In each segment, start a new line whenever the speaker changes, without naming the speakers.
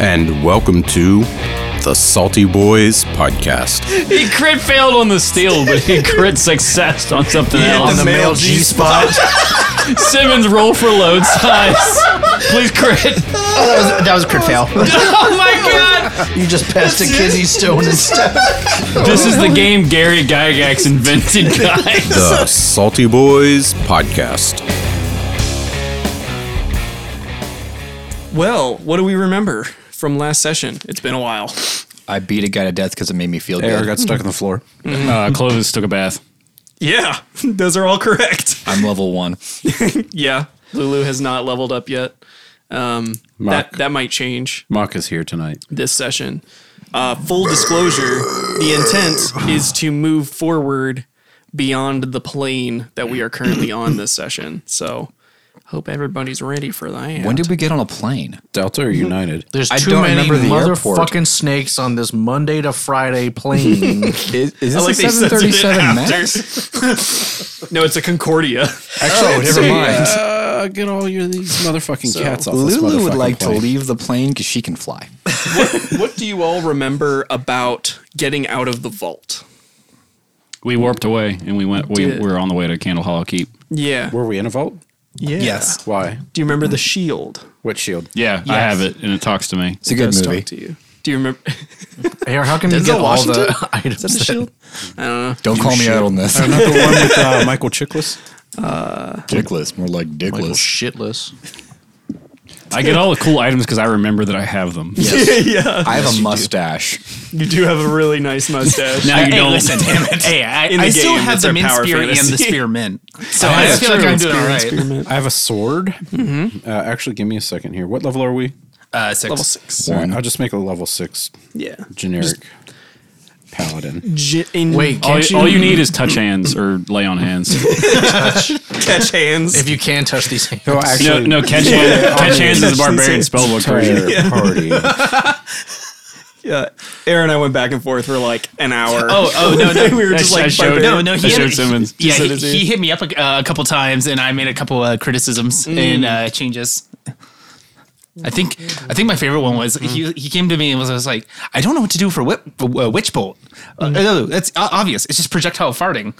and welcome to the Salty Boys podcast.
He crit failed on the steel, but he crit success on something
on
else.
the male G spot.
Simmons roll for load size. Please crit.
that, was, that was a crit fail.
Oh my
you just passed a kidney stone instead.
god! This is the game Gary Gygax invented, guys.
The Salty Boys podcast.
Well, what do we remember from last session? It's been a while.
I beat a guy to death because it made me feel
Eric
good.
got stuck on the floor.
Uh, Clovis took a bath.
Yeah, those are all correct.
I'm level one.
Yeah, Lulu has not leveled up yet. Um,
Mark.
that that might change
Mark is here tonight.
this session. Uh, full disclosure: the intent is to move forward beyond the plane that we are currently on this session. So, hope everybody's ready for that.
When did we get on a plane?
Delta or United?
There's
I
too
don't
many
remember the
motherfucking
airport.
snakes on this Monday to Friday plane.
Is, is this
like
a
they censored it after.
737 Max?
no, it's a Concordia.
Actually, Oh, never mind.
Uh, get all your these motherfucking cats off. this
Lulu would
motherfucking
like
plane.
to leave the plane because she can fly.
what do you all remember about getting out of the vault?
We warped away, and we went. We
Did.
were on the way to Candle Hollow Keep.
Yeah.
Were we in a vault?
yeah.
Yes.
Why?
Do you remember the shield?
What shield?
Yeah, I have it, and it talks to me.
It's a good
Does
movie.
Talk to you. Do you remember?
Here, how can you
Denzel
get all
Washington?
the items? that-
Don't call me out on this.
Not the one with uh, Michael Chiklis?
Dickless, more like
Michael
dickless.
shitless.
I get all the cool items because I remember that I have them.
yeah.
I have a mustache.
You do have a really nice mustache.
Now you don't.
damn it.
Hey, I,
In the I still game, have it's the our mint power spear and the fantasy.
spearmint. So
I that's feel like true. I'm
doing all right.
I have a sword. Uh, actually, give me a second here. What level are we?
Uh, six.
Level six.
All right, I'll just make a level six
Yeah.
generic paladin.
J- in
Wait,
Oh,
All,
can't you,
all you need is touch hands or lay on hands.
catch hands.
if you can touch these hands.
Oh,
No,
No,
actually,
no, catch, hand, catch hands is a
Touch these
barbarian
hands.
spellbook version.
entire party.
yeah. uh, Aaron and I went back and forth for like an hour.
Oh, oh no, no.
we were just
I
like
showed-
bumping-
No, no, he
I showed
had,
Simmons.
yeah,
Just
he,
showed it to
he
you.
hit me up a, uh, a couple times, and I made a couple uh, criticisms and uh, changes. I think I think my favorite one was he, he came to me and was, was like, I don't know what to do for whip, uh, witch bolt. Uh, no, that's o- obvious. It's just projectile farting.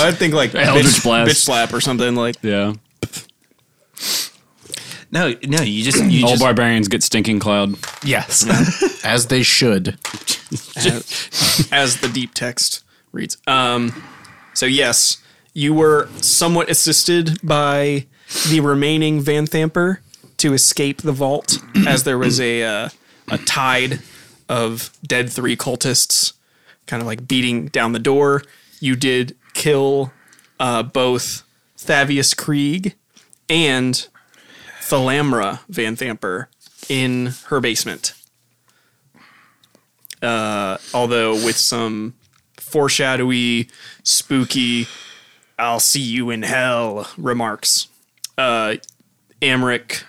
I would think like
Eldritch
bitch,
Blast.
bitch slap or something like.
Yeah.
No, no, you just you
All
just
barbarians get stinking cloud.
yes.
As they should.
as the deep text reads. Um, so yes, you were somewhat assisted by the remaining Van Thamper to escape the vault, as there was a uh, a tide of dead three cultists, kind of like beating down the door. You did kill uh, both Thavius Krieg and Thalamra Van Thamper in her basement although with some foreshadowy, spooky, "I'll see you in hell" remarks. Uh, Amric,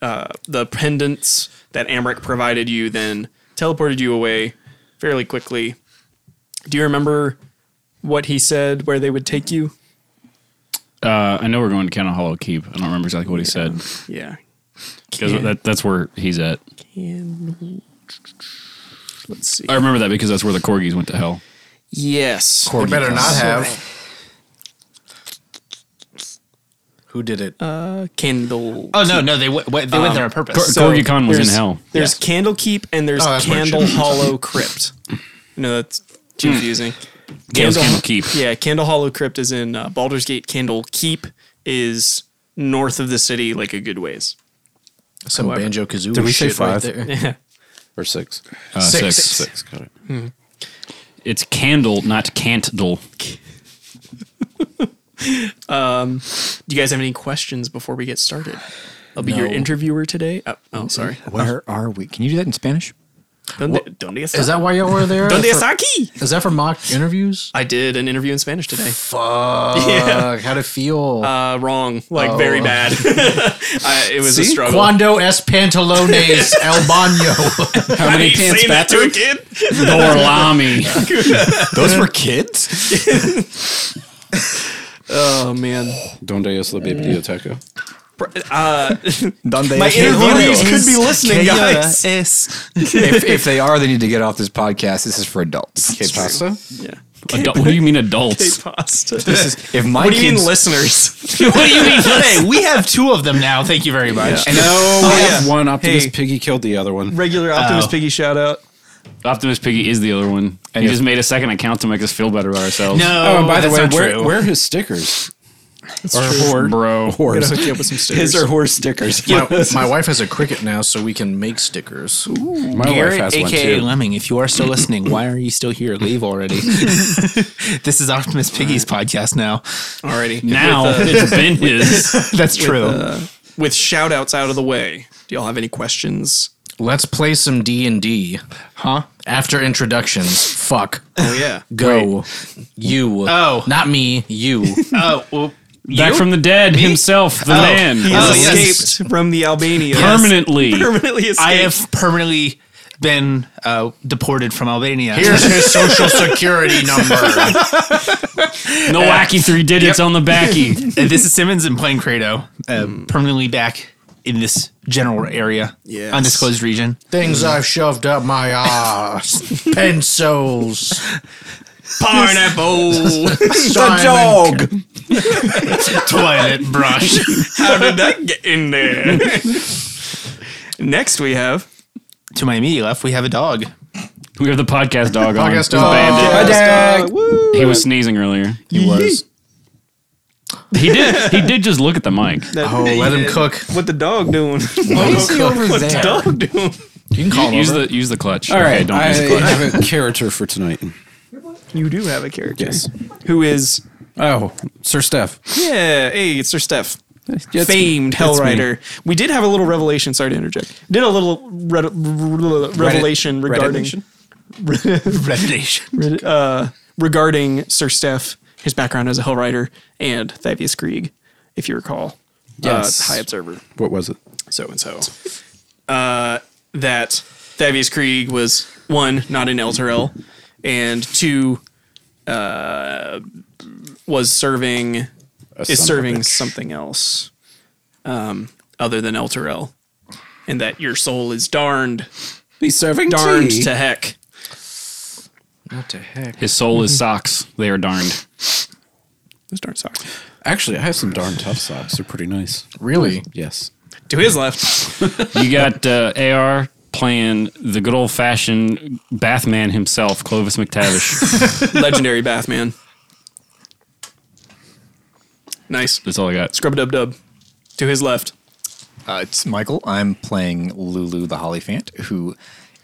uh, the pendants that Amric provided you, then teleported you away fairly quickly. Do you remember what he said? Where they would take you?
Uh, I know we're going to Cannon Hollow Keep. I don't remember exactly what he said
Yeah,
because that, that's where he's at.
let's see.
I remember that because that's where the corgis went to hell.
Yes,
Or better not have. Who did it?
candle.
Oh no, no, they w- w- they went there on purpose.
Cor- Corgi Con was in
there's-
hell.
There's Candlekeep and there's
Oh, that's where it
Candle Hollow Crypt. No, that's
Hmm.
confusing.
Gail's Candle Keep.
Yeah, Candle Hollow Crypt is in uh, Baldur's Gate. Candle Keep is north of the city, like a good ways.
Some banjo kazooie
Did we say
shit right
five?
there.
Or six.
Uh,
Six.
Six, got it.
It's candle, not candle.
Do you guys have any questions before we get started? I'll be your interviewer today. Oh, oh sorry.
Where are we? Can you do that in Spanish?
Donde, donde
Is
está?
that why y'all were there?
Donde
For-
está aquí?
Is that for mock interviews?
I did an interview in Spanish today.
Fuck.
Yeah.
How'd it feel?
Uh, wrong. Like, very bad. I, it was a struggle.
Cuando es pantalones el baño.
How
I ain't saying that to a kid.
Dorlami.
Those were kids?
Oh, man.
Donde es la biblioteca?
Uh,
Donde
my
es mi
interviewees
novio?
could be listening, guys.
Yes.
if, if they are, they need to get off this podcast. This is for adults.
Okay, pasta.
Yeah.
Adult, what do you mean adults?
Pasta.
If my
What do you
kids,
mean, listeners?
what do you mean? Hey, we have two of them now. Thank you very much.
No, we have
yeah.
one. Optimus
Hey.
Piggy killed the other one.
Regular Optimus Piggy shout out.
Optimus Piggy is the other one. And he just made a second account to make us feel better about ourselves.
No.
Oh, and by the
that's
way,
not
where,
true.
where are his stickers?
bro.
Horse.
Hook you up with some stickers.
His are horse stickers.
My, my wife has a cricket now, so we can make stickers.
My wife
Garrett,
has one
aka
too.
Lemming, if you are still listening, why are you still here? Leave already. this is Optimus Piggy's podcast now.
Alrighty.
Now it's been his.
That's true.
With shout outs out of the way, do y'all have any questions?
Let's play some D and D
huh?
after introductions. Fuck,
Oh, yeah.
go, you.
Oh.
not me, you.
Oh, well,
Back from the dead himself, the man.
He
Oh,
has
yes.
escaped from the Albania.
Permanently.
Permanently escaped.
I have permanently been uh, deported from Albania.
Here's his social security number.
No wacky three digits on the backy.
Uh, this is Simmons and playing Credo, uh, permanently back in this general area,
Yes.
undisclosed region.
Things I've shoved up my ass. Pencils.
Pineapple.
The
Toilet brush.
How did that get in there? Next, we have
to my immediate left, we have a dog.
We have the podcast dog on. It
Podcast
was
dog.
Bandit.
Dog.
He was sneezing earlier. He was. He did. He did just look at the mic.
Oh, let him cook.
What the dog doing?
over
What's the dog doing?
You can call him
Use
over.
the use the clutch.
All right,
Okay, don't
I
use the clutch.
have a character for tonight.
You do have a character.
Yes.
Who is,
Oh, Sir Steph.
yeah, hey, it's Sir Steph.
It's-
famed
it's me.
Hellrider. We did have a little revelation. Sorry to interject. Did a little re- re- revelation regarding
Revelation?
Revelation.
uh, regarding Sir Steph, his background as a Hellrider, and Thavius Krieg, if you recall.
Yes.
Uh, high Observer,
What was it?
so and so. Uh, That Thavius Krieg was one, not an Elturel, and two, uh, was serving is
son of a
serving
bitch.
something else um, other than Elturel. And that your soul is darned,
He's serving
darned
tea.
to heck.
What the heck?
His soul is socks. They are darned.
Those darn socks.
Actually, I have some darn tough socks. They're pretty nice.
Really?
Yes.
To his left.
You got uh, AR playing the good old fashioned Bathman himself, Clovis McTavish.
legendary Bathman. Nice.
That's all I got.
Scrub dub dub. To his left.
Uh, it's Michael. I'm playing Lulu the Hollyphant, who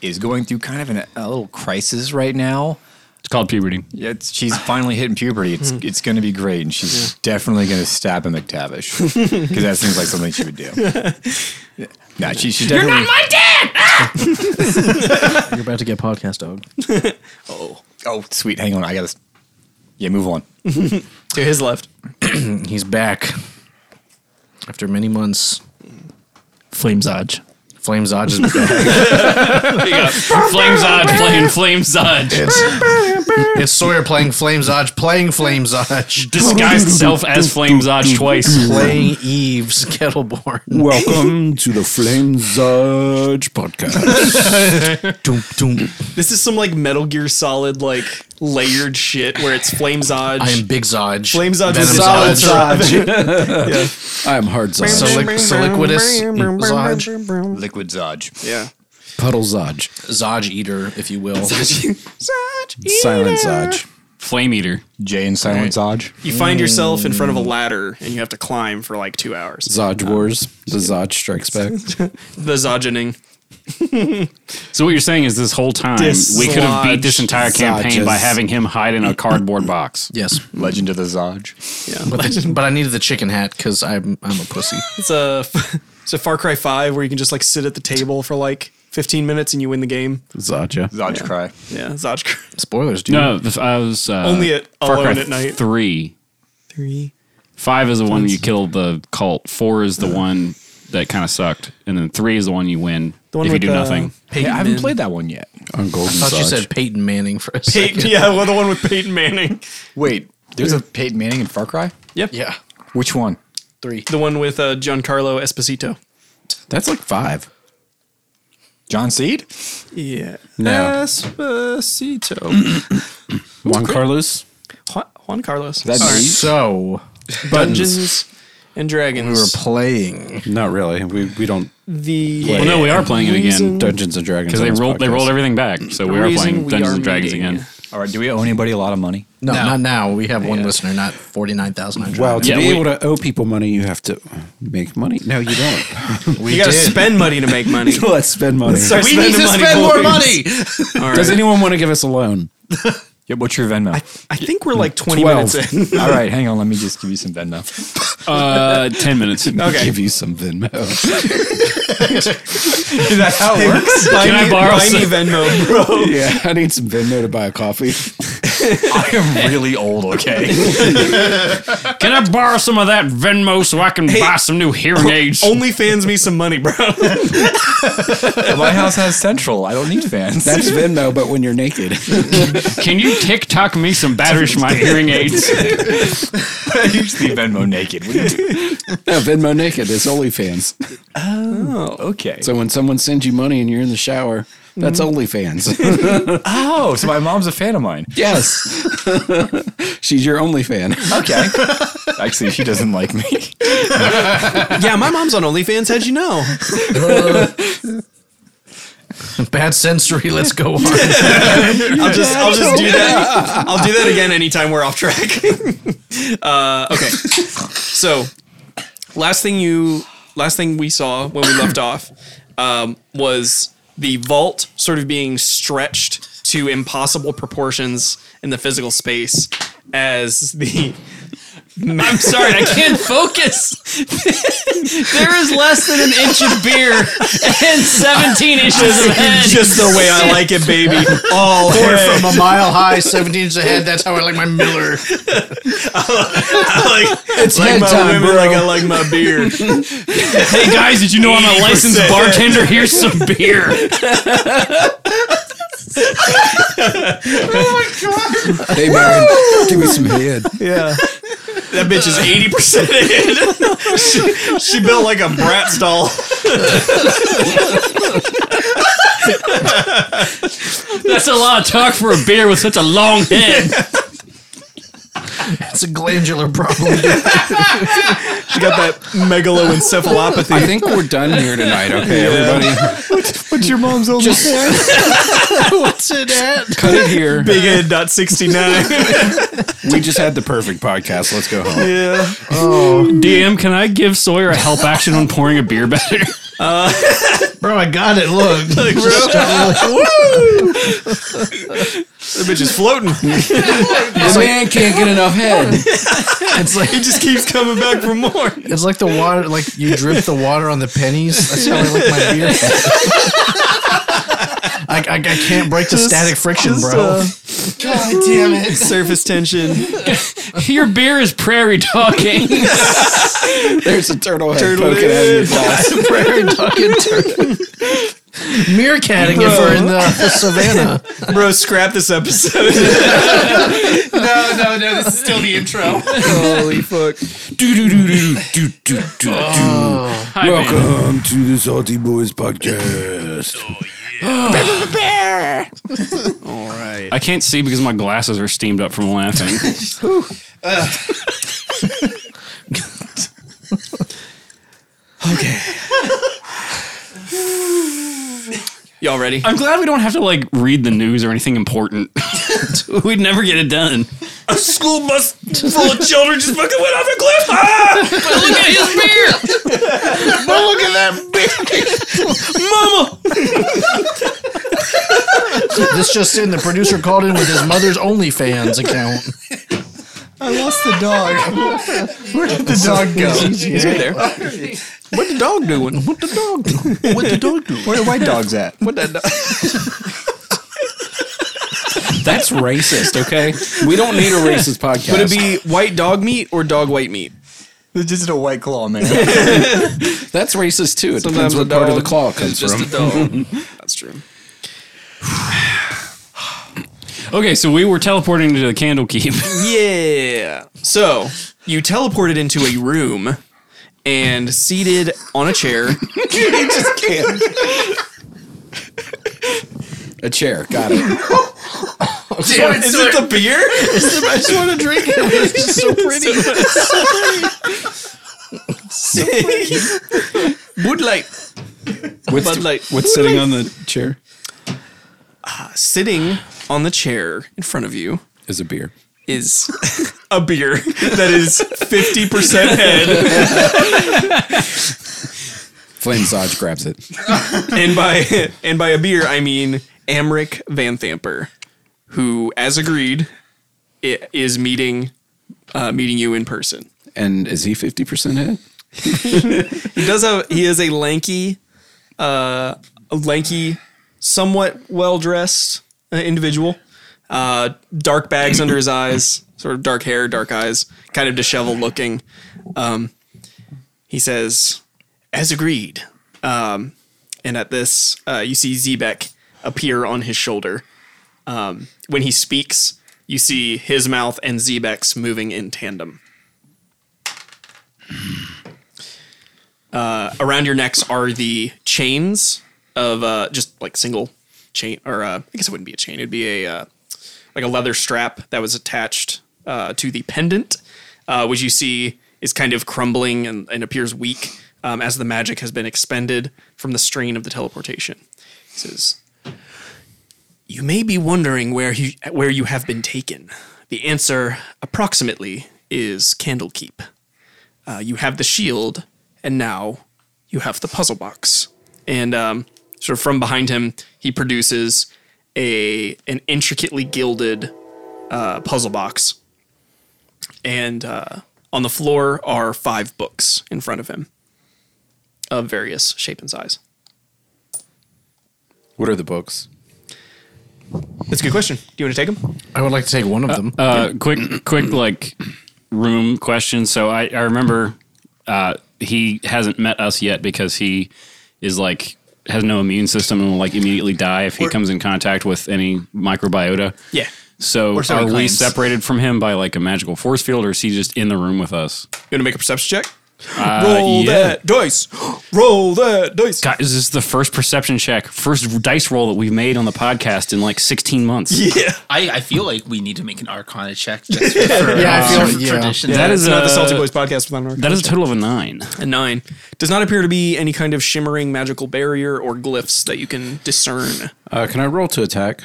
is going through kind of an, a little crisis right now.
It's called puberty.
Yeah, it's, she's finally hitting puberty. It's it's going to be great, and she's definitely going to stab a McTavish because that seems like something she would do. Nah, she, she's definitely.
You're about to get podcast dog.
oh, sweet. Hang on, I got this. Yeah, move on.
To his left.
He's back after many months.
Flames Odge.
Flames Odge is back.
Flame Zod playing Flame Zod.
It's, it's Sawyer playing Flames Odge, playing Flames Odge,
Disguised self as Flame Zod twice.
playing Eve's Kettleborn.
Welcome to the Flame Zudge podcast.
Doom, doom.
This is some like Metal Gear Solid like layered shit where it's Flame Zodge.
I am Big Zodge.
Flame Zodge
Venom
is solid
I'm Hard Zodge.
Solic- Soliquidus Zodge.
Liquid Zodge.
yeah.
Puddle Zodge.
Zodge Eater, if you will.
Silent Zodge.
Flame Eater.
Jay and Silent Zodge.
You find yourself in front of a ladder and you have to climb for like two hours. Um,
Zodge Wars. The Zodge Strikes Back.
The Zodgening.
So what you're saying is this whole time we could have beat this entire campaign by
Zodges.
having him hide in a cardboard box.
Yes.
Legend of the Zodge.
Yeah.
But, the- but I needed the chicken hat because I'm, I'm a pussy.
It's a it's a Far Cry 5 where you can just like sit at the table for like 15 minutes and you win the game.
Zodja.
Zodge cry.
Yeah, Zodge.
Spoilers, dude.
No, the, I was uh,
Only at
Far Cry
alone at night.
Three.
Three.
Five is the one you kill the cult. Four is the one that kind of sucked, and then three is the one you win
The one
if you
with
do
uh,
nothing.
Hey, I
Min.
haven't played that one yet.
On Golden
I thought you
Zodge.
said Peyton Manning for a
Peyton,
second.
yeah, well, the one with Peyton Manning.
Wait, there's a Peyton Manning in Far Cry.
Yep.
Yeah.
Which one?
Three.
The one with uh, Giancarlo Esposito.
That's like five.
John Seed?
Yeah.
No.
Esposito.
Juan Carlos.
Juan, Juan Carlos.
That's
Sorry.
So
Dungeons and Dragons.
we're playing.
Not really. We we don't
the
Well, no, we are playing it again
Dungeons and Dragons
because
on
they
this
rolled they
podcast.
rolled everything back. So we
The
are
reason
playing
we
Dungeons
are
and Dragons
meeting.
again.
All right. Do we owe anybody a lot of money?
No, not now. We have one listener, not forty nine thousand nine
Well,
hundred.
to
Yeah,
be
we-
able to owe people money, you have to make money. No, you don't.
you gotta spend money to make money.
Let's spend money.
Start
we need to
spending money,
spend more
boys.
money.
All right.
Does anyone want to give us a loan?
Yep. What's your Venmo?
I think we're like 20
Twelve.
minutes in.
All right. Hang on. Let me just give you some Venmo.
Uh, ten minutes.
Okay.
Give you some Venmo.
Is that how it works?
Can I borrow
Buy me Venmo, bro.
Oh,
yeah, I need some Venmo to buy a coffee.
I am really old. Okay.
Can I borrow some of that Venmo so I can buy some new hearing
Oh,
aids?
Only fans me some money, bro.
My house has Central. I don't need fans.
That's Venmo, but when you're naked.
Can you TikTok me some batteries for my hearing aids?
I usually Venmo naked. What do you do?
No, Venmo naked is OnlyFans.
Oh, Okay.
So when someone sends you money and you're in the shower, that's
Mm-hmm.
OnlyFans.
oh, so my mom's a fan of mine.
yes. She's your OnlyFan.
Okay. Actually, she doesn't like me.
yeah, my mom's on OnlyFans. How'd you know?
Bad sensory. Let's go on.
I'll just I'll just do that. I'll do that again anytime we're off track. uh, okay. So last thing you last thing we saw when we left off um, was the vault sort of being stretched to impossible proportions in the physical space as the
I'm sorry, I can't focus. there is less than an inch of beer and 17 inches of head.
just the way I like it, baby. All hair
From a mile high, seventeen inches ahead. That's how I like my Miller.
like it's like
head
my
time,
women
bro.
like I like my beard.
Hey guys, did you know I'm a licensed bartender? Here's some beer.
Hey, man, give me some head.
Yeah. That bitch is 80% in. she, she built like a brat doll.
That's a lot of talk for a beer with such a long head.
It's a glandular problem.
She got that megaloencephalopathy.
I think we're done here tonight, okay, everybody?
What's your mom's old?
What's it at?
Cut it here.
Big head dot 69.
We just had the perfect podcast. Let's go home.
yeah.
DM, can I give Sawyer a help action on pouring a beer better?
Bro, I got it. Look.
That bitch is floating.
The man can't get enough head.
It's like
It just keeps coming back for more.
it's like the water. Like you drip the water on the pennies. That's how I like my beer. I, I, I can't break the static friction, bro. uh, God damn it.
Surface tension.
Your beer is prairie talking.
There's a turtle head
Turtle
poking out of your
head.
glass.
Prairie dog and turtle. Meerkatting if we're in the, the savannah.
Bro, scrap this episode.
No, no, no, this is still the intro.
Holy fuck.
Do, do, do, do, do, do, do, do. Welcome to the Salty Boys podcast.
I can't see because my glasses are steamed up from laughing.
Y'all ready?
I'm glad we don't have to like read the news or anything important. We'd never get it done.
A school bus full of children just fucking went off a cliff. Ah!
Look at his beer.
But look at that Mama! this just in, the producer called in with his mother's OnlyFans account.
I lost the dog. Where did the dog go?
He's right there. What the dog doing? What the dog doing?
What the dog do? Where the white dog's at?
What that dog?
That's racist, okay? We don't need a racist podcast.
Would it be white dog meat or dog white meat?
It's just a white claw, man.
That's racist too. It
Sometimes
depends what
the
part of the
dog
claw
It's
it comes
just
from.
a dog. That's true.
Okay, so we were teleporting to the candle keep.
Yeah. So you teleported into a room and seated on a chair.
A chair. Got it.
is it the beer? I just want to drink it. It's just so pretty. so pretty. Would like
What's,
Bud Light. Ah,
what's sitting on the chair?
sitting on the chair in front of you
Is a beer.
is a beer that is 50% head.
Flame Zodge grabs it.
and by and by a beer I mean Amric Van Thamper, who, as agreed, i- is meeting uh, meeting you in person.
And is he 50% head?
He does have he is a lanky, uh, a lanky, somewhat well dressed uh, individual. Uh, dark bags under his eyes, sort of dark hair, dark eyes, kind of disheveled looking. Um, he says, "As agreed." Um, and at this, uh, you see Zebek appear on his shoulder. Um, when he speaks, you see his mouth and Zebek's moving in tandem. around your necks are the chains of uh, just like single chain, or uh, I guess it wouldn't be a chain. It'd be a uh, like a leather strap that was attached uh, to the pendant, uh, which you see is kind of crumbling and, and appears weak um, as the magic has been expended from the strain of the teleportation. He says, "You may be wondering where he, where you have been taken. The answer, approximately, is Candlekeep." Uh, you have the shield, and now you have the puzzle box. And um, sort of from behind him, he produces a an intricately gilded uh, puzzle box. And uh, on the floor are five books in front of him of various shape and size.
What are the books?
That's a good question. Do you want to take them?
I would like to take one of them.
Uh, quick, quick, like room question. So I, I remember uh, he hasn't met us yet because he is like has no immune system and will like immediately die if he comes in contact with any microbiota.
Yeah.
So are
so it
we
claims.
separated from him by like a magical force field, or is he just in the room with us?
You want to make a perception check?
Uh,
Roll
yeah.
that dice. Roll that dice.
God, is this the first perception check, first dice roll that we've made on the podcast in like 16 months?
Yeah.
I, I feel like we need to make an Arcana check just for,
Yeah, I feel-
uh, for
yeah.
tradition.
That is
It's not the
a-
Salty Boys podcast without an
That is a total of a nine.
A nine. Does not appear to be any kind of shimmering magical barrier or glyphs that you can discern.
Uh, can I roll to attack?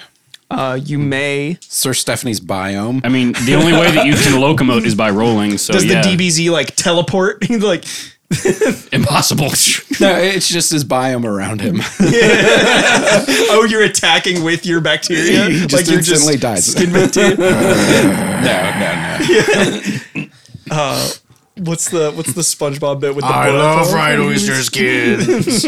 Uh, you may.
Sir Stephanie's biome.
I mean, the only way that you can locomote is by rolling. So
Does
yeah.
the DBZ like teleport? like
impossible?
no, it's just his biome around him.
oh, you're attacking with your bacteria.
He just
like you're
instantly
just
dies.
skin bacteria.
no, no, no.
what's the what's the SpongeBob bit with the
I
boil?
love fried oysters, kids.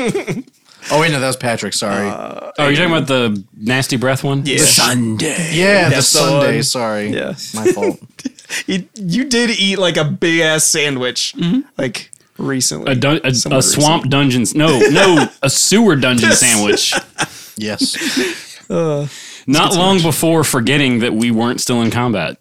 oh wait, no, that was Patrick. Sorry.
Oh, you're talking about the nasty breath one?
Yeah.
Sunday. Yeah, the
That's the
Sunday.
one.
Sorry.
Yeah.
My fault.
It- you did eat like a big ass sandwich like recently.
Mm-hmm. A, dun- a,
Somewhat
a swamp dungeon. No, no, a sewer dungeon sandwich.
Yes.
Not long before forgetting that we weren't still in combat.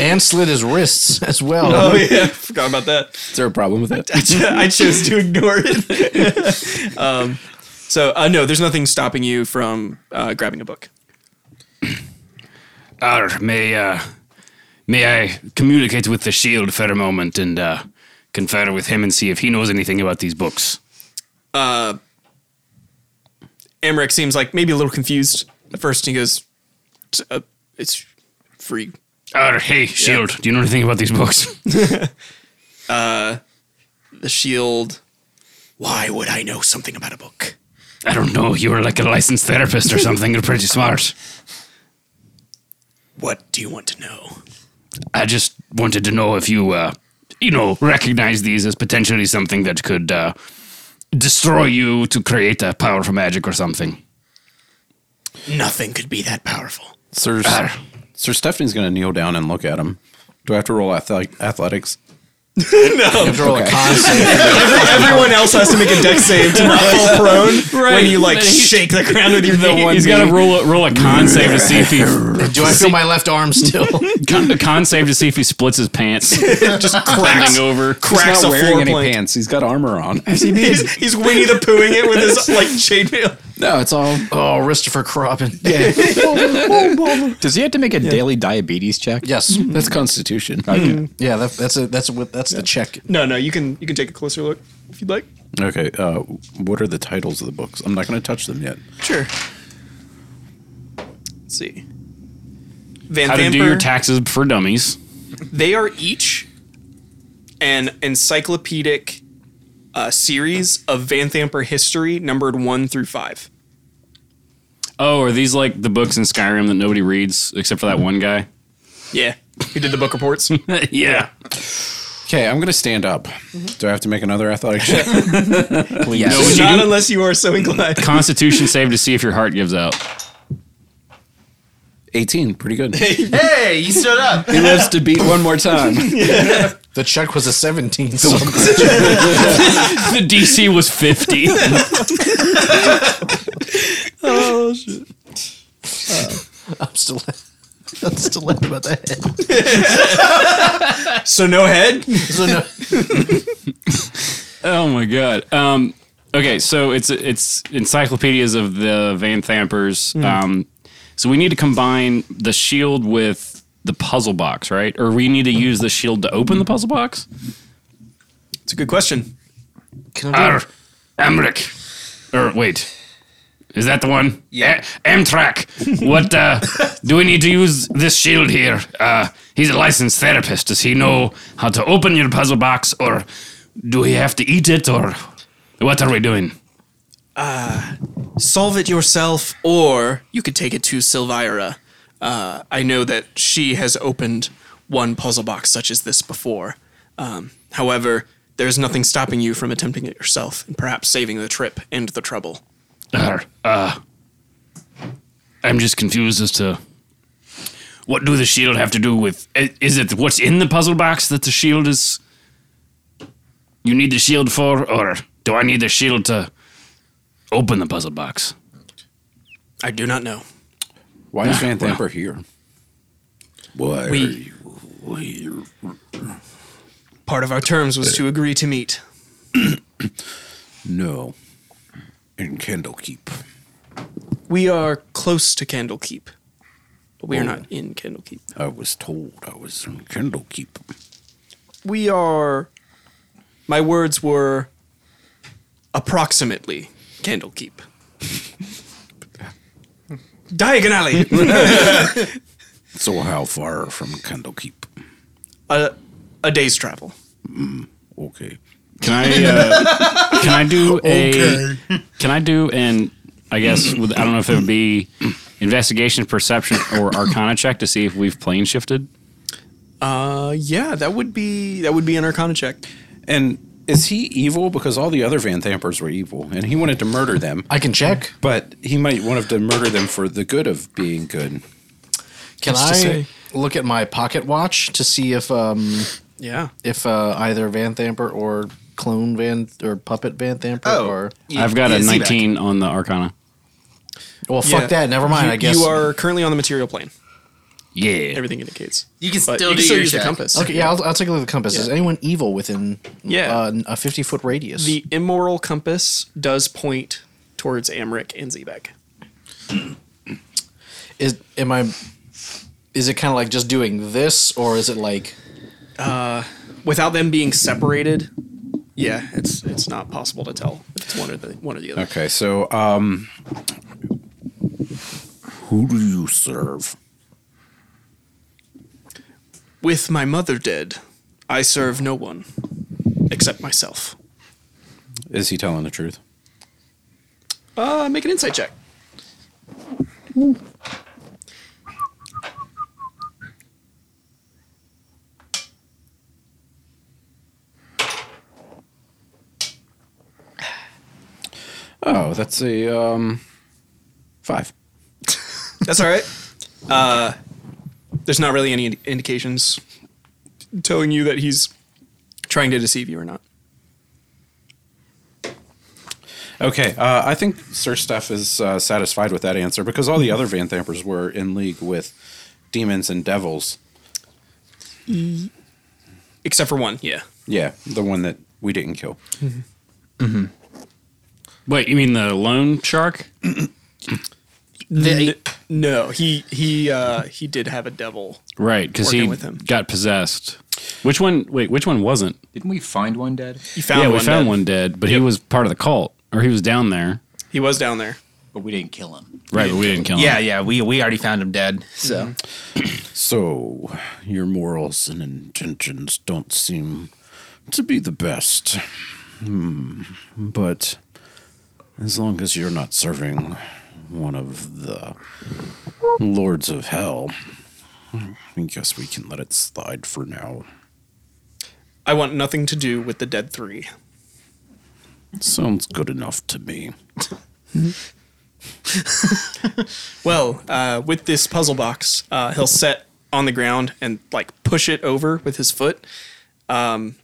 And slit his wrists as well.
Oh yeah, forgot about that.
Is there a problem with that?
I chose to ignore it. um, so uh, no, there's nothing stopping you from uh, grabbing a book.
Arr, may uh, may I communicate with the shield for a moment and uh, confer with him and see if he knows anything about these books?
Amric seems like maybe a little confused at first. and He goes, "It's, uh, "It's free."
Arr, Uh, hey, shield, do you know anything about these books?
The shield. Why would I know something about a book?
I don't know. You were like a licensed therapist or something. You're pretty smart.
What do you want to know?
I just wanted to know if you, uh, you know, recognize these as potentially something that could uh, destroy you to create a powerful magic or something.
Nothing could be that powerful.
Sir, Sir Stephanie's going to kneel down and look at him. Do I have to roll ath- athletics?
Throw a con save.
Everyone else has to make a deck save to not fall prone when you like
But he-
shake the ground with your knee.
He's got to roll a roll a con save to see if he
Do I feel my left arm still?
con, a con save to see if he splits his pants.
just cracks
Bending over.
cracks
He's
a
not wearing
floor
any
plank.
pants. He's got armor on.
He's, he's Winnie the Poohing it with his like chainmail.
No, it's all.
Oh, Christopher Robin.
Does he have to make a daily diabetes check?
Yes.
That's Constitution.
Yeah, that, that's a, that's what that's the check.
No, no, you can you can take a closer look if you'd like.
Okay. Uh, what are the titles of the books? I'm not going to touch them yet.
Sure. Let's see. Van
How to do your
Vamper.
taxes for dummies.
they are each an encyclopedic uh, series of Van Thamper history, numbered one through five.
Oh, are these like the books in Skyrim that nobody reads except for that one guy?
Yeah, who did the book reports?
yeah.
Okay, I'm going to stand up. Do I have to make another athletic check?
No, would you
Not
do
unless you are so inclined.
Constitution save to see if your heart gives out.
18. Pretty good.
Hey, you stood up.
He lives to beat one more time.
The check was a 17. So
the DC was fifty.
I'm still. I'm still laughing about that head.
So no head.
So no,
oh my god. Um, okay, so it's it's encyclopedias of the Van Thampers. Um, so we need to combine the shield with the puzzle box, right? Or we need to use the shield to open the puzzle box.
It's a good question.
can I do it?
Amric. Or wait. Is that the one? Yeah. Amtrak. What uh, do we need to use this shield here? Uh, he's a licensed therapist. Does he know how to open your puzzle box or do we have to eat it or what are we doing?
solve it yourself, or you could take it to Silvira. Uh, I know that she has opened one puzzle box such as this before. Um, however, there is nothing stopping you from attempting it yourself and perhaps saving the trip and the trouble.
Or, uh, I'm just confused as to what do the shield have to do with i- is it what's in the puzzle box that the shield is you need the shield for or do I need the shield to open the puzzle box?
I do not know.
Why is Van Thamper here? Why? are
We,
you here?
part of our terms was to agree to meet.
No. In Candlekeep.
We are close to Candlekeep, but we are not in Candlekeep.
I was told I was in Candlekeep.
we are my words were approximately candlekeep diagonally
So how far from Candlekeep?
a, a day's travel
Okay.
Can I uh, can I do a can I do an I guess with, I don't know if it would be investigation, perception, or arcana check to see if we've plane shifted.
uh, yeah that would be that would be an arcana check
And is he evil? Because all the other Van Thampers were evil, and he wanted to murder them.
I can check.
But he might want to murder them for the good of being good.
Can
What's to
I
say?
look at my pocket watch to see if um
yeah
if uh, either Van Thamper or clone Van or puppet Van Thamper
Oh.
or
I've got a
Yeah, see that.
19 on the arcana.
well fuck
Yeah.
that never mind
you,
I guess
you are currently on the material plane
Yeah.
everything indicates
You can
but
still
you
do
can still
your
use
check.
the compass
okay yeah I'll, I'll take a look at the compass is anyone evil within
Yeah.
uh, a fifty foot radius
the immoral compass does point towards amric and zebek
is am I is it kind of like just doing this or is it like
without them being separated yeah it's it's not possible to tell if it's one or the one or the other
Okay, so um, who do you serve?
With my mother dead, I serve no one except myself.
Is he telling the truth?
Uh, make an insight check.
Oh, that's a um, five.
That's all right. Uh, there's not really any ind- indications telling you that he's trying to deceive you or not.
Okay, uh, I think Sir Steph is uh, satisfied with that answer because all the other Van Thampers were in league with demons and devils.
Except for one, yeah.
Yeah, the one that we didn't kill.
Wait, you mean the lone shark?
N- no, he he uh, he did have a devil.
Right, because he
Working with him.
got possessed. Which one? Wait, which one wasn't?
Didn't we find one dead?
He found
yeah,
one.
we found
that-
one dead, but he was part of the cult, or he was down there.
He was down there.
But we didn't kill him.
Right, but we didn't kill him.
Yeah, yeah, we we already found him dead. So
So, your morals and intentions don't seem to be the best. Hmm. But as long as you're not serving one of the lords of hell, I guess we can let it slide for now.
I want nothing to do with the dead three.
Sounds good enough to me.
Well, uh, with this puzzle box, uh, he'll set on the ground and like push it over with his foot, um,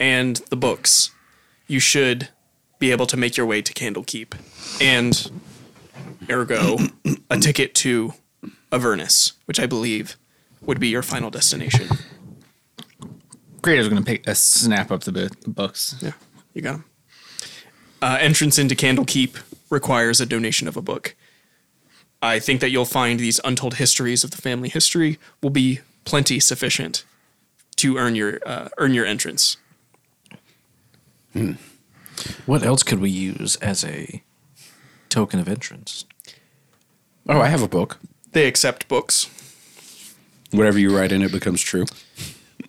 and the books. You should be able to make your way to Candlekeep, and ergo, a ticket to Avernus, which I believe would be your final destination.
creators are gonna pick uh, snap up the, bu- the books.
Yeah, you got him. Uh, entrance into Candlekeep requires a donation of a book. I think that you'll find these untold histories of the family history will be plenty sufficient to earn your uh, earn your entrance.
What else could we use as a token of entrance?
Oh, I have a book.
They accept books.
Whatever you write in it becomes true.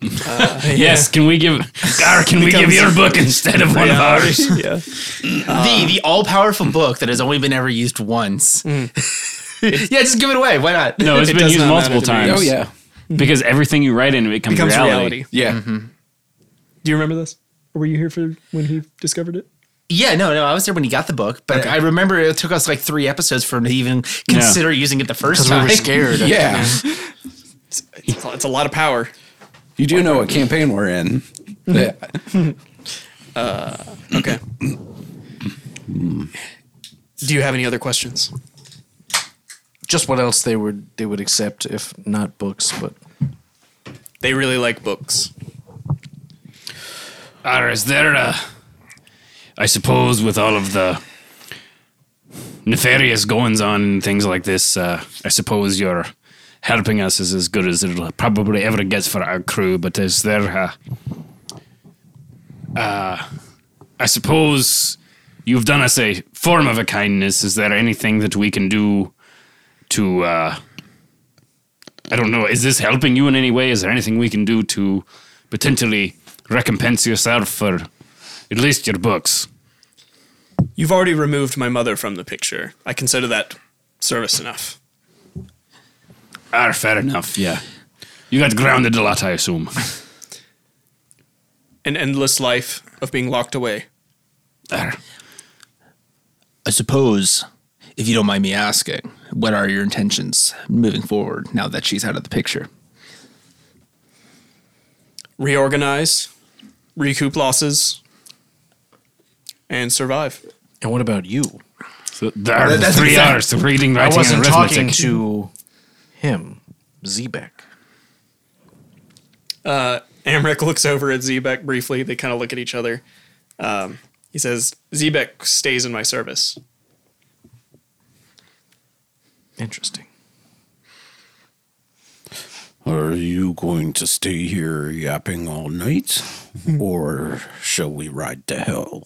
Yes, can we give? Gar, can we give your book instead of one of ours?
yeah,
the the all powerful book that has only been ever used once. yeah, just give it away. Why not?
No, it's
It
been
does
used
not
multiple
matter to me.
times. because everything you write in it Oh, becomes,
becomes reality.
reality.
Yeah.
Do you remember this? Or were you here for when he discovered it?
Yeah, no, no. I was there when he got the book, but I remember it took us like three episodes for him to even consider using it the first
Because we
time.
were scared.
Yeah.
It's a, it's a lot of power.
You do know what campaign we're in. Yeah.
Okay. Do you have any other questions?
Just what else they would they would accept if not books, but
They really like books.
Or is there a? I suppose with all of the nefarious goings on and things like this, uh, I suppose your helping us is as good as it'll probably ever gets for our crew. But is there a? Uh, I suppose you've done us a form of a kindness. Is there anything that we can do to? Uh, I don't know. Is this helping you in any way? Is there anything we can do to potentially recompense yourself for at least your books?
You've already removed my mother from the picture. I consider that service enough.
Ah, fair enough. Yeah. You got grounded a lot, I assume.
An endless life of being locked away.
Arr.
I suppose, if you don't mind me asking, what are your intentions moving forward now that she's out of the picture?
Reorganize, recoup losses, and survive.
and what about you?
So there are three hours of reading,
I
writing,
wasn't
and arithmetic.
talking to him, Zebek.
Amric looks over at Zebek briefly. They kind of look at each other. Um, he says, Zebek stays in my service.
Interesting.
Are you going to stay here yapping all night? or shall we ride to hell?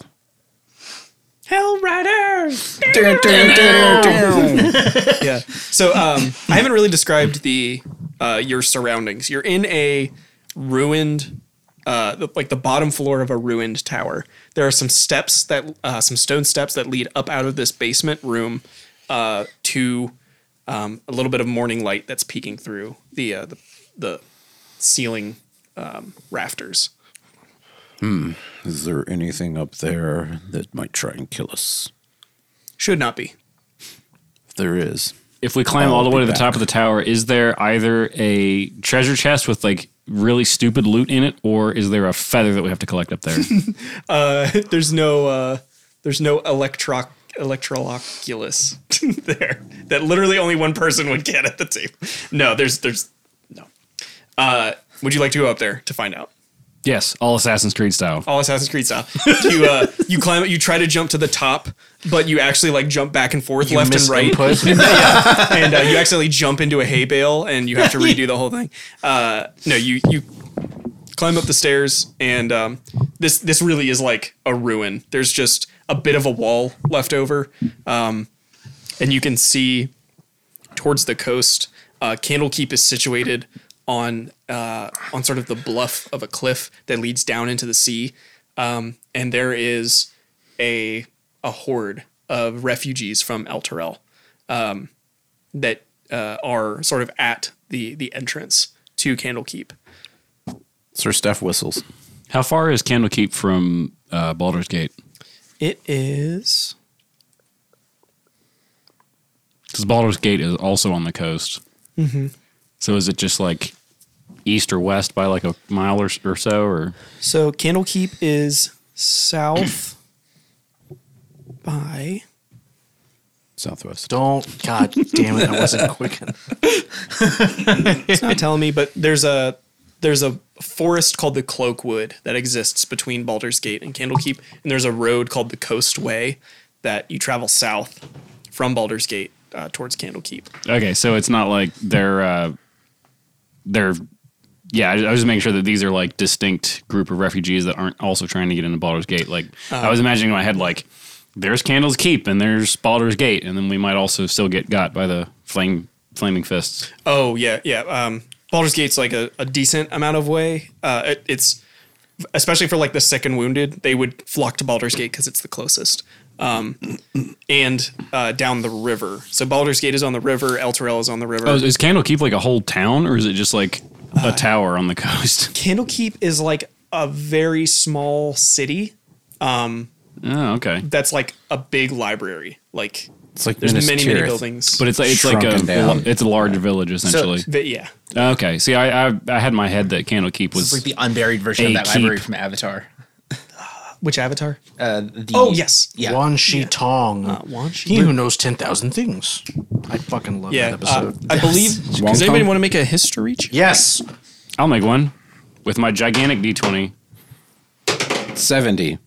Hell Riders! yeah. So um, I haven't really described the uh, your surroundings. You're in a ruined, uh, the- like the bottom floor of a ruined tower. There are some steps that, uh, some stone steps that lead up out of this basement room uh, to um, a little bit of morning light that's peeking through the uh, the, the ceiling um, rafters.
Is there anything up there that might try and kill us?
Should not be.
If there is,
if we climb all the way to the top of the tower, is there either a treasure chest with like really stupid loot in it, or is there a feather that we have to collect up there?
there's no uh, there's no electroc electroloculus there that literally only one person would get at the table. No, there's there's no. Uh, would you like to go up there to find out?
yes, all Assassin's Creed style.
all Assassin's Creed style. You uh, you climb, you try to jump to the top, but you actually like jump back and forth, left and right, and uh, you accidentally jump into a hay bale, and you have to redo the whole thing. Uh, no, you you climb up the stairs, and um, this this really is like a ruin. There's just a bit of a wall left over, um, and you can see towards the coast. Uh, Candlekeep is situated on uh, on sort of the bluff of a cliff that leads down into the sea, um, and there is a a horde of refugees from El Terrell um, that uh, are sort of at the the entrance to Candlekeep.
Sir Steph whistles.
How far is Candlekeep from uh, Baldur's Gate?
It is
Because Baldur's Gate is also on the coast. So is it just like east or west by like a mile or, s- or so? Or
so Candlekeep is south by
Southwest.
Don't. God damn it! I wasn't quick enough.
it's not telling me, but there's a there's a forest called the Cloakwood that exists between Baldur's Gate and Candlekeep, and there's a road called the Coast Way that you travel south from Baldur's Gate uh, towards Candlekeep.
okay, so it's not like they're uh, they're yeah. I, I was making sure that these are like distinct group of refugees that aren't also trying to get into Baldur's Gate. Like I was imagining in my head like there's Candle's Keep and there's Baldur's Gate, and then we might also still get got by the flame flaming fists.
Oh yeah, yeah. Um, Baldur's Gate's like a, a decent amount of way. Uh, it, it's especially for like the sick and wounded, they would flock to Baldur's Gate because it's the closest. Um, and uh, down the river. So Baldur's Gate is on the river. El Terrell is on the river.
Oh, is, is Candlekeep like a whole town, or is it just like a tower on the coast?
Candlekeep is like a very small city
Oh, okay.
that's like a big library. Like
It's like
there's
Minas
many many
Tirith.
buildings.
But it's like it's like a
Shrunken down.
it's a large village
so,
essentially.
but yeah,
okay, see, I, I I had in my head that Candlekeep
It's like
was
the unburied version of
A
that library
keep.
from Avatar.
which avatar?
Uh, the,
Oh yes,
Yeah.
Wan Shi Tong.
Uh, Wan Shi-
He who knows ten thousand things. I fucking love
yeah.
that
Uh,
episode.
I believe.
Wong
Does anybody
Kong?
want to make a history check?
yes.
I'll make one with my gigantic D twenty.
70.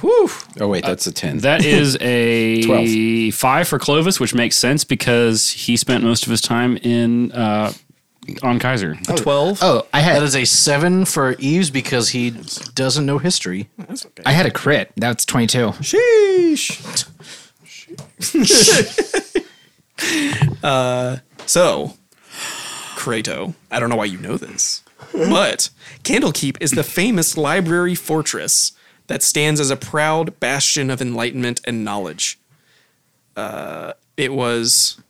Whew.
Oh, wait, that's
Uh,
a 10.
That is a five for Clovis, which makes sense because he spent most of his time in uh, on Kaiser.
Twelve.
Oh, I had
That is a seven for Eves because he doesn't know history.
I had a crit. That's twenty two.
Sheesh. uh, so, Krato, I don't know why you know this, but Candlekeep is the famous library fortress that stands as a proud bastion of enlightenment and knowledge. Uh, it was.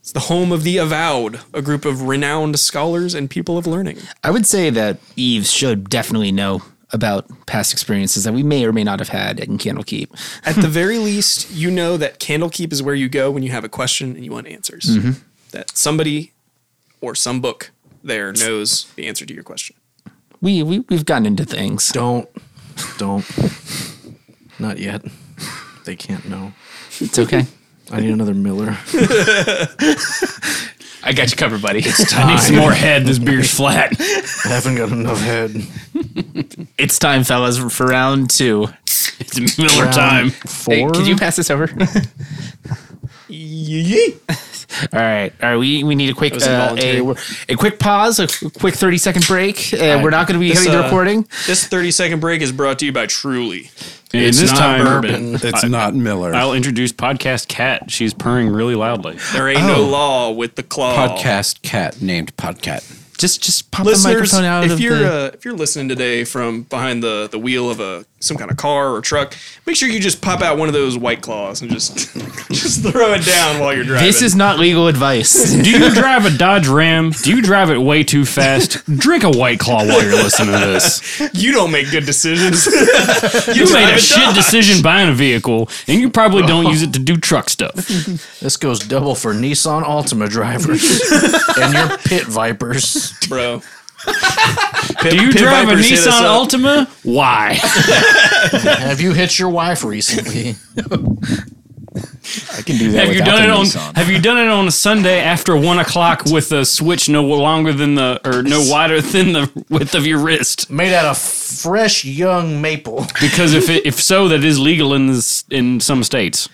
It's the home of the avowed, a group of renowned scholars and people of learning.
I would say that Eves should definitely know about past experiences that we may or may not have had in Candlekeep.
At the very least, you know that Candlekeep is where you go when you have a question and you want answers.
Mm-hmm.
That somebody or some book there knows the answer to your question.
We, we we've gotten into things.
Don't. Don't. Not yet. They can't know.
It's okay.
I need another Miller.
I got you covered, buddy.
I need some more head. This beer's flat.
I haven't got enough head.
it's time, fellas, for round two.
It's Miller time.
Four.
Hey, could you pass this over? All right, all right. We, we need a quick
was
uh, a,
involuntary.
a quick pause, a quick thirty second break. Uh, we're not going to be
This,
having the
uh,
recording.
This 30 second break is brought to you by Truly.
And this time,
it's not Miller.
I'll introduce podcast cat. She's purring really loudly.
Oh.
There ain't no law with the claw.
Podcast cat named Podcat.
Just just pop the
listeners,
microphone out
if
of
you're
the.
uh, if you're listening today from behind the the wheel of a some kind of car or truck, make sure you just pop out one of those white claws and just just throw it down while you're driving.
this is not legal advice.
Do you drive a Dodge Ram? Do you drive it way too fast? Drink a White Claw while you're listening to this.
you don't make good decisions.
You made a shit decision buying a vehicle, and you probably don't
Oh.
use it to do truck stuff.
This goes double for Nissan Altima drivers and your pit vipers.
bro.
Do you
Pit
drive a
Vipers hit us
Nissan
up.
Altima? Why?
Have you hit your wife recently?
I can do that.
Have you
without
done
the
it on?
Nissan.
Have you done it on a Sunday after one o'clock with a switch no longer than the or no wider than the width of your wrist?
Made out of fresh young maple.
Because if it, if so, that is legal in this in some states.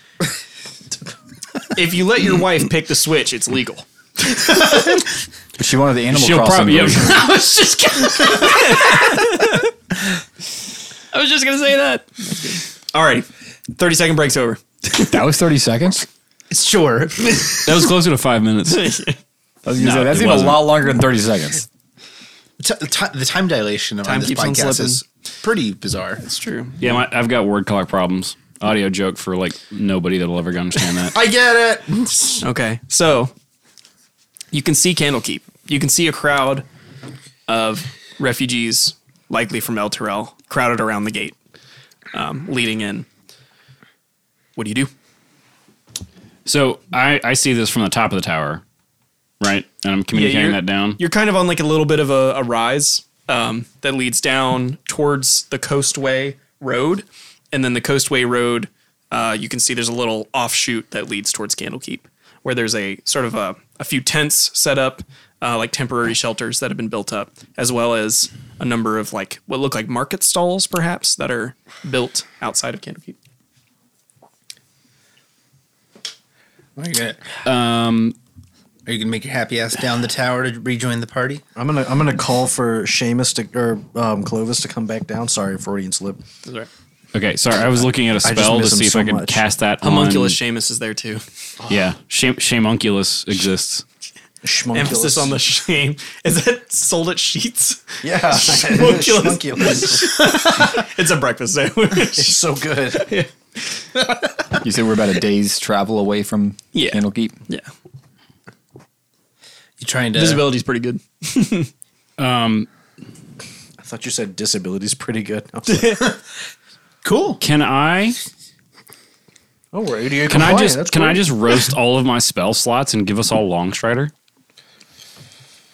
If you let your wife pick the switch, it's legal.
But she wanted the Animal
She'll
Crossing.
probably.
version.
I was just. gonna- I was just gonna say that.
All right, thirty second break's over.
that was thirty seconds.
Sure.
That was closer to five minutes.
I was gonna
No,
say, that's
it
even
wasn't.
a lot longer than thirty seconds.
T- ti- the time dilation on
Time
this
keeps on
podcast
slipping.
is pretty bizarre.
It's true.
Yeah, my, I've got word clock problems. Audio joke for like nobody that'll ever understand that.
I get it.
Okay, so you can see Candlekeep. You can see a crowd of refugees, likely from El Terrell, crowded around the gate, um, leading in. What do you do?
So I I see this from the top of the tower, right? And I'm communicating
you're-
that down.
You're kind of on like a little bit of a, a rise um, that leads down towards the Coastway Road, and then the Coastway Road. Uh, you can see there's a little offshoot that leads towards Candlekeep, where there's a sort of a, a few tents set up, uh, like temporary shelters that have been built up, as well as a number of like what look like market stalls, perhaps that are built outside of Candlekeep.
Are you gonna, are you gonna make your happy ass down the tower to rejoin the party?
I'm gonna I'm gonna call for Seamus to or um, Clovis to come back down. Sorry, Freudian slip.
Okay, sorry. I was looking at a spell to
miss him
see if
so
I could
much.
cast that.
Homunculus
on,
Seamus is there too.
yeah, shame, shamunculus exists.
Schmunculus.
Emphasis on the shame. Is that sold at Sheets?
yeah.
Schmunculus.
Schmunculus.
It's a breakfast sandwich.
It's so good.
You said we're about a day's travel away from
Yeah.
Candlekeep.
yeah.
You trying to
Visibility's pretty good.
I thought you said disability's pretty good.
cool?
Can I?
oh, we're ADA
Can I
compliant.
just?
That's
Can I
great.
just roast all of my spell slots and give us all Longstrider?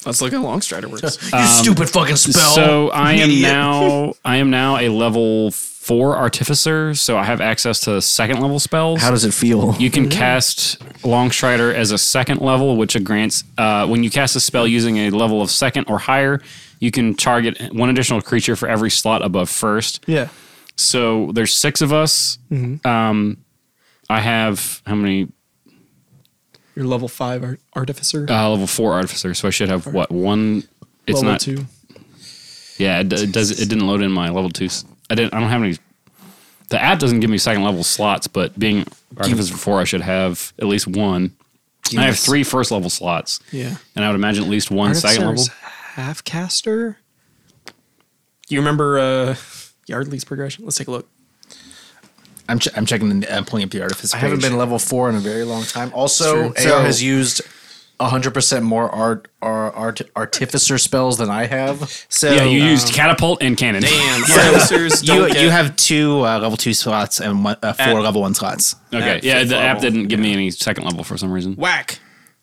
Let's look at Longstrider works.
You stupid
Uh,
fucking
Oh,
spell.
So I am now. I am now a level four artificer, so I have access to second level spells.
How does it feel?
You can cast Longstrider as a second level, which grants uh, when you cast a spell using a level of second or higher, you can target one additional creature for every slot above first.
yeah.
So there's six of us.
Mm-hmm.
Um, I have how many
Your level five art- artificer.
uh, level four artificer? So I should have what one? It's
level
not
two.
Yeah, it, it does. It didn't load in my level two. s- I didn't. I don't have any. The app doesn't give me second level slots, but being artificer four, I should have at least one. I have three first level slots.
Yeah.
and I would imagine at least one second level.
half caster. Do you remember uh, Yardley's progression? Let's take a look.
I'm, ch- I'm checking. The, I'm pulling up the artifice.
I haven't
page.
been level four in a very long time. Also, AR
It's true. So-
has used hundred percent more art, art, art artificer spells than I have. um,
So
yeah, you used catapult and cannon.
Oh, Damn, artificers
You,
don't
you have two uh, level two slots and one, uh, four
At-
level one slots.
Okay,
At
yeah,
fifth
the app
level.
didn't give me any second level for some reason.
whack.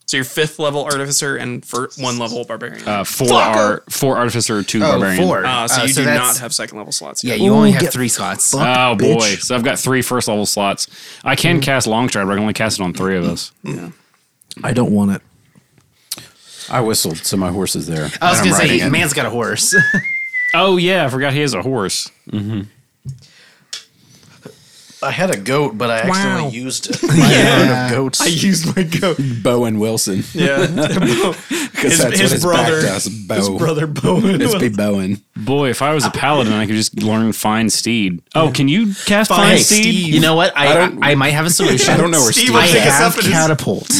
So your fifth level artificer and for one level barbarian.
Uh, four are four artificer, two barbarian.
four.
Uh, so
Uh,
you do
that's-
not have second level slots.
Yeah,
Yet.
you only have three slots.
Oh boy! So I've got three first level slots. I can
Mm-hmm.
cast Longstride, but I can only cast it on three of us.
I don't want it.
I whistled, so my horse is there.
I was
and I'm
gonna say,
riding it.
man's got a horse.
Oh yeah, I forgot he has a horse.
I had a goat, but I accidentally used it. My herd of goats.
used my goat.
Bowen Wilson.
Yeah.
Because that's what his brother, back does, Bo.
His brother Bowen.
It's be Bowen.
Boy, if I
Ah.
was a paladin, I could just learn Fine Steed. Oh, can you cast Fine,
Hey,
Steed?
Steve. You know what? I, I, might have a solution.
I don't know where Steve.
I
will pick us
have
up and his-
catapult.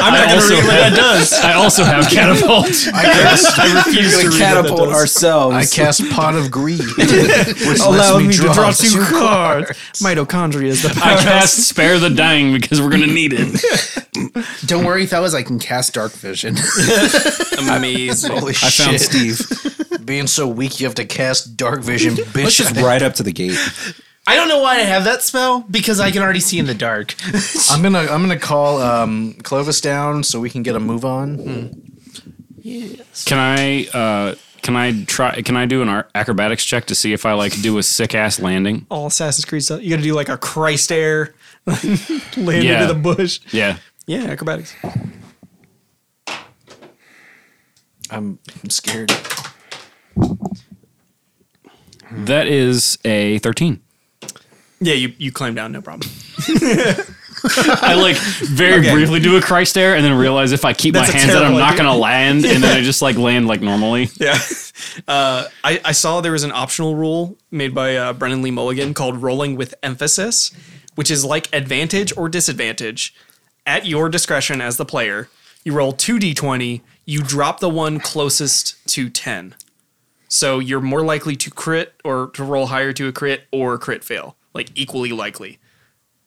I'm not going to
also
read what that
have-
does.
I also have catapult.
I cast. I refuse
to read what that does.
ourselves.
I cast Pot of Greed, which
Allow
lets
me
me
to
draw,
draw two cards. Mitochondria is the
I
power.
cast spare the dying because we're gonna need it.
Don't worry, fellas. I can cast dark vision.
Amazing.
Holy
I found
shit!
Steve.
Being so weak, you have to cast Dark Vision,
Let's
bitch.
just ride up to the gate.
I don't know why I have that spell because I can already see in the dark.
I'm gonna I'm gonna call um, Clovis down so we can get a move on.
Can I? Uh, can I try? Can I do an ar- acrobatics check to see if I like do a sick ass landing?
All Assassin's Creed stuff. You got to do like a Christ air, land
Yeah.
into the bush.
Yeah.
Yeah, acrobatics.
I'm, I'm scared.
That is a thirteen.
Yeah, you, you climb down, no problem.
I like very briefly do a Christ air and then realize if I keep
That's a
my hands out, I'm
terrible
not
idea.
gonna land, and then I just like land like normally.
Yeah. Uh, I, I saw there was an optional rule made by uh, Brennan Lee Mulligan called rolling with emphasis, which is like advantage or disadvantage at your discretion as the player. You roll 2d20, you drop the one closest to 10. So you're more likely to crit or to roll higher to a crit or crit fail, like equally likely.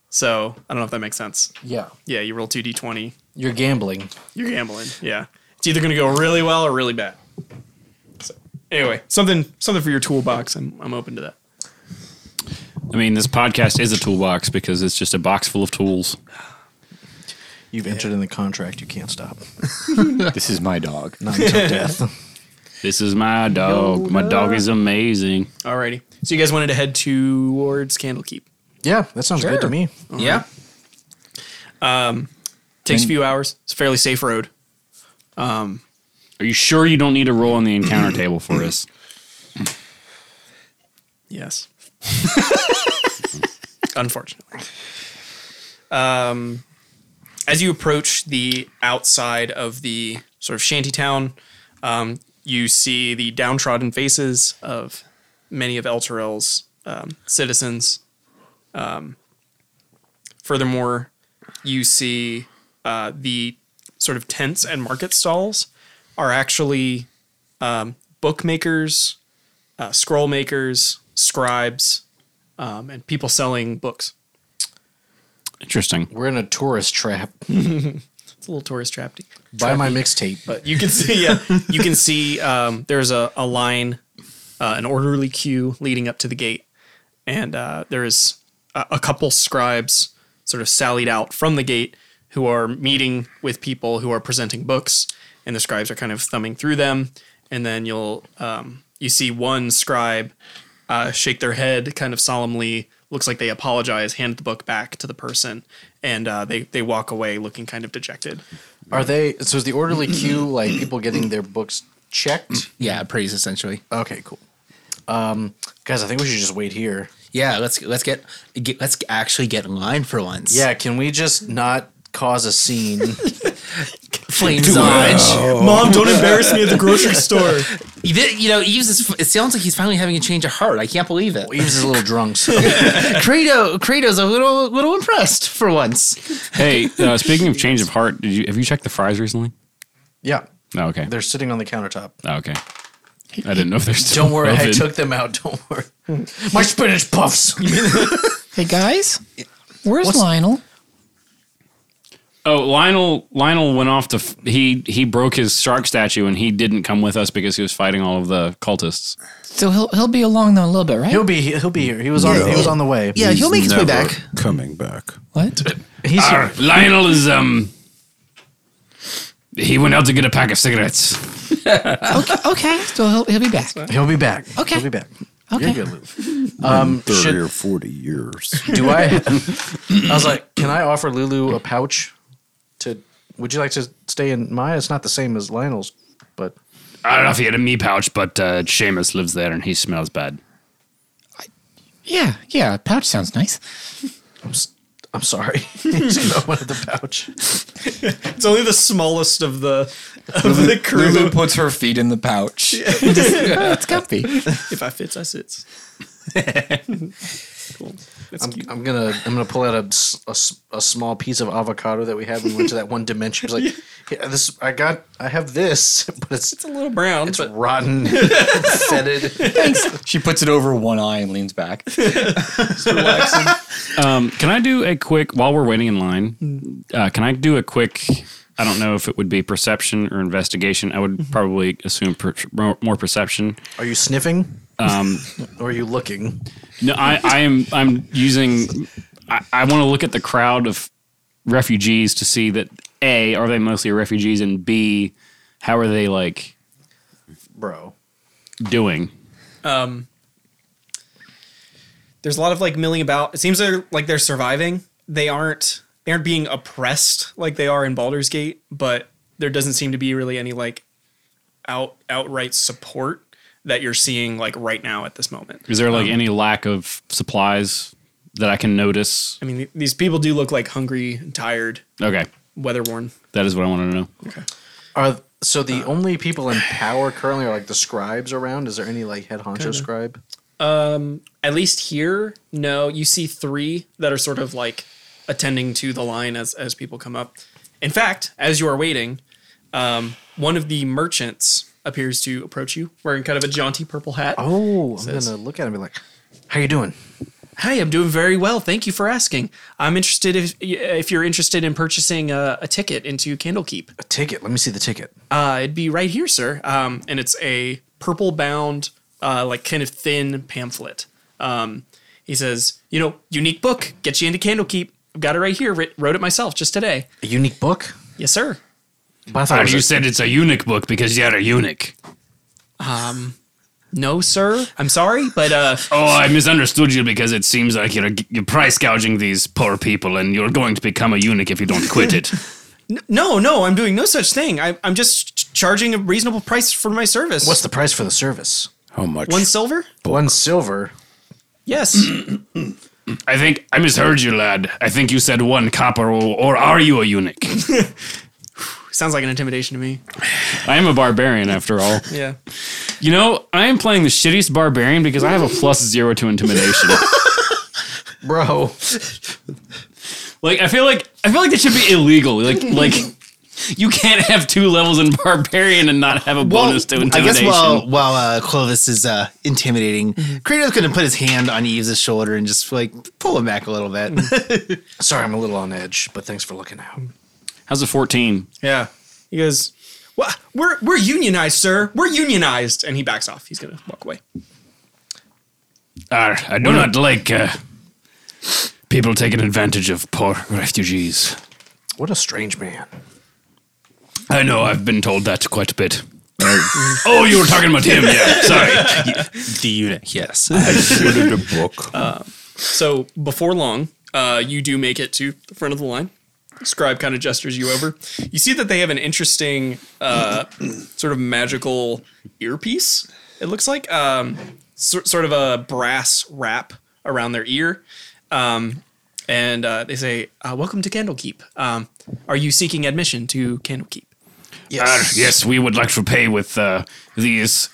So I don't know if that makes sense.
Yeah,
Yeah, you roll 2d20,
you're gambling.
you're gambling. Yeah. It's either going to go really well or really bad. So, anyway, something something for your toolbox. I'm, I'm open to that.
I mean, this podcast is a toolbox because it's just a box full of tools.
You've entered in the contract. You can't stop.
This is my dog.
Not until death.
This is my dog. My dog is amazing.
Alrighty. So you guys wanted to head towards Candlekeep.
Yeah, that sounds good to me.
yeah.
Takes a few hours. It's a fairly safe road.
Are you sure you don't need a roll on the encounter table for us?
Yes. Unfortunately. Um, as you approach the outside of the sort of shanty town, um, you see the downtrodden faces of many of El Terrell's um, citizens. Um, furthermore, you see uh, the sort of tents and market stalls are actually um, bookmakers uh, scroll makers, scribes, um, and people selling books.
Interesting.
We're in a tourist trap.
It's a little tourist trapty,
Buy my mixtape.
but you can see, yeah, you can see um, there's a, a line, uh, an orderly queue leading up to the gate, and uh, there is a, a couple scribes sort of sallied out from the gate who are meeting with people who are presenting books, and the scribes are kind of thumbing through them, and then you'll um, you see one scribe uh, shake their head kind of solemnly looks like they apologize hand the book back to the person and uh, they, they walk away looking kind of dejected
Are they? So is the orderly queue like people getting their books checked?
Yeah. Praise essentially.
Okay, cool. Um, guys, I think we should just wait here.
yeah, let's let's get, get let's actually get in line for once.
Yeah, can we just not cause a scene?
flames on.
mom don't embarrass me at the grocery store
You did- you know, Eves is. It sounds like he's finally having a change of heart. I can't believe it.
Eve's is a little drunk. So
Credo, Credo's a little little impressed for once.
Hey, uh, speaking of change of heart, did you have you checked the fries recently?
yeah,
Oh, okay.
they're sitting on the countertop.
Oh, okay. I didn't know if there's.
Don't worry, I
open.
took them out. Don't worry. My spinach puffs.
Hey guys, where's Lionel?
Oh, Lionel! Lionel went off to. F- he he broke his shark statue and he didn't come with us because he was fighting all of the cultists.
So he'll he'll be along though a little bit, right?
He'll be he'll be here. He was on he was on the way.
yeah, Uh, he'll make his way
Never
back.
Coming back.
What?
He's here.
Lionel is um. He went out to get a pack of cigarettes.
Okay, okay. So he'll he'll be back.
He'll be back.
Okay.
He'll be back.
Okay.
You're good, Lou. Um,
Thirty
should,
or forty years.
do I? I was like, can I offer Lulu a pouch? To would you like to stay in Maya? It's not the same as Lionel's, but
I don't know if he had a me pouch, but uh, Seamus lives there and he smells bad.
Yeah, yeah. Pouch sounds nice.
I'm, s- I'm sorry. He's gonna open up the pouch.
It's only the smallest of the of the
Lulu
crew.
puts her feet in the pouch.
That's comfy.
If I fits, I sits.
I'm, I'm gonna I'm gonna pull out a, s- a s- a small piece of avocado that we had when we went to that one dimension. It's like yeah, this I got I have this, but it's it's,
A little brown, but
rotten, fetid.
She puts it over one eye and leans back.
Um, can I do a quick while we're waiting in line? Uh, can I do a quick? I don't know if it would be perception or investigation. I would probably assume per, more more perception.
Are you sniffing? Um, or are you looking?
No, I, I am. I'm using. I, I want to look at the crowd of refugees to see that a are they mostly refugees and b how are they like
Bro.
doing?
there's a lot of like milling about. It seems they're like they're surviving. They aren't they aren't being oppressed like they are in Baldur's Gate, but there doesn't seem to be really any like out outright support that you're seeing like right now at this moment.
Is there like any lack of supplies that I can notice?
I mean, th- these people do look like hungry, and tired,
Okay,
weather worn.
that is what I wanted to know.
Are so the only people in power currently are like the scribes around. Is there any like head honcho scribe?
At least here, no, you see three that are sort of like attending to the line as as people come up. In fact, as you are waiting, um, one of the merchants appears to approach you wearing kind of a jaunty purple hat.
Oh, I'm
Says-
gonna look at him and be like, "How you doing?"
Hey, I'm doing very well. Thank you for asking. I'm interested if if you're interested in purchasing a, a ticket into Candlekeep.
A ticket. Let me see the ticket.
Uh, it'd be right here, sir. Um, and it's a purple bound, uh, like kind of thin pamphlet. Um, he says, you know, unique book, get you into Candlekeep. I've got it right here. Writ- wrote it myself just today.
A unique book.
Yes, sir.
But I thought it was a-
said it's a eunuch book because you're a eunuch.
No, sir. I'm sorry, but uh,
Oh, I misunderstood you because it seems like you're, you're price gouging these poor people and you're going to become a eunuch if you don't quit it.
no, no, I'm doing no such thing. I, I'm just ch- charging a reasonable price for my service.
What's the price for the service?
How much?
one silver?
One silver.
Yes.
I think I misheard you, lad. I think you said one copper, or, or are you a eunuch?
Sounds like an intimidation to me.
I am a barbarian after all.
Yeah.
You know, I am playing the shittiest barbarian because I have a plus zero to intimidation.
Bro,
like I feel like I feel like that should be illegal. Like like you can't have two levels in barbarian and not have a bonus to
I guess
intimidation.
while while uh, Clovis is uh, intimidating,
Mm-hmm.
Kratos could put his hand on Eve's shoulder and just like pull him back a little bit.
sorry, I'm a little on edge, but thanks for looking out.
How's a fourteen?
Yeah. He goes, well, we're, we're unionized, sir. We're unionized. And he backs off. He's going to walk away.
Ah, I do not like uh, people taking advantage of poor refugees.
What a strange man.
I know, I've been told that quite a bit. oh, you were talking about him, yeah. Sorry.
the eunuch, yes.
Included a book.
So before long, uh, you do make it to the front of the line. Scribe kind of gestures you over. You see that they have an interesting uh, sort of magical earpiece. It looks like um, sor- sort of a brass wrap around their ear. Um, and uh, they say, uh, Welcome to Candlekeep. Um, are you seeking admission to Candlekeep?
Uh,
Yes. yes, we would like to pay with uh, these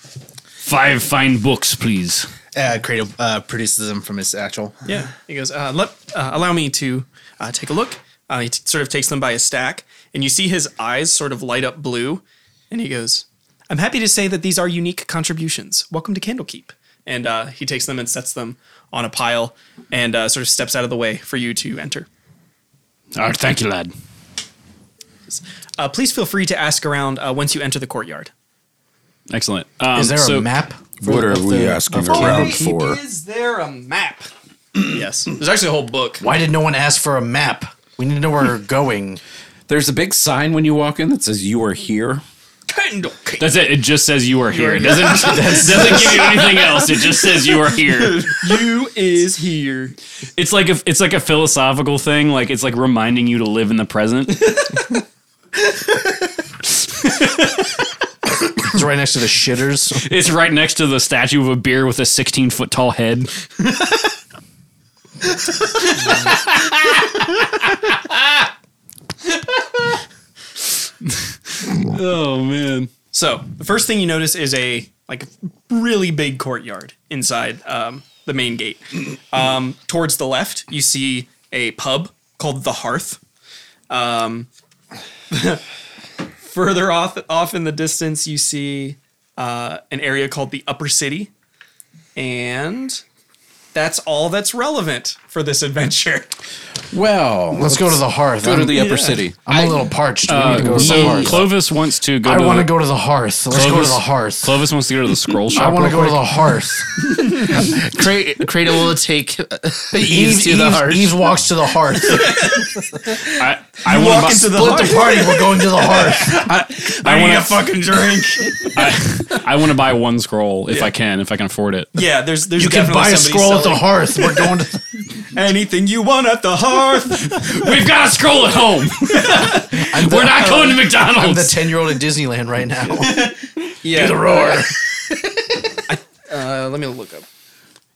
five fine books, please.
Uh, Kratos uh, produces him from his satchel.
Yeah. He goes, uh, let, uh, allow me to uh, take a look. Uh, he t- sort of takes them by a stack, and you see his eyes sort of light up blue. And he goes, I'm happy to say that these are unique contributions. Welcome to Candlekeep. And uh, he takes them and sets them on a pile and uh, sort of steps out of the way for you to enter.
Ah, thank you, lad.
Uh, please feel free to ask around uh, once you enter the courtyard.
Excellent. Um,
Is there
so
a map?
what are we asking around for?
Is there a map? yes. There's actually a whole book.
Why did no one ask for a map? We need to know where we're going.
There's a big sign when you walk in that says "You are here."
Candlekeep.
That's it. It just says you are here. It doesn't, doesn't give you anything else. It just says you are here.
you is here.
It's like a it's like a philosophical thing. Like it's like reminding you to live in the present.
It's right next to the shitters.
It's right next to the statue of a beer with a 16 foot tall head. Oh man.
So the first thing you notice is a like really big courtyard inside um, the main gate. Um, towards the left, you see a pub called the Hearth. Um, further off, off in the distance, you see uh, an area called the Upper City, and that's all that's relevant for this adventure.
Well, let's,
Let's go to the hearth.
go to
I'm,
the upper city. Uh,
I'm a little parched. we need to go to the
So
hearth.
Clovis wants to go.
I
to
want
the,
to go to the hearth. Let's go to
Clovis-
the hearth.
Clovis wants to go to the scroll shop.
I want to
real
go to
quick.
the hearth.
Cra- Cradle will take
Eve,
Eve to
Eve,
the heart.
Eve walks to the hearth.
I, I want
Walk into the
Split the
Hearth.
party. We're going to the hearth.
I
Need a
want to.
fucking drink.
I, I want to buy one scroll if I can, if I can afford it.
Yeah, there's there's
You can
definitely
buy a
somebody
scroll at the
selling
hearth. We're going to.
anything you want at the hearth.
We've got a scroll at home. uh, We're not going to
I'm the
McDonald's.
ten year old in Disneyland right now.
Yeah.
roar.
Uh, let me look up.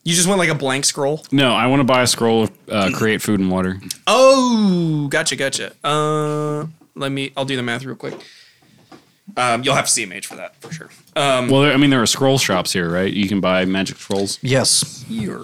You just want like a blank scroll?
no, I want to buy a scroll. of, Uh,
Mm.
create food and water.
Oh, gotcha, gotcha. Uh, let me. I'll do the math real quick. Um, you'll have to see a mage for that for sure. Um,
Well, there, I mean, there are scroll shops here, right? You can buy magic scrolls.
Yes.
here.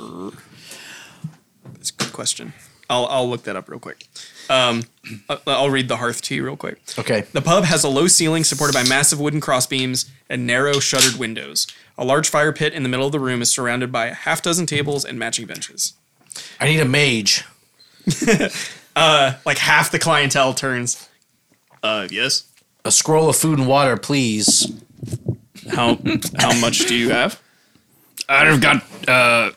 That's a good question. I'll I'll look that up real quick. Um, I- I'll read the hearth to you real quick.
Okay.
The pub has a low ceiling supported by massive wooden crossbeams and narrow shuttered windows. A large fire pit in the middle of the room is surrounded by a half dozen tables and matching benches.
I need a mage.
Like half the clientele turns. Uh, yes.
A scroll of food and water, please.
How how much do you have?
I've got uh,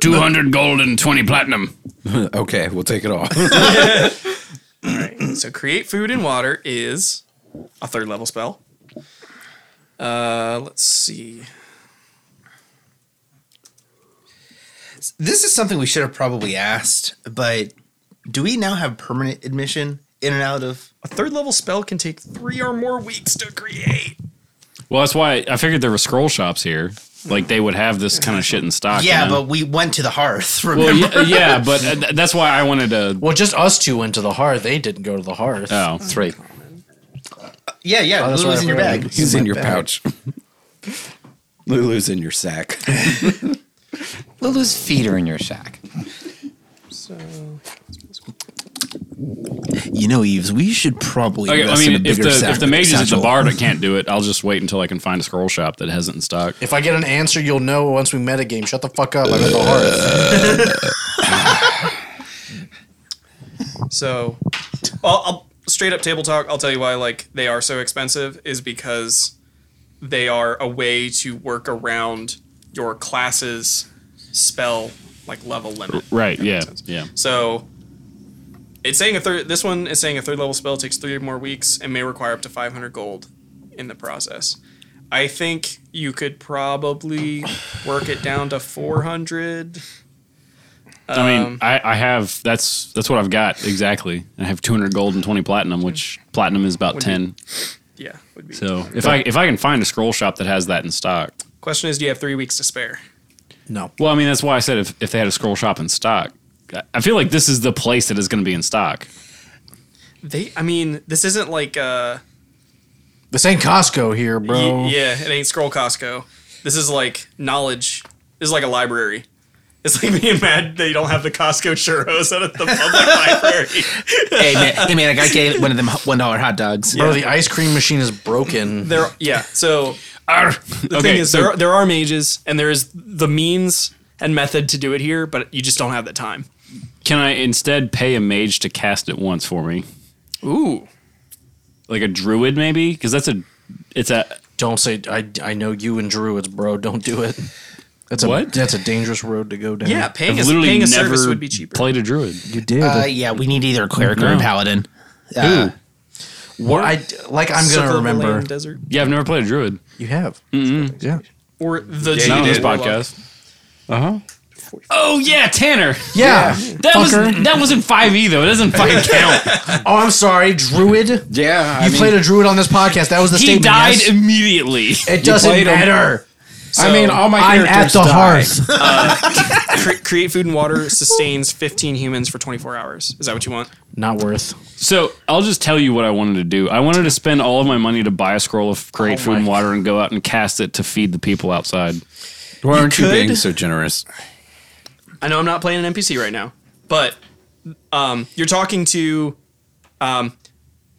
two hundred gold and twenty platinum.
Okay, we'll take it all.
Right. So create food and water is a third level spell. Uh, let's see.
This is something we should have probably asked, but do we now have permanent admission in and out of?
A third level spell can take three or more weeks to create.
Well, that's why I figured there were scroll shops here. Like they would have this kind of shit in stock.
Yeah,
you know?
but we went to the hearth. Remember?
well, yeah, yeah, but uh, th- that's why I wanted to.
Well, just us two went to the hearth. They didn't go to the hearth.
Oh, three.
yeah, yeah.
that's
Lulu's
what
in your
I
bag.
He's in your pouch. Lulu's in your sack.
Lulu's feet are in your sack.
You know, Eves, we should probably.
Okay, I
invest in
mean,
a
if
bigger
the if
sack-
the mage is at the
satchel.
bar that can't do it, I'll just wait until I can find a scroll shop that has it in stock.
If I get an answer, you'll know once we metagame. Shut the fuck up. I'm at the hearth.
So, well, I'll, straight up table talk. I'll tell you why like they are so expensive is because they are a way to work around your class's spell like level limit.
Right? Yeah.
sense.
Yeah.
So it's saying a third. This one is saying a third level spell takes three more weeks and may require up to 500 gold in the process. I think you could probably work it down to 400.
I mean,
Um,
I, I have that's that's what I've got exactly. I have 200 gold and 20 platinum, which platinum is about 10.
Yeah, would be.
So if I if I can find a scroll shop that has that in stock,
Question is, do you have three weeks to spare?
well, I mean that's why I said if, if they had a scroll shop in stock, I- I feel like this is the place that is going to be in stock.
They, I mean, this isn't like, uh,
this ain't Costco here, bro.
Oh.
y- yeah, it ain't Scroll Costco. This is like knowledge. This is like a library. It's like being mad that you don't have the Costco churros out at the public library.
hey, man, hey man, I gotta get one of them one dollar hot dogs.
Bro, the ice cream machine is broken.
There, yeah. So the
okay,
thing is, there are, there are mages, and there is the means and method to do it here, but you just don't have the time.
Can I instead pay a mage to cast it once for me,
Ooh,
like a druid maybe? Because that's a it's a
Don't say I. I know you and druids, bro. Don't do it. That's a
What?
that's a dangerous road to go down.
yeah. Paying a,
I've literally
paying a
never
service would be cheaper.
played a druid.
you did.
Uh, yeah, we need either a cleric or a
No.
paladin.
what I like. I'm gonna remember.
desert
Yeah, I've never played a druid.
You have. Yeah.
or the
Not on this
Druid Warlock.
podcast. Uh huh. Oh yeah, Tanner.
Yeah.
That was that wasn't five E though. It doesn't fucking count.
Oh, I'm sorry. Druid.
Yeah,
You played a druid on this podcast. That was the
he
statement.
died
yes?
immediately.
It doesn't matter.
I mean, all my
I'm at
characters
the
die.
hearth.
Cre- create food and water sustains 15 humans for 24 hours. Is that what you want?
Not worth.
So I'll just tell you what I wanted to do. I wanted to spend all of my money to buy a scroll of create food and water and go out and cast it to feed the people outside.
Why aren't you
could-
being so generous?
I know I'm not playing an NPC right now, but um, you're talking to. Um,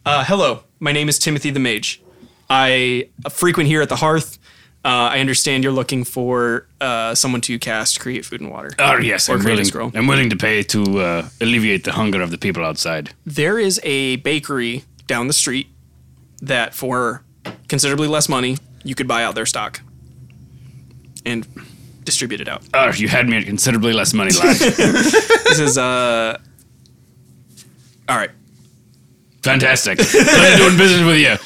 uh, hello, my name is Timothy the Mage. I frequent here at the Hearth. Uh, I understand you're looking for uh, someone to cast create food and water.
Uh.
Oh yes,
Or
I'm
create a
willing.
scroll.
I'm willing to pay to uh, alleviate the hunger of the people outside.
there is a bakery down the street that for considerably less money you could buy out their stock and distribute it
Uh.
out.
Oh, you had me at considerably less money, lad.
This is uh All right.
Fantastic. Pleasure doing business with you.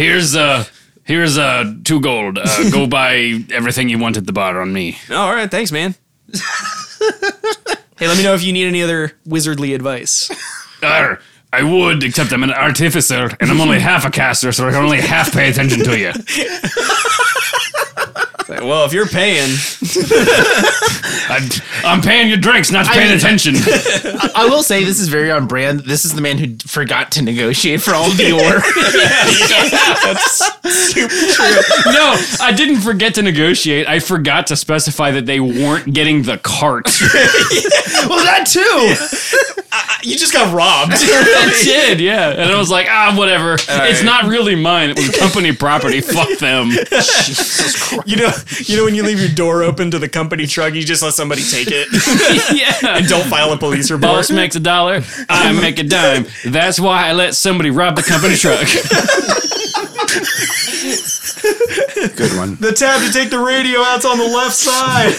Here's uh, here's uh, two gold. Uh, go buy everything you want at the bar on me.
All right, thanks man. hey, let me know if you need any other wizardly advice.
Arr, I would, except I'm an artificer and I'm only half a caster, so I can only half pay attention to you.
It's like, well, if you're paying,
I'm, I'm paying your drinks, not paying
mean-
attention.
I will say this is very on brand. This is the man who forgot to negotiate for all Dior.
no, I didn't forget to negotiate. I forgot to specify that they weren't getting the cart.
well, that too.
you just got robbed.
I did, yeah. And I was like, ah, whatever. It's not really mine. It was company property. Fuck them.
you know, you know when you leave your door open to the company truck, you just let somebody take it.
yeah.
Don't file a police report.
Boss makes a dollar, I make a dime. That's why I let somebody rob the company truck.
Good one.
The tab to take the radio out's on the left side.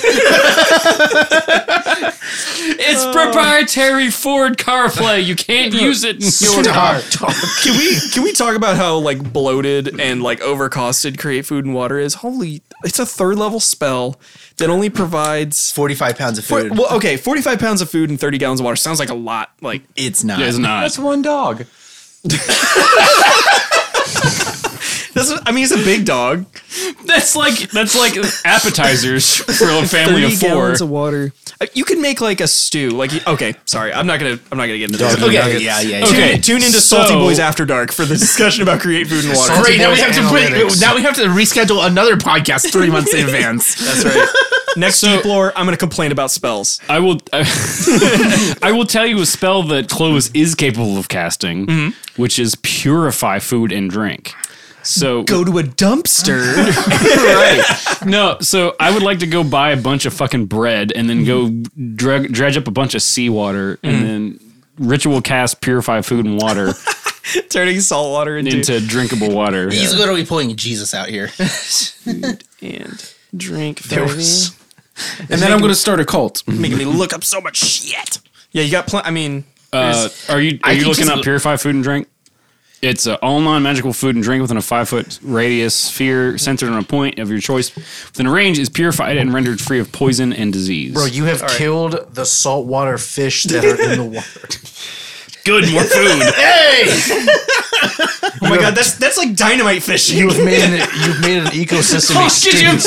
It's proprietary Ford CarPlay. You can't use it in your car.
Can we can we talk about how like bloated and like overcosted create food and water is? Holy, it's a third level spell that only provides.
45 pounds of
For,
food.
well, okay, forty five pounds of food and thirty gallons of water sounds like a lot. Like
it's not.
It's not.
one dog.
that's, I mean, it's a big dog.
That's like that's like appetizers for a family of four.
gallons of water. Uh, You could make like a stew. Like okay, sorry, I'm not gonna I'm not gonna get into this. Okay,
Okay, yeah, yeah.
tune,
Okay,
tune into
so-
Salty Boys After Dark for the discussion about create food and water.
Great. Now we have
Boys
to put,
analytics.
now we have to reschedule another podcast three months in advance.
That's right. Next deep lore, I'm gonna complain about spells.
I will. I, I will tell you a spell that Clovis is capable of casting, which is purify food and drink. So
Go to a dumpster.
no, so I would like to go buy a bunch of fucking bread and then go dreg, dredge up a bunch of seawater and then ritual cast purify food and water
turning salt water into,
into drinkable water.
He's literally pulling Jesus out here.
and drink.
And then I'm going to start a cult.
making me look up so much shit. Yeah, you got plenty. I mean,
Uh, are you are
I
you
can
looking
just-
up purify food and drink? It's uh, all non-magical food and drink within a five-foot radius sphere centered on a point of your choice within a range is purified and rendered free of poison and disease.
Bro, you have killed the saltwater fish that are in the water.
good more food.
oh my god, that's that's like dynamite fishing.
You've made an, you've made an ecosystem extinct.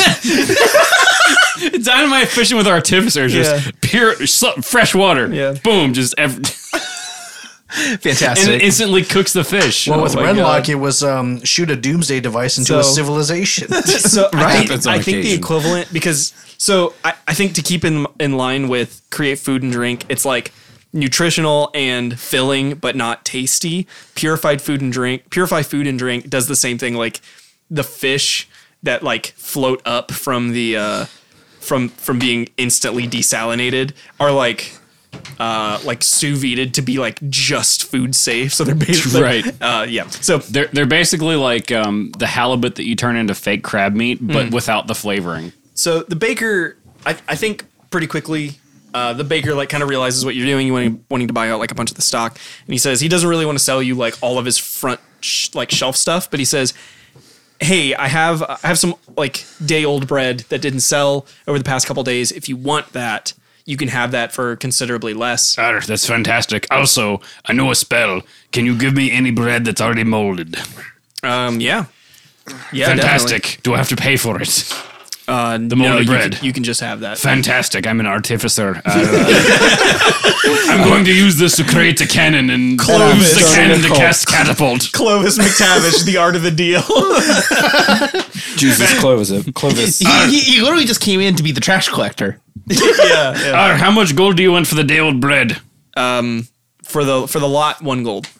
Dynamite fishing with artificers, just
Yeah.
pure sl- fresh water.
Yeah.
Boom, just ev- and it
Fantastic.
instantly cooks the fish.
Well,
Oh
with
my
Renlock,
God.
it was um, shoot a doomsday device into a
So-
civilization.
so I think,
Happens on
I think the
occasion.
equivalent because so I, I think to keep in in line with create food and drink, it's like nutritional and filling but not tasty. Purified food and drink, purify food and drink does the same thing like the fish that like float up from the uh from from being instantly desalinated are like uh like sous vide to be like just food safe so they're basically
Right.
uh yeah so
they're they're basically like um, the halibut that you turn into fake crab meat, but
Hmm.
without the flavoring.
So the baker, I, I think pretty quickly, uh, the baker like kind of realizes what you're doing. You wanting wanting to buy out like a bunch of the stock, and he says he doesn't really want to sell you like all of his front sh- like shelf stuff, but he says, "Hey, I have I have some like day old bread that didn't sell over the past couple days. If you want that, you can have that for considerably less."
Arr, that's fantastic. Also, I know a spell. Can you give me any bread that's already molded?
Um, yeah, yeah,
Fantastic. Do I have to pay for it?
Uh, the
Moldy
you
bread.
Can, you can just have that.
Fantastic! I'm an artificer. Uh, I'm going to use this to create a cannon and use the cannon to cast catapult.
Clovis McTavish, the art of the deal.
Jesus Clovis. uh, Clovis.
he, he literally just came in to be the trash collector.
yeah,
Arr, how much gold do you want for the day old bread?
yeah. Um, for the for the lot, one gold.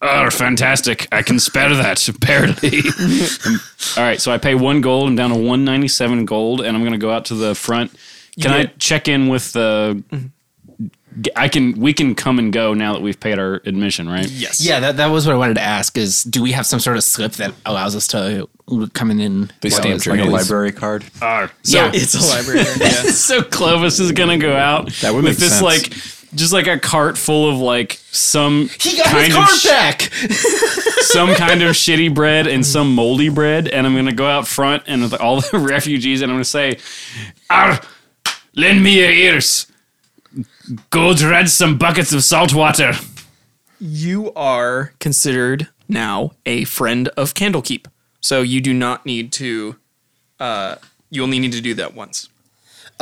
Arr, fantastic! I can spare that barely. All right, so I pay one gold. I'm down to 197 gold, and I'm going to go out to the front. Can I
Yeah.
check in with the? I can. We can come and go now that we've paid our admission, right?
Yes.
Yeah, that, that was what I wanted to ask is do we have some sort of slip that allows us to come in and
They stamped your
Like a
hands.
library card.
Arr. So
yeah.
It's a library. yeah.
so Clovis is gonna go out
That would
with
make
this
sense.
like just like a cart full of like some
he got
kind
his
of
card
sh-
back.
some kind of shitty bread and some moldy bread, and I'm gonna go out front and with all the refugees, and I'm gonna say, "Arr, lend me your ears. Go dredge some buckets of salt water."
You are considered now a friend of Candlekeep, so you do not need to. Uh, you only need to do that once.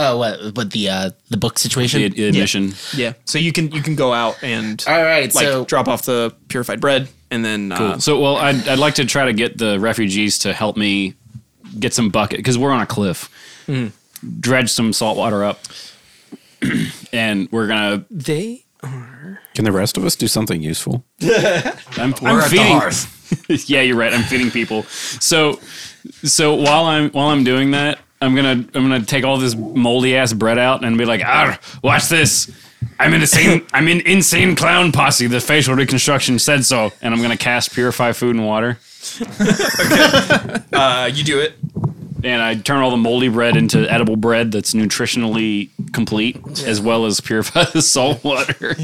Oh, what? But the uh, the book situation.
admission.
Yeah. So you can you can go out and
All right,
like
so
drop off the purified bread and then uh,
So, well, I'd, I'd like to try to get the refugees to help me get some bucket because we're on a cliff. Dredge some salt water up, and we're gonna.
they
Can the rest of us do something useful?
I'm, I'm feeding. yeah, you're right. I'm feeding people. So, so while I'm while I'm doing that, I'm gonna I'm gonna take all this moldy ass bread out and be like, "Arr, watch this." I'm in insane. I'm in insane clown posse. The facial reconstruction said so, and I'm gonna cast purify food and water.
uh, you do it.
and I turn all the moldy bread into edible bread that's nutritionally complete, as well as purify the salt water.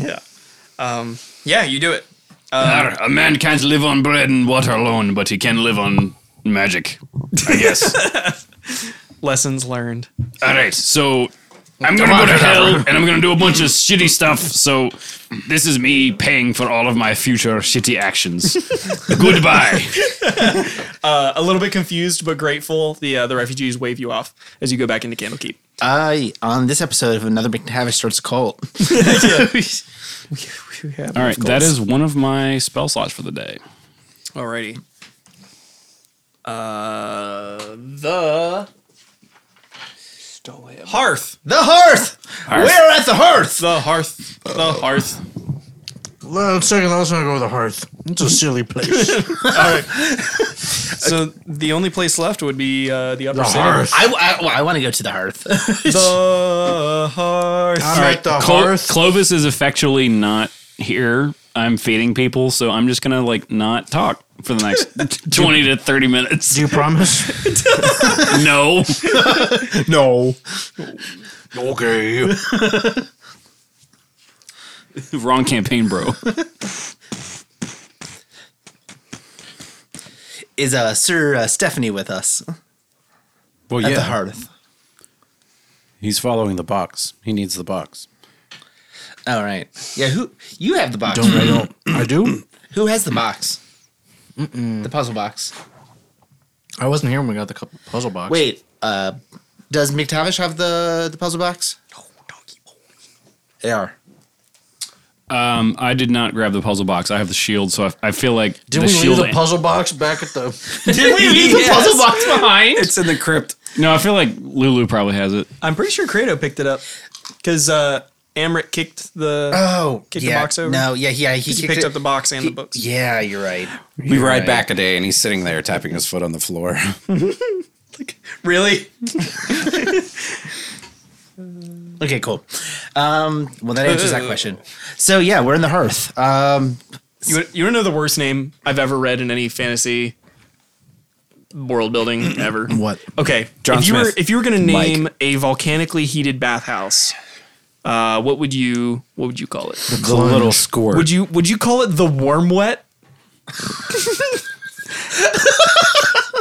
Yeah, you do it.
Arr, a man can't live on bread and water alone, but he can live on magic, I guess.
Lessons learned.
all right, so I'm gonna go to hell and I'm gonna do a bunch of shitty stuff. So this is me paying for all of my future shitty actions. Goodbye.
a little bit confused but grateful. The uh, the refugees wave you off as you go back into Candlekeep.
I on this episode of another McTavish starts a cult.
All right, that is one of my spell slots for the day.
Alrighty. Uh, the hearth.
The hearth. We're at the hearth.
The hearth. The hearth.
Well, second, I was gonna go to the hearth. It's a silly place.
So the only place left would be uh, the upper the
I, I, well, I want to go to the hearth.
The hearth.
I'm at the
Clo-
hearth.
Clovis is effectually not here. I'm feeding people, so I'm just gonna like not talk for the next twenty to thirty minutes.
Do you promise?
No,
no. Okay.
wrong campaign, bro.
Is uh, Sir uh, Stephanie with us
Well,
at the
yeah.
hearth?
He's following the box. He needs the box.
All right. Yeah. Who you have the box?
Don't I
right?
don't. I do.
Who has the box? The puzzle box.
I wasn't here when we got the cu- puzzle box.
Wait. Uh, does McTavish have the the puzzle box? They are.
Um, I did not grab the puzzle box. I have the shield, so I, I feel like
did
the
we leave
shield.
the puzzle box back at the?
Did we leave the puzzle box behind?
It's in the crypt.
no, I feel like Lulu probably has it.
I'm pretty sure Kratos picked it up because uh, Amrit kicked the.
Oh,
Kick the
yeah.
box over?
No, yeah, yeah. He,
he
kicked
picked
it-
up the box and
he-
the books.
Yeah, you're right.
We ride back a day, and he's sitting there tapping his foot on the floor.
Really?
Okay, cool. Um, well, that answers that question. So yeah, we're in the hearth. Um,
You, you want to know the worst name I've ever read in any fantasy world building ever?
What?
Okay,
John
if you were
Smith.
if you were going to name a volcanically heated bathhouse, uh, what would you what would you call it?
the little score.
Would you would you call it the warm wet?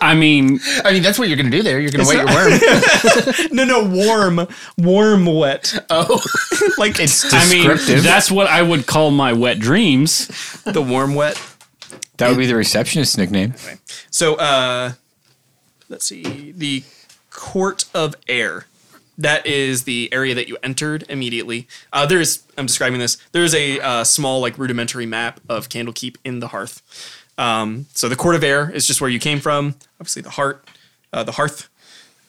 I mean,
I mean, that's what you're gonna do there. You're gonna wait your worm.
No, no, warm warm wet. Oh, like it's
I mean, that's what I would call my wet dreams.
the warm wet.
That would be the receptionist's nickname.
So uh, let's see the court of air. That is the area that you entered immediately. Uh, there is, I'm describing this. There is a uh, small, like rudimentary map of Candlekeep in the hearth. Um, so the court of air is just where you came from. Obviously, the heart, uh, the hearth.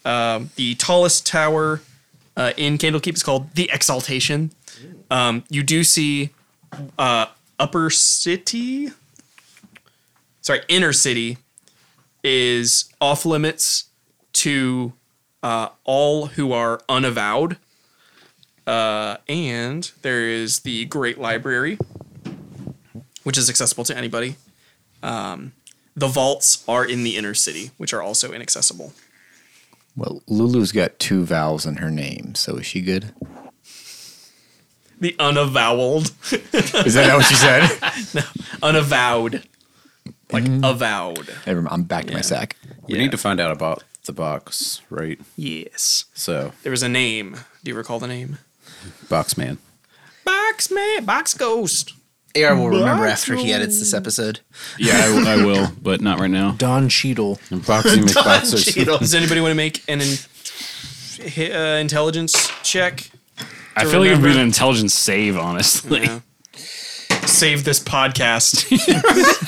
Um, the tallest tower uh, in Candlekeep is called the Exaltation. Um, you do see uh, upper city, sorry, inner city is off limits to uh, all who are unavowed. Uh, and there is the Great Library, which is accessible to anybody. Um, the vaults are in the inner city, which are also inaccessible.
Well, Lulu's got two vowels in her name, so is she good?
The unavowed,
Is that not what she said?
unavowed, like
Mm-hmm.
avowed.
Never mind, I'm back to my sack.
We need to find out about the box, right?
Yes.
So,
There was a name. Do you recall the name?
box man.
Box man, box ghost.
AR will remember after he edits this episode.
Yeah, I, I will, but not right now.
Don Cheadle.
Boxing McBoxers.
Does anybody want to make an in, uh, intelligence check?
I
to
feel like it'd be an
remember.
intelligence save, honestly.
Save this podcast.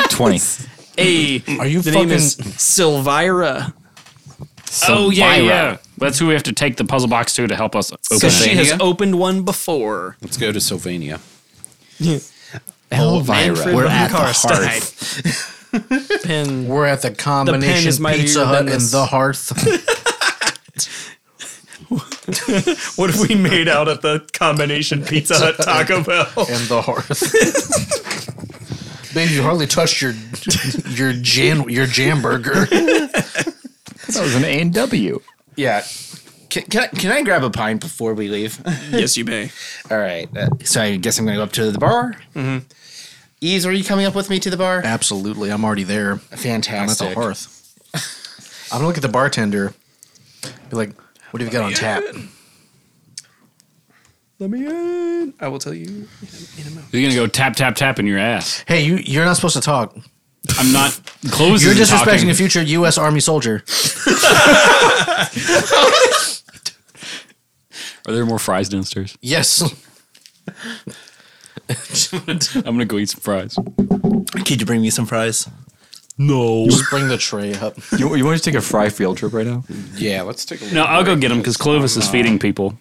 20.
hey,
Are you
the
fucking
name is Silvira.
Oh yeah,
Elvira.
yeah. That's who we have to take the puzzle box to to help us open
Because
it.
she has opened one before.
Let's go to Sylvania.
Elvira.
Manfred
We're
von
at the
Karstein.
hearth.
Pen.
We're at the combination
is mightier
Pizza
than
Hut and
this.
the Hearth.
What have we made out at the combination Pizza Hut Taco Bell?
and the Hearth. Man, you hardly touched your your jam your jam burger.
That was an A and W.
Yeah. Can, can, I, can I grab a pint before we leave?
yes, you may.
All right. Uh, so I guess I'm going to go up to the bar. Mm-hmm. Ease, are you coming up with me to the bar?
Absolutely, I'm already there. I'm at
Fantastic.
the hearth. I'm gonna look at the bartender. Be like, what have you got on tap?
Let me in. I will tell you.
You're gonna go tap tap tap in your ass.
Hey, you you're not supposed to talk.
I'm not closing.
You're disrespecting
talking.
a future U.S. Army soldier.
Are there more fries downstairs?
Yes.
I'm gonna go eat some fries.
Could you bring me some fries?
No.
Just bring the tray up.
You, you want to take a fry field trip right now?
Yeah, let's take a look.
No, I'll go get them because Clovis is feeding people.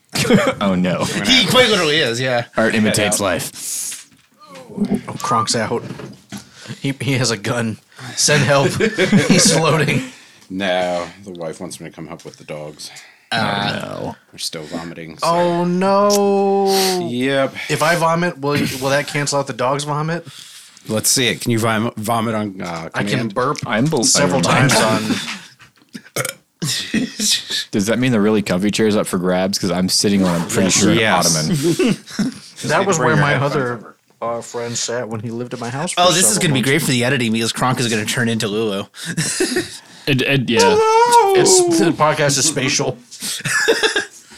Oh, no.
He quite literally is, yeah.
Art imitates life.
Oh, Kronk's out. He he has a gun. Send help. He's floating.
No, the wife wants me to come help with the dogs. no. They're still vomiting. so-
Oh no!
Yep.
If I vomit, will will that cancel out the dog's vomit?
Let's see it. Can you vom- vomit on uh,
I can
command?
burp
I'm bel-
several
I remember.
times on.
Does that mean the really comfy chair's up for grabs? Because I'm sitting on, I'm pretty sure, an
Yes.
ottoman.
That was
bring
where
your
my
headphones
other uh, friend sat when he lived at my house. for
Oh, this is
several
going to be
months.
great for the editing because Kronk is going to turn into Lulu.
It, it, yeah.
It's, the podcast is spatial.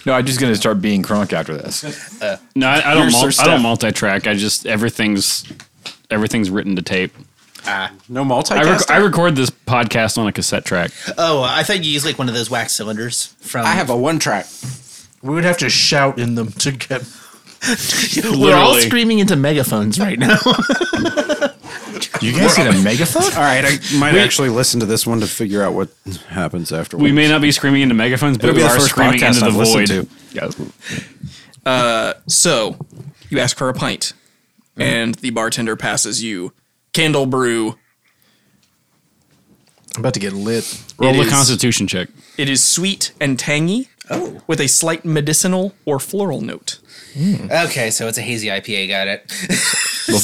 No, I'm just going to start being crunk after this.
No, I, I don't.
Here's
Mul-
Sir
I don't
Steph.
multi-track. I just everything's everything's written to tape.
No
I,
multitasking.
rec- I record this podcast on a cassette track.
Oh, I thought you used like one of those wax cylinders from.
I have a one track.
We would have to shout in them to get.
We're all
Literally.
screaming into megaphones right now.
You guys get a megaphone?
All right, I might actually listen to this one to figure out what happens afterwards.
We may not be screaming into megaphones, but
It'll be
we
the
are
first
screaming
podcast
into the
I've listened
void.
to.
Yeah.
So, you ask for a pint,
Mm-hmm.
and the bartender passes you candle brew.
I'm about to get lit.
Roll
It
a
is-
Constitution check.
It is sweet and tangy, with a slight medicinal or floral note.
okay, so it's a hazy IPA. Got it.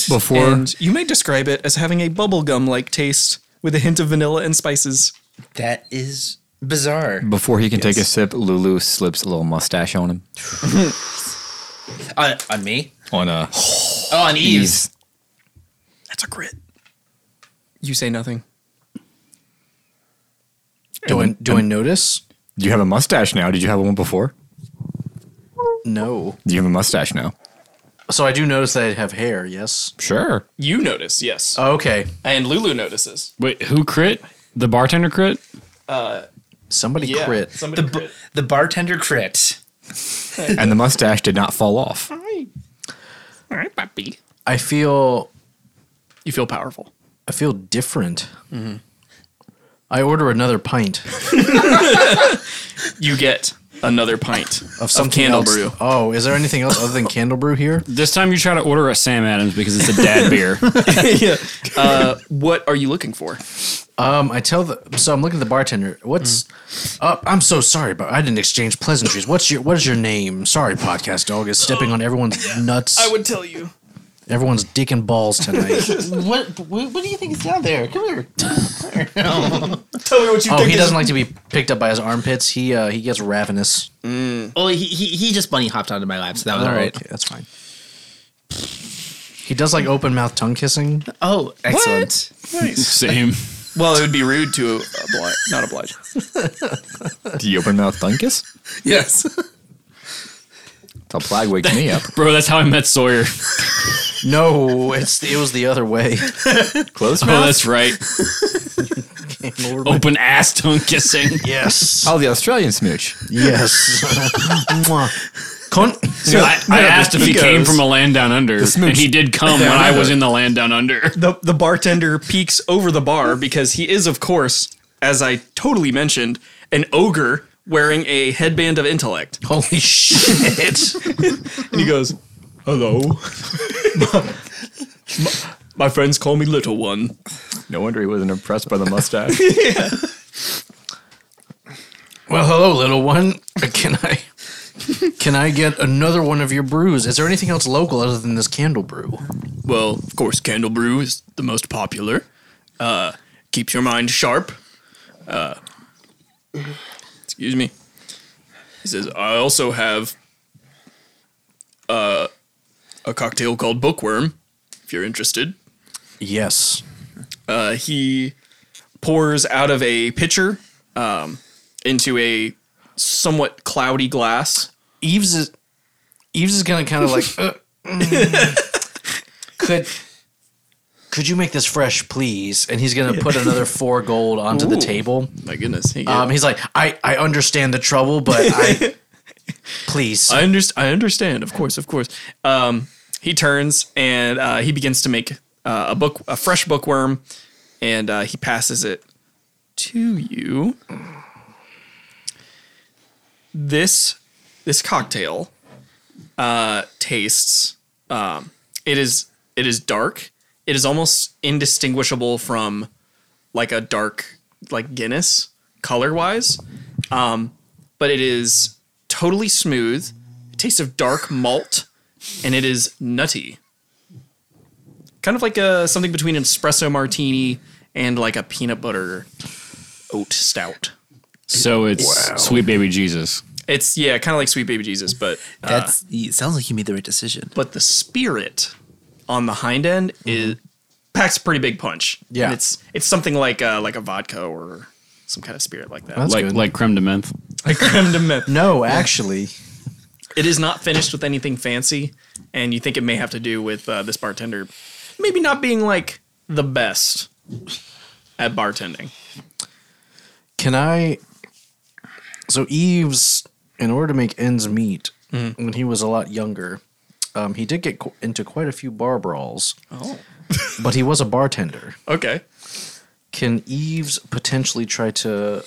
Before,
And you may describe it as having a bubblegum-like taste with a hint of vanilla and spices.
that is bizarre.
before he can take a sip, Lulu slips a little mustache on him.
On, Uh, on me?
On a
Oh, on Eve's.
he's
That's a grit. You say nothing.
Do I do I notice?
You have a mustache now. Did you have one before?
No.
You have a mustache now.
So I do notice that I have hair. Yes.
Sure.
You notice, yes.
Oh. Okay.
and Lulu notices.
Wait, who crit? The bartender crit?
Somebody crit.
The, b- the bartender crit.
and the mustache did not fall off.
All right, puppy.
I feel
You feel powerful.
I feel different. I order another pint
You get another pint
of some
candle brew.
Oh, is there anything else other than candle brew here?
This time you try to order a Sam Adams because it's a dad beer.
yeah. Uh, what are you looking for?
Um, I tell the so I'm looking at the bartender. What's up? I'm so sorry, but I didn't exchange pleasantries. What's your What is your name? Sorry, podcast dog is stepping on everyone's nuts.
tell you.
everyone's dick and balls tonight.
What, what What do you think is down there? Come here.
Tell me what you
oh,
think.
he doesn't like to be picked up by his armpits. He uh, he gets ravenous.
Oh, he, he, he just bunny hopped onto my lap, so that was
Oh,
all right.
Okay, that's fine. He does like open mouth tongue kissing.
Oh, excellent.
Same.
well, it would be rude to oblige, not oblige.
Do you open mouth dunkus?
Yes.
The plague wakes me up.
Bro, that's how I met Sawyer.
No, it's it was the other way.
Close
Oh,
mouth.
that's right. Open ass tongue kissing.
Yes.
Oh, the Australian smooch.
Yes. Mwah. Con-
So I, I asked if he came from a land down under, and
smooch.
he did come when I was in the land down under.
The the bartender peeks over the bar because he is, of course, as I totally mentioned, an ogre wearing a headband of intellect.
Holy shit.
And he goes, "Hello." My- My friends call me Little One.
No wonder he wasn't impressed by the mustache.
well, hello, little one. Can I can I get another one of your brews? Is there anything else local other than this candle brew?
Well, of course, candle brew is the most popular. Uh, keeps your mind sharp. Uh, excuse me. He says, I also have uh, a cocktail called Bookworm, if you're interested.
Yes.
Uh, he pours out of a pitcher um, into a somewhat cloudy glass.
Eves is Eves is gonna kind of like uh, mm. could could you make this fresh, please? And he's gonna put another four gold onto the table.
My goodness. He
Um, he's like, I I understand the trouble, but I please.
I understand. I understand. Of course, of course. Um, he turns and uh, he begins to make uh, a book, a fresh bookworm, and uh, he passes it to you. This this cocktail uh, tastes. Um, it is it is dark. It is almost indistinguishable from like a dark like Guinness color wise um, but it is totally smooth. It tastes of dark malt, and it is nutty. Kind of like a something between an espresso martini and like a peanut butter oat stout.
So it's sweet baby Jesus.
It's yeah, kind of like sweet baby Jesus, but uh,
That's. It sounds like you made the right decision.
but the spirit on the hind end
Mm-hmm.
is packs a pretty big punch.
Yeah.
And it's it's something like uh, like a vodka or some kind of spirit like that.
like
good.
like creme de menthe.
Like creme de menthe.
no, actually.
It is not finished with anything fancy, and you think it may have to do with uh, this bartender maybe not being like the best at bartending.
Can I? So Eves, in order to make ends meet,
Mm-hmm.
when he was a lot younger, um, he did get qu- into quite a few bar brawls. Oh, but he was a bartender.
Okay.
Can Eves potentially try to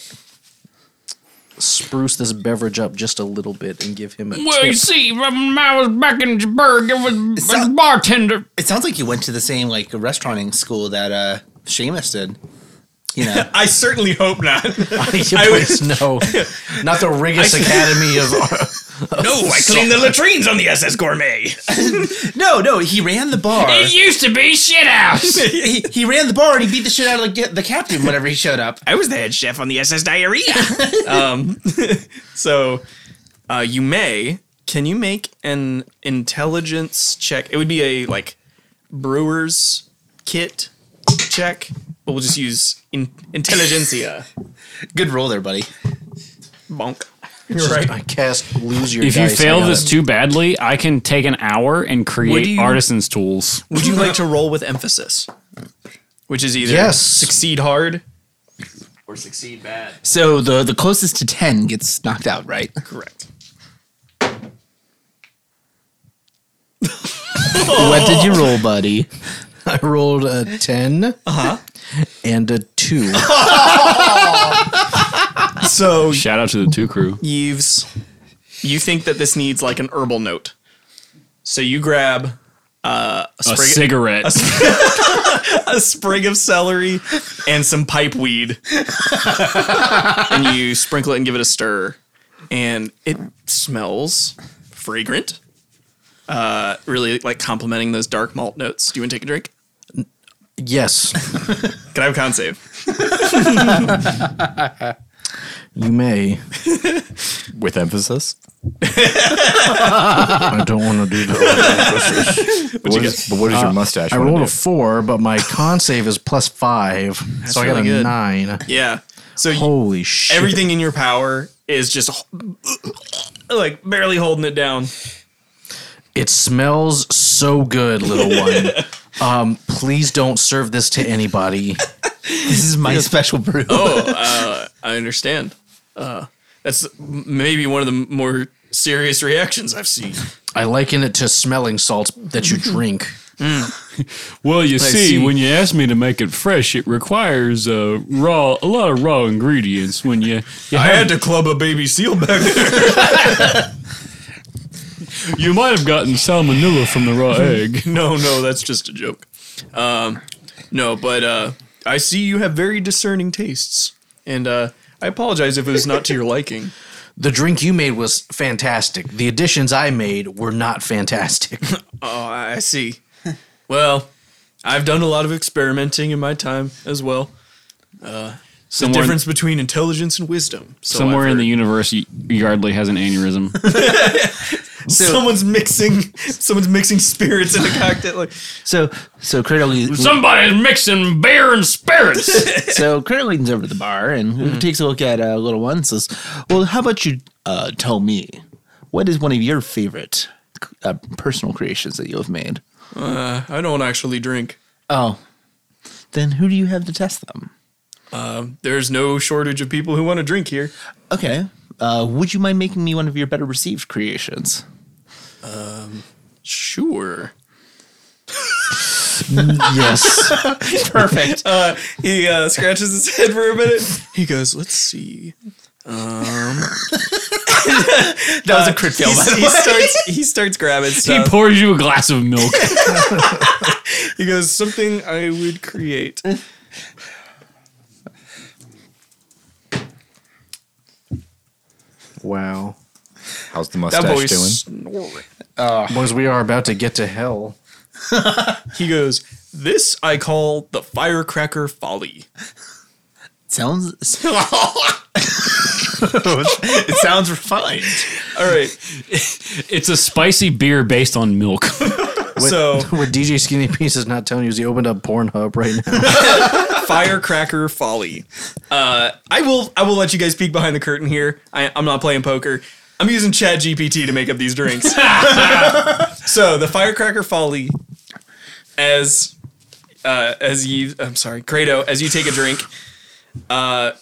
spruce this beverage up just a little bit and give him a tip?
see, when I was back in Pittsburgh, it was
It's not-
bartender.
It sounds like you went to the same like restauranting school that uh Seamus did. You know.
I certainly hope not.
Please, no, not the Rigus Academy of.
no, I clean the latrines on the SS Gourmet.
no, no, he ran the bar.
used to be shit house.
he, he ran the bar and he beat the shit out of the, the captain whenever he showed up.
I was the head chef on the SS Diarrhea. um, so uh, you may can you make an intelligence check? It would be a like brewer's kit check, but we'll just use in- intelligentsia.
Good roll there, buddy.
Bonk.
Just- I cast lose your.
If you
dice, I
fail
got
this
it.
too badly, I can take an hour and create
you-
artisans tools.
Would you like to roll with emphasis? Which is either
Yes.
succeed hard
or
or
succeed bad.
So the the closest to ten gets knocked out, right?
Correct.
what did you roll, buddy?
I rolled a 10
Uh-huh.
and a 2.
So
Shout out to the two crew.
Yves, you think that this needs like an herbal note. So you grab uh, a,
A
sprig,
cigarette.
a sprig of celery and some pipe weed. and you sprinkle it and give it a stir. And it smells fragrant. Uh, really like complementing those dark malt notes. Do you want to take a drink?
Yes,
Can I have a con save?
you may.
with emphasis.
I don't want to do that.
But what is, but what is your mustache?
I
wanna
rolled
do?
a 4, but my con save is plus 5. so I got
really
a
good.
9.
Yeah. So you-
Holy shit.
everything in your power is just like barely holding it down.
It smells so good, little one. Um, please don't serve this to anybody.
This is my special brew.
Oh.
I understand. Uh, that's m- maybe one of the m- more serious reactions I've seen.
I liken it to smelling salts that you drink.
Well, you see,
see.
when you ask me to make it fresh, it requires uh, raw a lot of raw ingredients. When you, you,
I
have-
had to club a baby seal back there.
you might have gotten salmonella from the raw egg.
no, no, that's just a joke. Um, no, but uh, I see you have very discerning tastes, and uh, I apologize if it was not to your liking.
The drink you made was fantastic. The additions I made were not fantastic.
Oh, I I see. Well, I've done a lot of experimenting in my time as well. Uh, The
Somewhere,
difference between intelligence and wisdom. So
somewhere
I've
in the
heard.
universe, Y- Yardley has an aneurysm.
someone's mixing someone's mixing spirits in a cocktail. Like,
So so currently
Somebody's mixing beer and spirits.
so currently leans over to the bar and
Mm-hmm.
takes a look at uh, little one and says, "Well, how about you uh, tell me what is one of your favorite uh, personal creations that you have made?"
I don't actually drink.
Oh, then who do you have to test them?
There's no shortage of people who want to drink here.
Okay. Uh, would you mind making me one of your better received creations?
Sure.
yes.
Perfect.
Uh, he uh, scratches his head for a minute. He goes, "Let's see." Um,
that was a crit fail.
He, he starts. He starts grabbing
he
stuff.
pours you a glass of milk.
He, goes, "Something I would create."
Wow.
How's the
That boy
mustache doing?
snoring.
Boys, we are about to get to hell.
He goes, "This I call the firecracker folly."
Sounds
it sounds refined. All right.
it's a spicy beer based on milk.
So
What DJ Skinny Piece is not telling you is he opened up Pornhub right now.
firecracker folly. Uh, I will I will let you guys peek behind the curtain here. I, I'm not playing poker. I'm using Chat GPT to make up these drinks. so the firecracker folly, as uh, as you I'm sorry, Credo, as you take a drink, uh,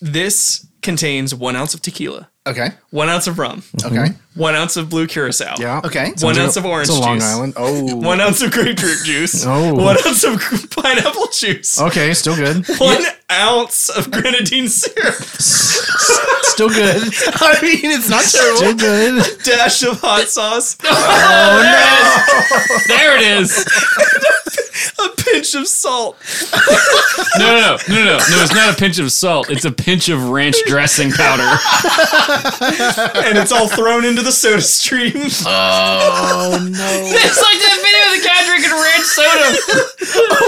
this contains one ounce of tequila,
okay.
one ounce of rum,
Okay.
one ounce of blue curacao,
Okay.
one ounce of orange
It's a Long
juice,
Island. Oh.
one ounce of grapefruit juice,
Oh.
one ounce of pineapple juice,
Okay, still good.
one ounce of grenadine syrup,
Still good.
I mean, it's not terrible.
Still good.
Dash of hot sauce,
there it is.
a pinch of salt.
No, no, no, no, no, no. It's not a pinch of salt. It's a pinch of ranch dressing powder.
And it's all thrown into the soda stream.
it's like that video of the guy drinking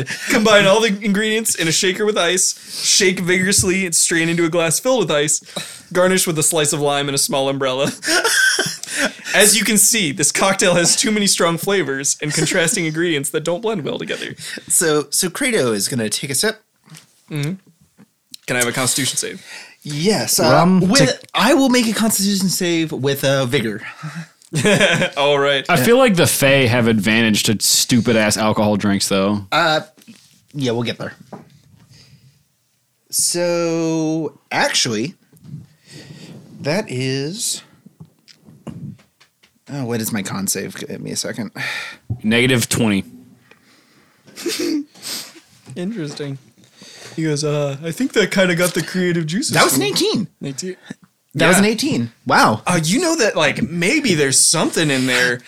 ranch soda.
Combine all the ingredients in a shaker with ice, shake vigorously, and strain into a glass filled with ice. Garnish with a slice of lime and a small umbrella. As you can see, this cocktail has too many strong flavors and contrasting ingredients that don't blend well together.
So so Credo is gonna take a sip.
Can I have a constitution save?
Yes. Uh,
Rum
with I will make a Constitution save with uh, vigor.
All right.
I feel like the Fae have advantage to stupid ass alcohol drinks, though.
Yeah, we'll get there. So actually, that is. Oh, what is my con save? Give me a second.
Negative 20.
Interesting. He goes, uh, I think that kind of got the creative juices.
That was an 18.
an
That was an 18. Wow.
Uh, you know that like maybe there's something in there,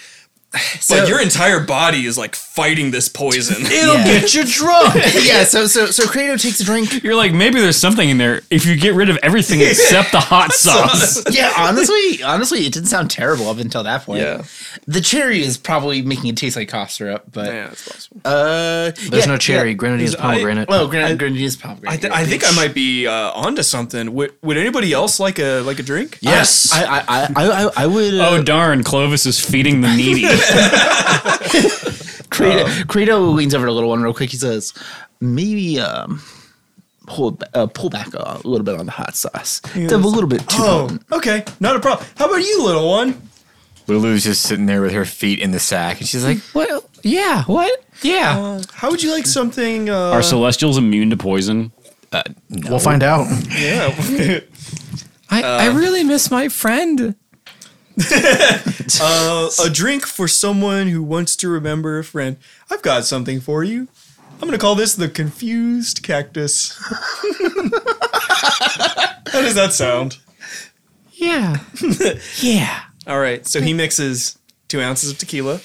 but your entire body is like fighting this poison.
It'll get you drunk. yeah. So so so Kratos takes a drink.
You're like, maybe there's something in there if you get rid of everything except the hot sauce.
Yeah. Honestly, honestly, it didn't sound terrible up until that point.
Yeah.
The cherry is probably making it taste like cough syrup, but
yeah, that's possible.
uh,
There's no cherry. Grenadine is
Is I-
pomegranate.
Oh, grenadine, grenadine is pomegranate.
I, th- I think I might be uh, onto something. Would would anybody else like a like a drink?
yes. I I I I, I, I would. Uh,
Oh, darn. Clovis is feeding the needy.
Credo, um, Credo leans over to little one real quick. He says, "Maybe um, hold uh, pull back a little bit on the hot sauce. It's a little bit too
Oh,
potent."
okay, not a problem. How about you, little one?
Lulu's just sitting there with her feet in the sack, and she's like,
What? Yeah. What? Yeah.
How would you like something? Uh,
Are celestials immune to poison?
We'll find out.
yeah.
I, I really miss my friend.
uh, a drink for someone who wants to remember a friend. I've got something for you. I'm gonna call this the confused cactus. How does that sound?
Yeah. yeah.
All right, so he mixes two ounces of tequila,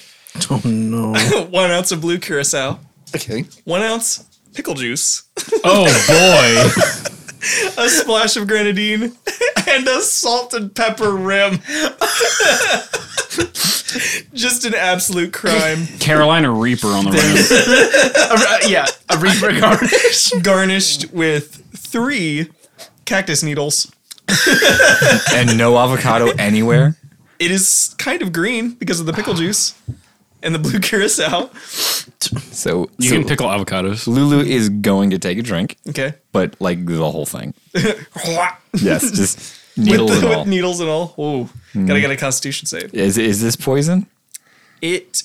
Oh no.
one ounce of blue curacao,
Okay.
one ounce pickle juice,
Oh, boy.
a splash of grenadine, and a salt and pepper rim. Just an absolute crime.
Carolina Reaper on the road.
yeah, a reaper garnish.
Garnished with three cactus needles.
and no avocado anywhere.
It is kind of green because of the pickle juice and the blue curacao.
So,
You
so
can pickle avocados.
Lulu is going to take a drink,
Okay.
but like the whole thing.
with,
Yes, just needles
the,
and
with
all. Mm.
needles and all. Ooh. Gotta get a constitution save.
Is is this poison?
It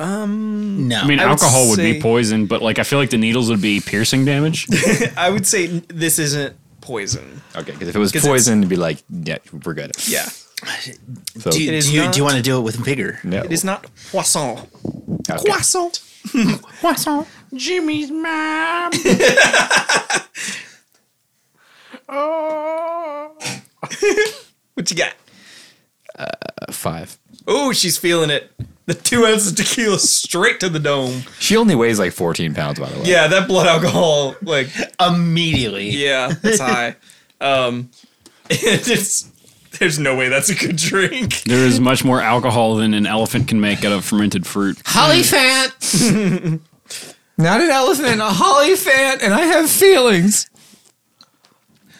No.
I mean,
I would
alcohol would
say-
be poison, but like I feel like the needles would be piercing damage.
I would say n- this isn't poison.
Okay, because if it was
'Cause it's-
poison, it'd be like, yeah, we're good.
Yeah.
So,
do,
It
you-
is
do you, do you
not-
want to do it with vigor?
no.
It is not poisson.
Okay.
Poisson.
Poisson. Jimmy's mom.
Oh. What you got?
Five.
Oh, she's feeling it. The two ounces of tequila straight to the dome.
She only weighs like 14 pounds, by the way.
Yeah, that blood alcohol, like,
Immediately.
yeah, that's high. Um, it's, there's no way that's a good drink.
There is much more alcohol than an elephant can make out of fermented fruit.
Hollyfant.
Not an elephant, a hollyphant, and I have feelings.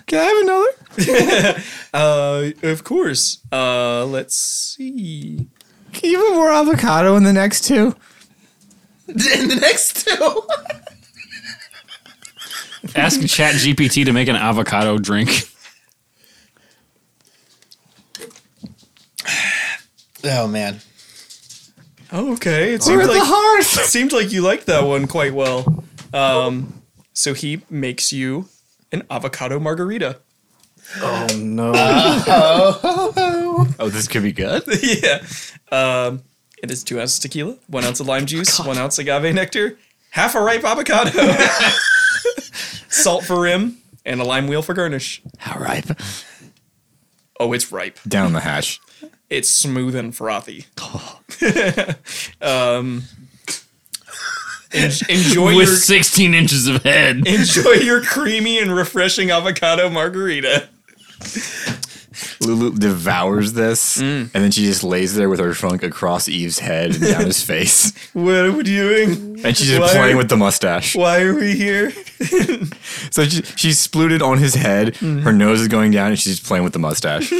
Can I have another?
Uh, of course. Uh, let's see.
Can you put more avocado in the next two?
And the next two.
Ask Chat GPT to make an avocado drink.
Oh man.
Oh, okay. It seemed like, it seemed like you liked that one quite well. Um, so he makes you an avocado margarita.
No.
Oh, this could be good.
yeah. Um, it is two ounces tequila, one ounce of lime juice, one ounce agave nectar, half a ripe avocado, salt for rim, and a lime wheel for garnish.
All right.
Oh, it's ripe.
Down the hatch.
It's smooth and frothy. um, en- enjoy
With
your
16 inches of head.
enjoy your creamy and refreshing avocado margarita.
Lulu devours this, and then she just lays there with her trunk across Eve's head and down his face.
What are we doing?
And she's just
Why-
playing with the mustache.
Why are we here?
So she, she's splooted on his head, her nose is going down, and she's just playing with the mustache.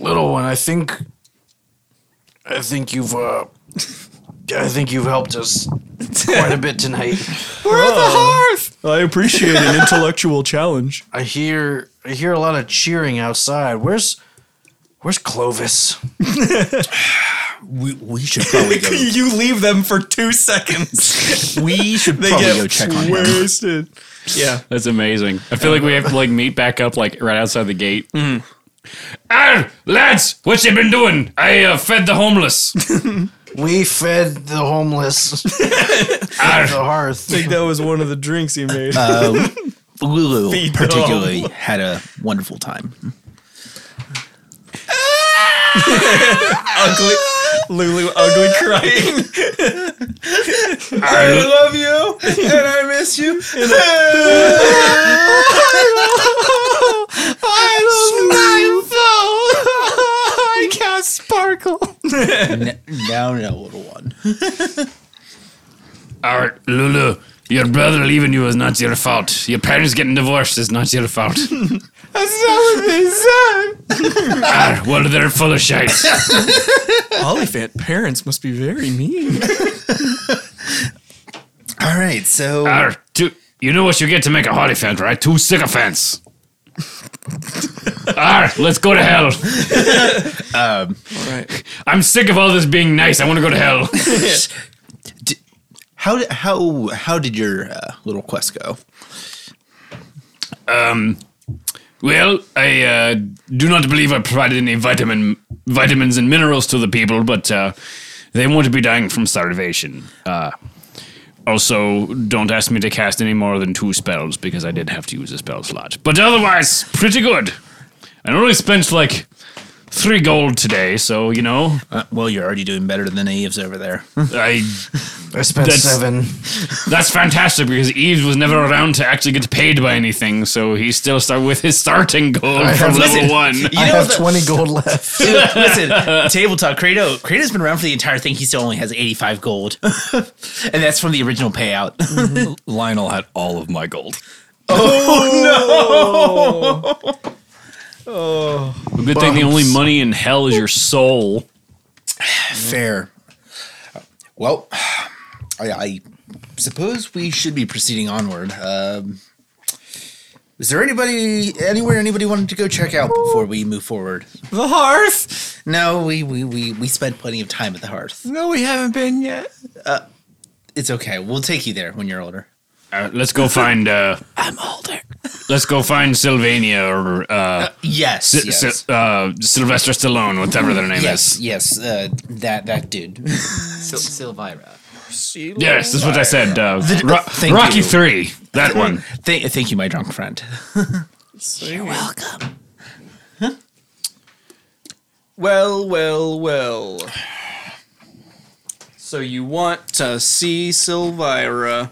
little one, I think I think you've uh I think you've helped us quite a bit tonight.
I appreciate an intellectual challenge.
I hear I hear a lot of cheering outside. Where's Where's Clovis?
we, we should probably go.
you leave them for two seconds.
we should
They
probably
get
go check on him.
wasted. Yeah.
That's amazing. I feel like we have to like meet back up like right outside the gate. Ah, lads, what you been doing? I uh, fed the homeless.
We fed the homeless at the hearth.
I think that was one of the drinks he made.
Lulu
Feed
particularly had a wonderful time.
ugly, Lulu, ugly crying.
I
love you and I miss you.
I cast sparkle.
N- now, no little one.
All right, Lulu, your brother leaving you is not your fault. Your parents getting divorced is not your fault.
That's not what they said.
Ah, well, they're full of shit.
Oliphant parents must be very mean.
All right, so
Ah, two, you know what you get to make a hollyfant, right? Two sycophants. Ah, let's go to hell.
All right.
I'm sick of all this being nice. I want to go to hell.
how di- how how did your uh, little quest go?
Well, I uh, do not believe I provided any vitamin vitamins and minerals to the people, but uh, they won't be dying from starvation. Uh, also, don't ask me to cast any more than two spells because I did have to use a spell slot. But otherwise, pretty good. I only spent like three gold today, so you know
Uh, well, you're already doing better than Eve's over there.
I
I spent
That's-
seven.
that's fantastic because Eve was never around to actually get paid by anything, so he's still start with his starting gold from level one.
You
I
know
have
the-
twenty gold left.
Dude, listen, table talk. Kratos, Kratos been around for the entire thing. He still only has 85 gold, and that's from the original payout.
Lionel had all of my gold.
Good thing the only money in hell is your soul.
Fair. Well, I, I suppose we should be proceeding onward. Um, is there anybody anywhere anybody wanted to go check out before we move forward?
The hearth?
No, we we we, we spent plenty of time at the hearth. Uh,
No, we haven't been yet.
It's okay. We'll take you there when you're older.
Uh, let's go find. Uh, I'm older. Let's go find Sylvania or uh,
Yes.
Si-
yes.
Si- uh, Sylvester Stallone, whatever their name
Yes,
is.
yes, uh, that that dude.
Silvira.
Yes, that's what I said. Uh, Ro-
thank
Rocky
you.
Three, that one.
Thank, thank you, my drunk friend.
Well, well, well. So you want to see Silvira?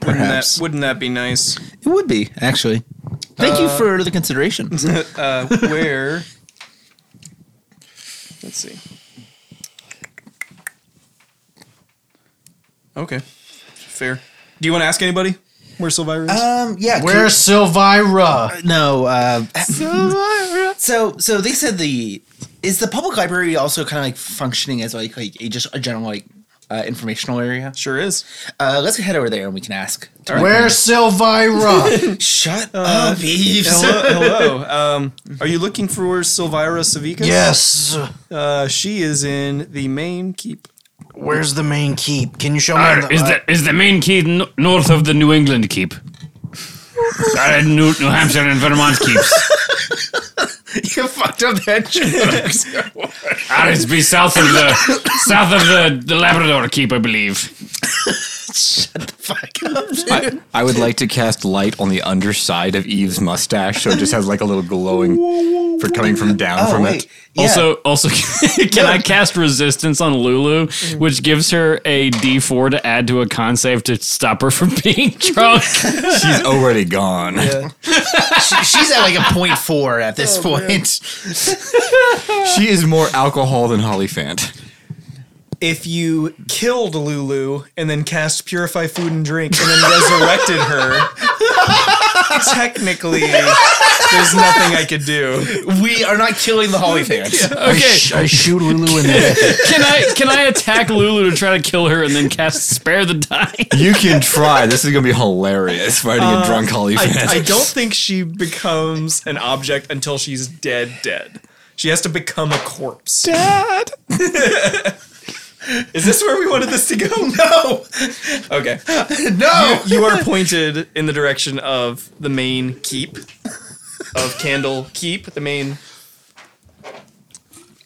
Wouldn't that,
Perhaps.
wouldn't that be nice?
It would be actually. Uh, Thank you for the consideration.
Uh, where? Let's see. Okay, fair. Do you want to ask anybody where Silvira is?
um, yeah.
Where's Silvira?
can- no? Uh, so so they said the is the public library also kind of like functioning as like like a, just a general like uh, informational area.
sure is.
Uh, let's head over there and we can ask.
Where's Silvira?
Shut up, Eves.
Hello, hello. Um, are you looking for Silvira Savikas?
yes.
Uh, she is in the main keep.
Where's the main keep? Can you show me? uh,
Arr, is the is the main key n- north of the New England keep? Uh, New, New Hampshire and Vermont keeps.
you fucked up that joke.
Ah, it's be south of the south of the, the Labrador keep, I believe.
Fuck up.
I, I would like to cast light on the underside of Eve's mustache, so it just has like a little glowing for coming from down
Oh
from
wait.
it.
Yeah.
Also, also, can I cast resistance on Lulu, which gives her a D4 to add to a con save to stop her from being drunk?
She's already gone.
She- she's at like a point four at this point.
She is more alcohol than Hollyfant.
If you killed Lulu and then cast Purify Food and Drink and then resurrected her, technically, there's nothing I could do.
We are not killing the Holly fans.
I,
Okay,
sh- I shoot Lulu in the
can I can I attack Lulu to try to kill her and then cast spare the dying?
You can try. This is gonna be hilarious. Fighting a
I,
drunk
I
Hollyfant.
don't think she becomes an object until she's dead, dead. She has to become a corpse. Dad! Is this where we wanted this to go? No! Okay.
No.
You are pointed in the direction of the main keep of Candle Keep, the main.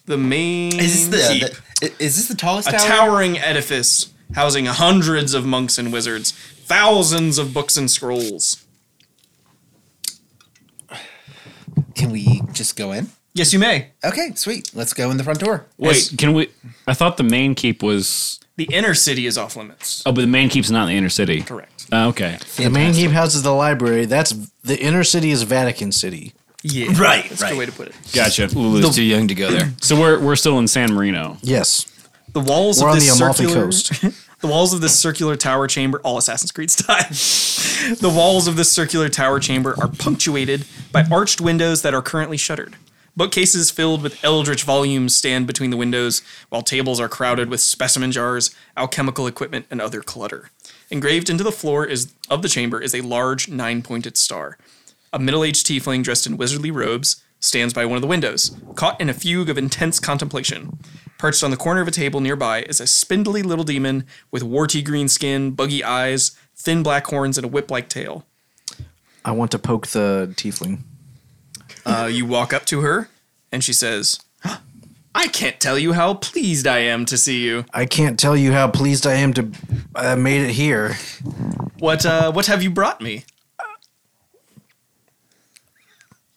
The main.
Is this
keep.
the, the i- is this the tallest
a
tower?
towering edifice housing hundreds of monks and wizards, thousands of books and scrolls.
Can we just go in?
Yes, you may.
Okay, sweet. Let's go in the front door.
Is- can we? I thought the main keep was.
The inner city is off limits.
Oh, but the main keep's not in the inner city.
Correct.
Oh, okay.
The main game houses the library. That's the inner city is Vatican City.
Yeah.
Right,
That's a
right.
good way to put it.
Gotcha.
too young to go there.
So we're we're still in San Marino.
Yes,
The walls
we're
of
on
this
the Amalfi
circular
Coast.
the walls of this circular tower chamber, all Assassin's Creed style. the walls of this circular tower chamber are punctuated by arched windows that are currently shuttered. Bookcases filled with eldritch volumes stand between the windows, while tables are crowded with specimen jars, alchemical equipment, and other clutter. Engraved into the floor is of the chamber is a large nine-pointed star. A middle-aged tiefling dressed in wizardly robes stands by one of the windows, caught in a fugue of intense contemplation. Perched on the corner of a table nearby is a spindly little demon with warty green skin, buggy eyes, thin black horns, and a whip-like tail.
I want to poke the tiefling.
Uh, you walk up to her, and she says, "I can't tell you how pleased I am to see you.
I can't tell you how pleased I am to I made it here.
What uh, what have you brought me?"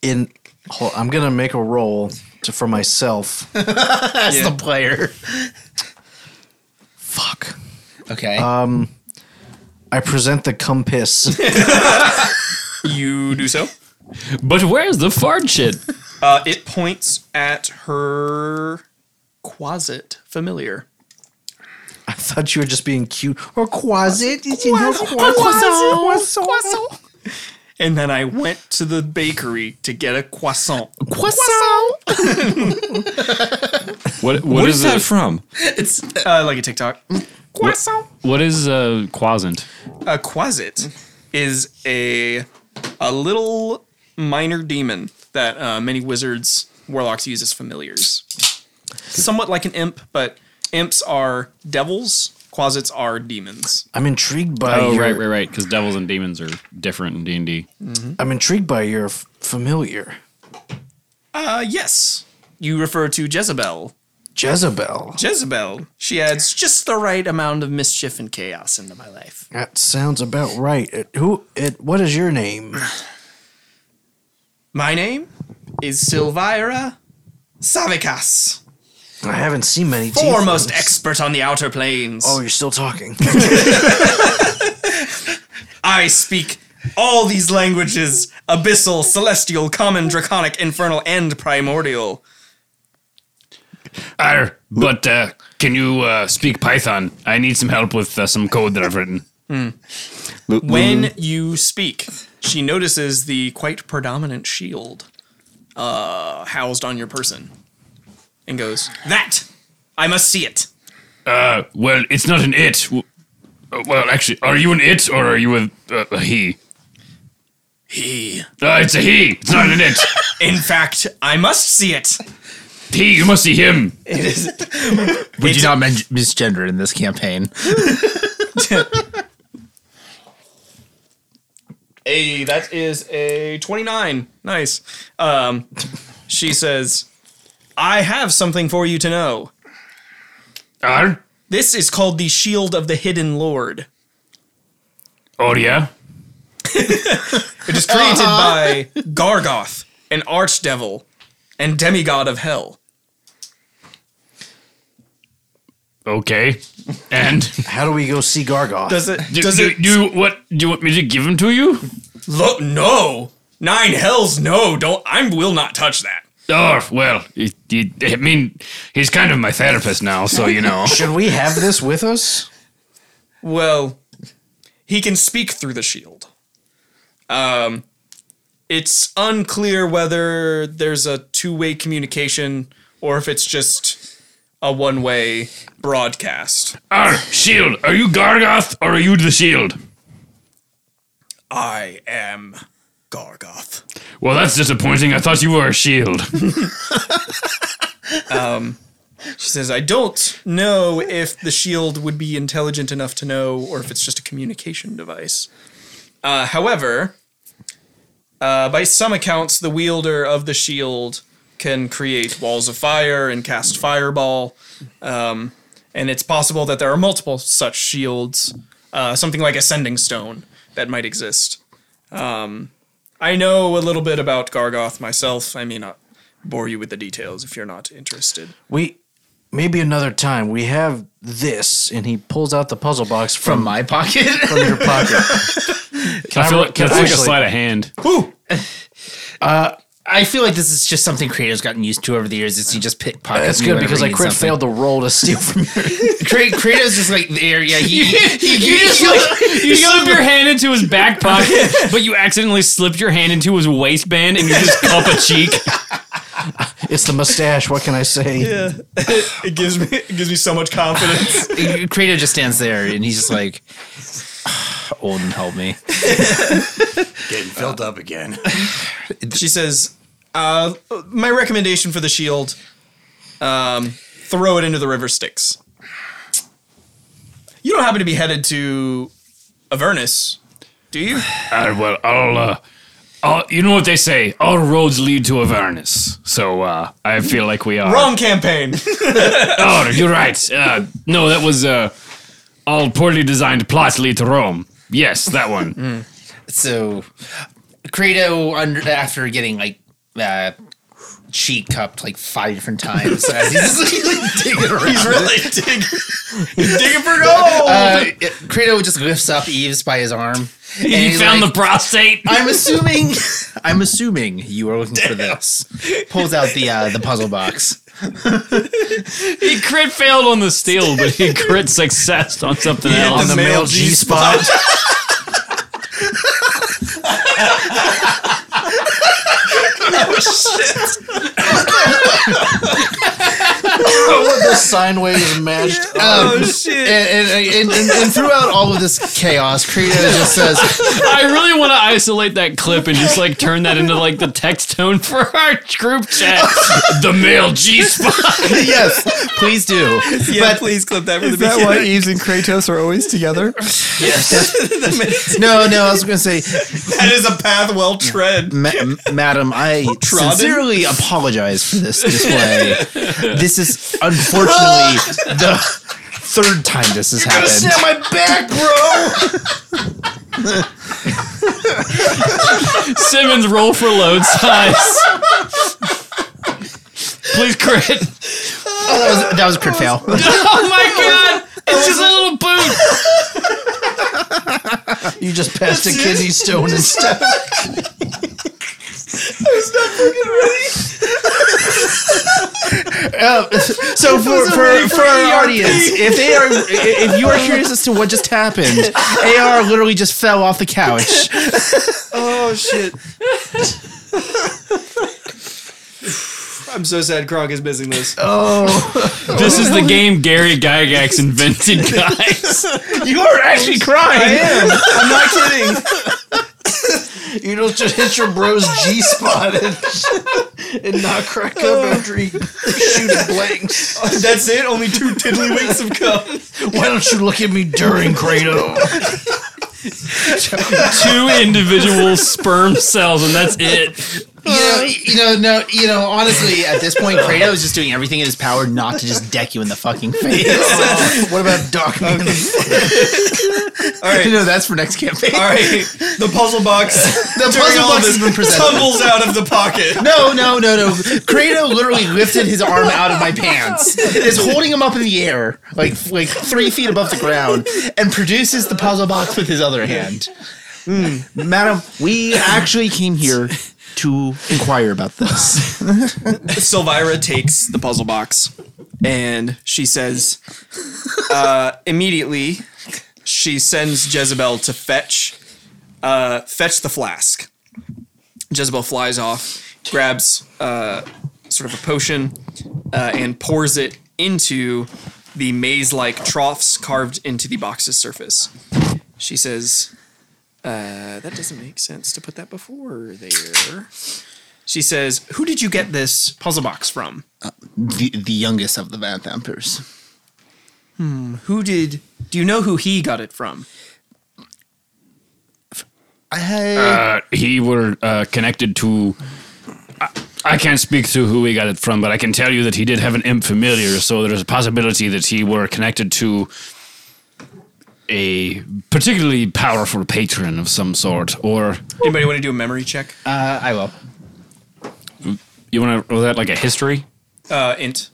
In hold, I'm gonna make a roll to, for myself.
That's the
Player.
Fuck.
Okay.
I present the compass.
You do so.
But where's the fart shit?
Uh, it points at her quasit familiar.
I thought you were just being cute or quasit. Is it not quasit?
And then I went to the bakery to get a croissant.
What
What
what is,
is, that
it?
from?
It's uh, like a TikTok.
What is uh, quasant?
A quasit is a a little minor demon that uh, many wizards, warlocks use as familiars. Somewhat like an imp, but imps are devils. Quasits are demons.
I'm intrigued by
Oh,
your.
right, right, right. Because devils and demons are different in D and D.
I'm intrigued by your f- familiar
Uh, yes, you refer to Jezebel.
Jezebel.
Jezebel. She adds just the right amount of mischief and chaos into my life.
That sounds about right. It, who? It. What is your name?
My name is Silvira Savikas.
I haven't seen many.
foremost
tieflings.
expert on the outer planes.
Oh, you're still talking.
I speak all these languages abyssal, celestial, common, draconic, infernal, and primordial.
but uh, can you uh, speak Python? I need some help with uh, some code that I've written.
When you speak, she notices the quite predominant shield uh, housed on your person and goes, That! I must see it.
Well, it's not an it. W- uh, Well, actually, are you an it or are you a, a, a he?
He.
Uh, it's a he. It's not an it.
In fact, I must see it.
he, you must see him.
We do not men- misgender in this campaign.
Hey, that is a 29. Nice. Um, she says, I have something for you to know.
Are?
This is called the Shield of the Hidden Lord.
Oh, yeah?
It is created by Gargoth, an archdevil and demigod of hell.
Okay. And
How do we go see Gargoth?
Does it?
do,
Does
do,
it?
do you, what do you want me to give him to you?
Look, no. Nine hells, no. Don't. I will not touch that.
Oh, well, it- it- I mean, he's kind of my therapist now, so you know.
Should we have this with us?
Well, he can speak through the shield. Um, it's unclear whether there's a two-way communication or if it's just a one-way broadcast.
Arr, shield, are you Gargoth or are you the shield?
I am
Gargoth.
Well, that's disappointing. I thought you were a shield.
She says, I don't know if the shield would be intelligent enough to know or if it's just a communication device. Uh, however, uh, by some accounts, the wielder of the shield can create walls of fire and cast fireball. Um, and it's possible that there are multiple such shields, uh, something like Ascending Stone, that might exist. Um, I know a little bit about Gargoth myself. I may not bore you with the details if you're not interested.
We maybe another time. We have this, and he pulls out the puzzle box from,
from my pocket.
from your pocket.
I feel like, that's like a
Actually-
sleight of hand.
I feel like this is just something creators gotten used to over the years. Is you just pickpocket.
That's good because I crit failed the roll to steal from you.
Cre- creators just like there. Yeah, he,
You just like you slip your hand into his back pocket, but you accidentally slipped your hand into his waistband and you just cup a cheek.
It's the mustache. What can I say?
It gives me it gives me so much confidence.
creator just stands there and he's just like, Olden, help me.
Getting filled up again.
she says, uh, "My recommendation for the shield: um, throw it into the river Styx. You don't happen to be headed to Avernus, do you?
Uh, well, I'll, uh, I'll, you know what they say, all roads lead to Avernus. So uh, I feel like we are.
Wrong campaign.
Oh, you're right. Uh, no, that was uh, all poorly designed plots lead to Rome. Yes, that one.
So, Credo under after getting like uh, cheek cupped like five different times as he's like, digging around. He's really digging, digging for gold. Uh, Credo just lifts up Eves by his arm. and
He
he's
found
like,
the prostate.
I'm assuming. I'm assuming you are looking for this. Pulls out the uh, the puzzle box.
He crit failed on the steel, but he crit success on something else.
the male G spot. the sine waves matched.
oh shit! And, and, and, and, and throughout all of this chaos, Credo just says,
I really want to isolate that clip and just like turn that into like the text tone for our group chat. the male G spot.
"Yes, please do."
yeah, please clip that from the beginning.
why Eves and Kratos are always together?
No, no, I was going to say,
that is a path well tread.
ma- madam, I
Trodden.
sincerely apologize for this display. this is unfortunately the third time this has happened.
my back, bro.
Simmons, roll for load size. Please crit.
That was, that was a crit fail.
Oh my god! It's just a little boot.
You just passed a kidney stone and stuff.
Uh, So for, for, for our audience, if they are if you are curious as to what just happened, AR literally just fell off the couch.
I'm so sad. Krog is missing this.
This
Oh,
is the game Gary Gygax invented, guys.
You are actually crying.
I'm not kidding.
You don't just hit your bro's G spot and, and not crack up after he shooting blanks.
That's it. Only two tiddlywinks have come.
Why don't you look at me during Kratos?
Two individual sperm cells, and that's it.
You know, you know, no, you know. Honestly, at this point, Kratos is just doing everything in his power not to just deck you in the fucking face.
What about Doc? Man?
All right.
no, that's for next campaign.
All right. The puzzle box.
The puzzle box has been presented.
tumbles out of the pocket.
No, no, no, no. Kratos literally lifted his arm out of my pants, is holding him up in the air, like like three feet above the ground, and produces the puzzle box with his other hand. Hmm. Madam, we actually came here to inquire about this.
Silvira takes the puzzle box and she says, uh, immediately, she sends Jezebel to fetch, uh, fetch the flask. Jezebel flies off, grabs uh, sort of a potion, uh, and pours it into the maze like troughs carved into the box's surface. She says, Uh, that doesn't make sense to put that before there. She says, Who did you get this puzzle box from?
The, the youngest of the Van Thampers.
Who did. Do you know who he got it from?
I had
Uh, he were uh, connected to. I, I can't speak to who he got it from, but I can tell you that he did have an imp familiar. So there's a possibility that he were connected to a particularly powerful patron of some sort. Or
Anybody want to do a memory check?
Uh, I will.
you want to roll that like a history?
Uh, int.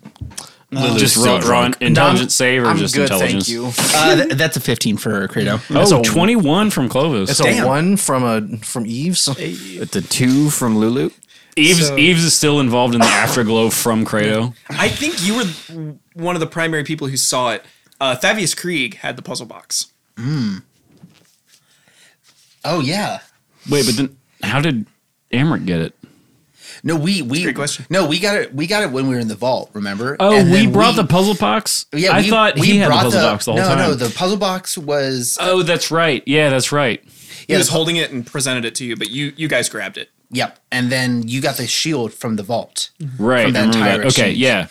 just roll, roll an intelligence save or just intelligence?
Uh, th- that's a 15 for Credo.
Oh, 21 from Clovis.
It's a one from a from Eve's.
It's a two from Lulu.
Eves,
So-
Eves is still involved in the afterglow from Credo.
I think you were one of the primary people who saw it. Uh, Thavius Krieg had the puzzle box.
oh yeah.
Wait, but then how did Amric get it?
No, we we
Great question.
No, we got it. We got it when we were in the vault. Remember?
Oh,
And
we
then
brought the puzzle box.
Yeah,
I
we-
thought
we
he had the
brought
puzzle box the whole
no,
time.
No, the puzzle box was
oh, that's right. Yeah, that's right.
He
Yeah,
was
the-
holding it and presented it to you, but you you guys grabbed it.
yep. And then you got the shield from the vault.
Right.
From that
I remember
entire
that. Okay.
exchange.
Yeah.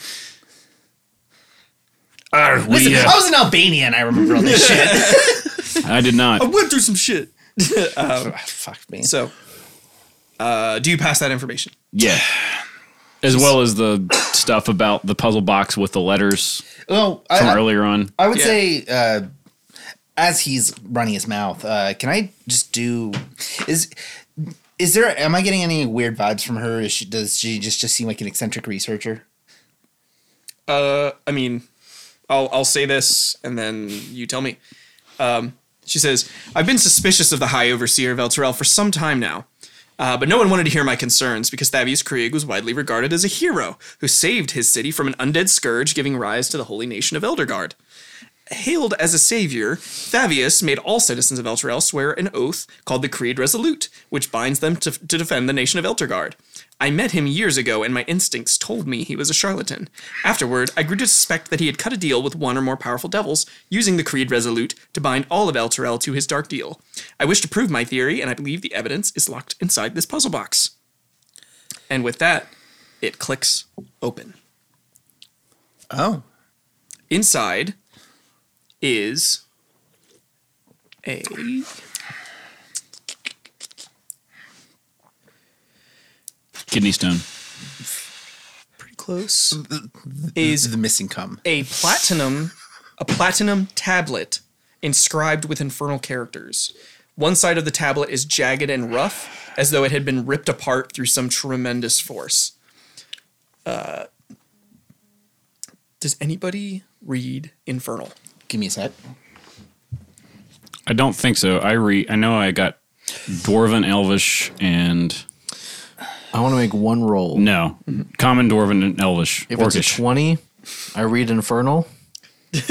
Arr, we,
Listen,
uh,
I was in Albania and I remember all this shit.
I did
Oh,
not.
went through some shit.
Fuck me.
So, uh, do you pass that information?
Yeah. As well as the stuff about the puzzle box with the letters
Well,
from
I, I,
earlier on.
I would
Yeah.
say uh, as he's running his mouth, uh, can I just do is is there am I getting any weird vibes from her? Is she does she just just seem like an eccentric researcher?
Uh, I mean, I'll I'll say this and then you tell me. Um, she says, "I've been suspicious of the High Overseer of Elturel for some time now." Uh, but no one wanted to hear my concerns because Thavius Krieg was widely regarded as a hero who saved his city from an undead scourge giving rise to the holy nation of Eldergard. Hailed as a savior, Thavius made all citizens of Elturel swear an oath called the Creed Resolute, which binds them to, to defend the nation of Eltergard. I met him years ago, and my instincts told me he was a charlatan. Afterward, I grew to suspect that he had cut a deal with one or more powerful devils, using the Creed Resolute to bind all of Elturel to his dark deal. I wish to prove my theory, and I believe the evidence is locked inside this puzzle box. And with that, it clicks open.
Oh,
Inside is a
Kidney stone.
pretty close is
the missing cum?
a platinum a platinum tablet inscribed with infernal characters. One side of the tablet is jagged and rough, as though it had been ripped apart through some tremendous force. Uh, does anybody read Infernal?
Give me a sec.
I don't think so. I re. I know I got dwarven, elvish, and
I want to make one roll.
no
Mm-hmm.
common dwarven and elvish.
If it's a
orcish.
twenty, I read Infernal. if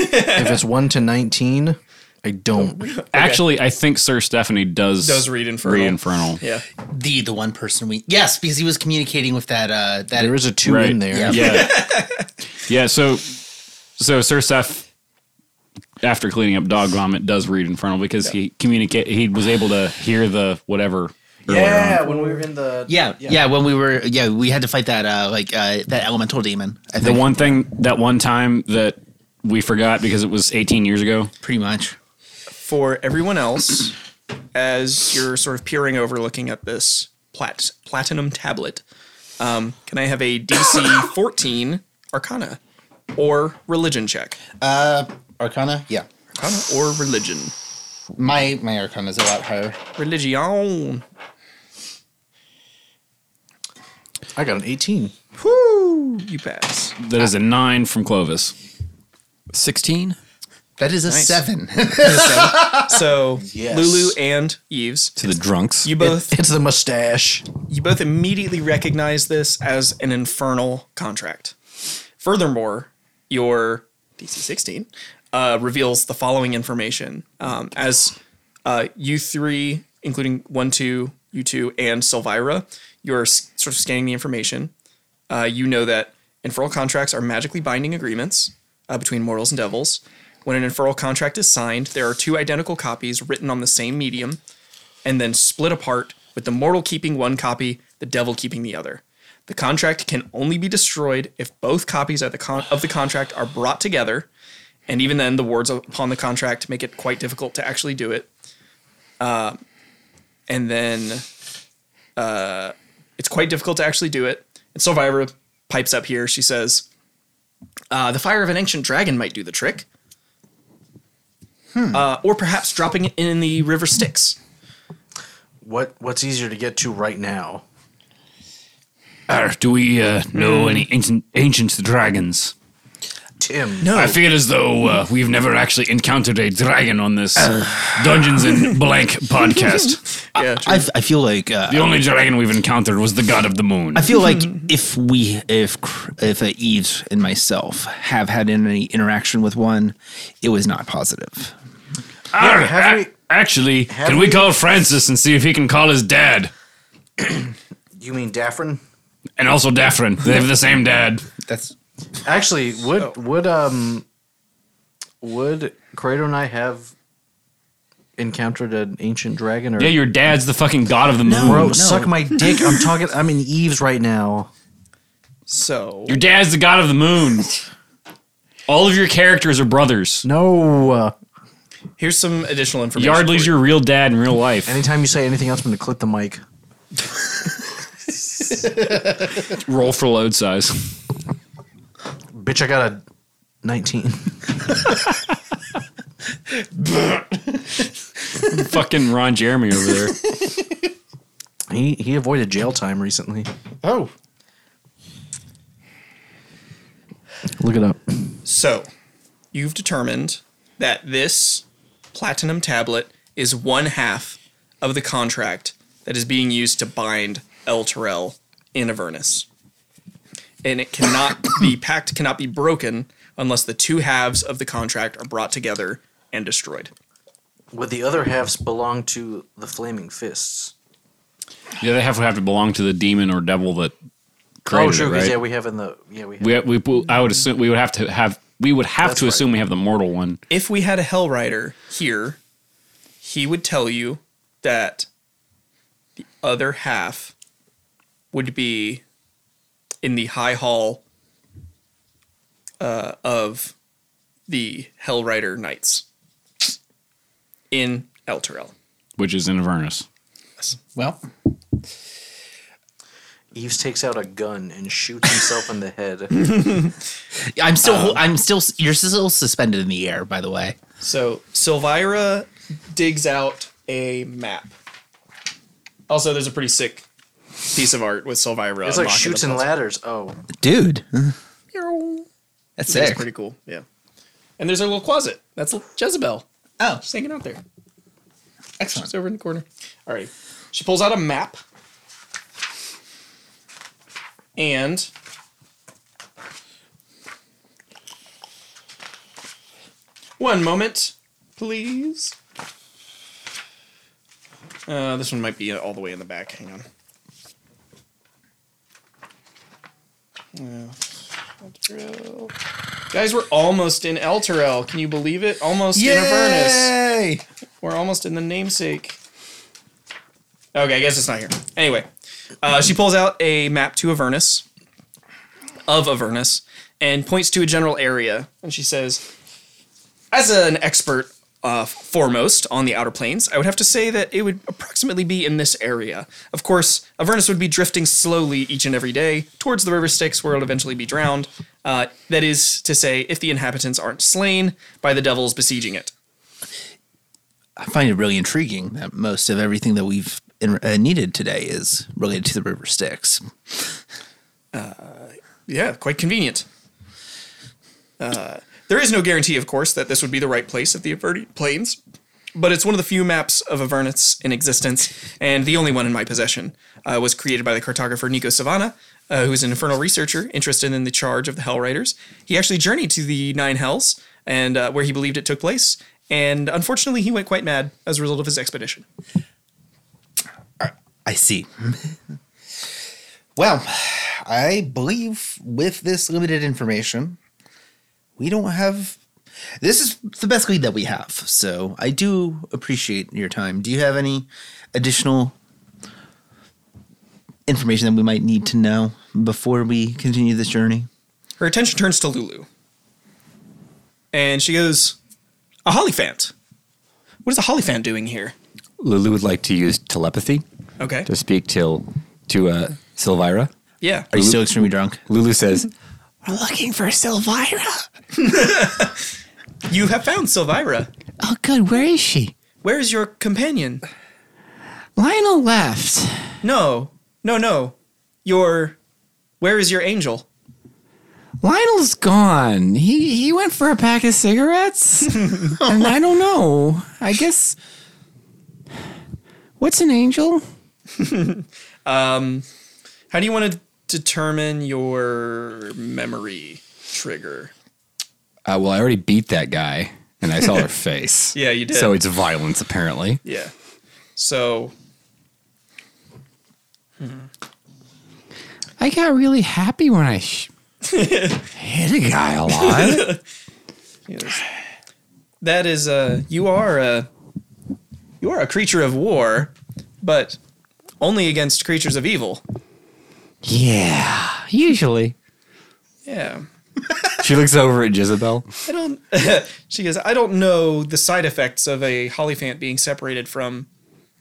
it's one to nineteen, I don't.
Actually, I think Sir Stephanie does
Does read Infernal.
Read infernal.
Yeah.
The the one person we yes because he was communicating with that uh that
There is a two
Right.
in there.
Yeah.
yeah. yeah. So, so Sir Seth, after cleaning up dog vomit, does read infernal because he communicate. He was able to hear the whatever. earlier on.
when we were in the
yeah, yeah when we were yeah we had to fight that uh like uh that elemental demon I
The
think
one thing that one time that we forgot because it was 18 years ago.
pretty much
For everyone else, as you're sort of peering over looking at this plat- platinum tablet, um, can I have a DC 14 Arcana or Religion check?
Arcana yeah
Arcana or religion?
my my Arcana is a lot higher
Religion.
I got an eighteen.
Whoo! You pass.
That is a nine from Clovis.
16?
that is a seven
So Lulu and Eves,
To the drunks.
you both
It's the mustache.
you both immediately recognize this as an infernal contract. Furthermore, your DC 16 uh, reveals the following information um, as uh, you three, including one, two, you two, and Silvira, you're s- sort of scanning the information. Uh, you know that infernal contracts are magically binding agreements uh, between mortals and devils. When an infernal contract is signed, there are two identical copies written on the same medium and then split apart, with the mortal keeping one copy, the devil keeping the other. The contract can only be destroyed if both copies of the, con- of the contract are brought together, and even then, the words upon the contract make it quite difficult to actually do it. Uh, and then uh, it's quite difficult to actually do it. And Survivor pipes up here. She says, uh, The fire of an ancient dragon might do the trick. Uh, or perhaps dropping it in the river Styx.
What What's easier to get to right now?
Arr, do we uh, know any ancient, ancient dragons?
Tim.
I feel as though uh, we've never actually encountered a dragon on this Dungeons and Blank podcast.
yeah,
I, I feel like uh,
The only dragon we've encountered was the god of the moon.
I feel like if we, if Cr- if uh, Eve and myself have had any interaction with one, it was not positive.
Arr, a- actually, can we,
we-
call Francis and see if he can call his dad
You mean Daffrin?
and also Daffrin? They have the same dad.
That's
Actually, would would um would Kratos and I have encountered an ancient dragon or
yeah. Your dad's the fucking god of the moon.
Bro, suck my dick. I'm talking I'm in Eves right now.
So
Your dad's the god of the moon. All of your characters are brothers.
No. uh,
here's some additional information.
Yardley's
for you.
your real dad in real life.
Anytime you say anything else, I'm gonna clip the mic.
Roll for load size.
Bitch, I got a 19.
fucking Ron Jeremy over there.
He he avoided jail time recently.
Oh.
Look it up.
So, you've determined that this platinum tablet is one half of the contract that is being used to bind El Terrell in Avernus. And it cannot, the pact cannot be broken unless the two halves of the contract are brought together and destroyed.
Would the other halves belong to the Flaming Fists?
Yeah, they have to have to belong to the demon or devil that created
oh, sure,
it,
'cause,
right?
yeah, we have in the yeah we have.
we, we, we- I would assume we would have to have we would have
That's
to
right.
assume we have the mortal one.
if we had a Hell Rider here, he would tell you that the other half would be in the high hall uh, of the Hell Rider Knights in El Terrell.
which is in Avernus.
Well,
Eves takes out a gun and shoots himself in the head.
I'm still, hol- I'm still, you're still suspended in the air. By the way,
So Silvira digs out a map. Also, there's a pretty sick piece of art with Silvira.
It's like
unlocking the
shoots and
puzzle.
ladders. Oh,
dude, that's
That's
sick.
pretty cool. Yeah. And there's a little closet. That's Jezebel. Oh. Just hanging out there. Excellent. She's over in the corner. All right. She pulls out a map. And one moment, please. Uh, this one might be all the way in the back. Hang on. Uh, Drill. Guys, we're almost in El Terrell. Can you believe it? Almost in Avernus.
Hey,
We're almost in the namesake. Okay, I guess it's not here. Anyway, uh, she pulls out a map to Avernus, of Avernus, and points to a general area. And she says, as an expert uh, foremost on the Outer Planes, I would have to say that it would approximately be in this area. Of course, Avernus would be drifting slowly each and every day towards the River Styx, where it'll eventually be drowned. Uh, that is to say, if the inhabitants aren't slain by the devils besieging it.
I find it really intriguing that most of everything that we've in, uh, needed today is related to the River Styx.
Yeah, quite convenient. Uh, there is no guarantee, of course, that this would be the right place at the Averted Plains, but it's one of the few maps of Avernus in existence, and the only one in my possession. Uh, was created by the cartographer Nico Savana, uh, who's an infernal researcher interested in the charge of the Hell Riders. He actually journeyed to the Nine Hells, and uh, where he believed it took place, and unfortunately, he went quite mad as a result of his expedition.
I see. well, I believe with this limited information, we don't have This is the best lead that we have, so I do appreciate your time. Do you have any additional information that we might need to know before we continue this journey?
Her attention turns to Lulu. And she goes, A Hollyphant. What is a Hollyphant doing here?
Lulu would like to use telepathy
Okay.
to speak till to uh, Silvira.
Yeah.
Are you still extremely drunk?
Lulu says,
We're looking for Silvira. you have found Silvira.
Oh, good. Where is she?
Where is your companion?
Lionel left.
No, no, no. Your. Where is your angel?
Lionel's gone. He he went for a pack of cigarettes, and I don't know. I guess. What's an angel?
Um, how do you want to determine your memory trigger?
uh, "Well, I already beat that guy, and I saw her face.
Yeah, you did.
So it's violence, apparently.
Yeah. So
I got really happy when I sh- hit a guy a lot.
Yes. That is uh you are a you are a creature of war, but only against creatures of evil.
yeah, usually.
Yeah.
She looks over at Jezebel.
I don't she goes, I don't know the side effects of a Hollyphant being separated from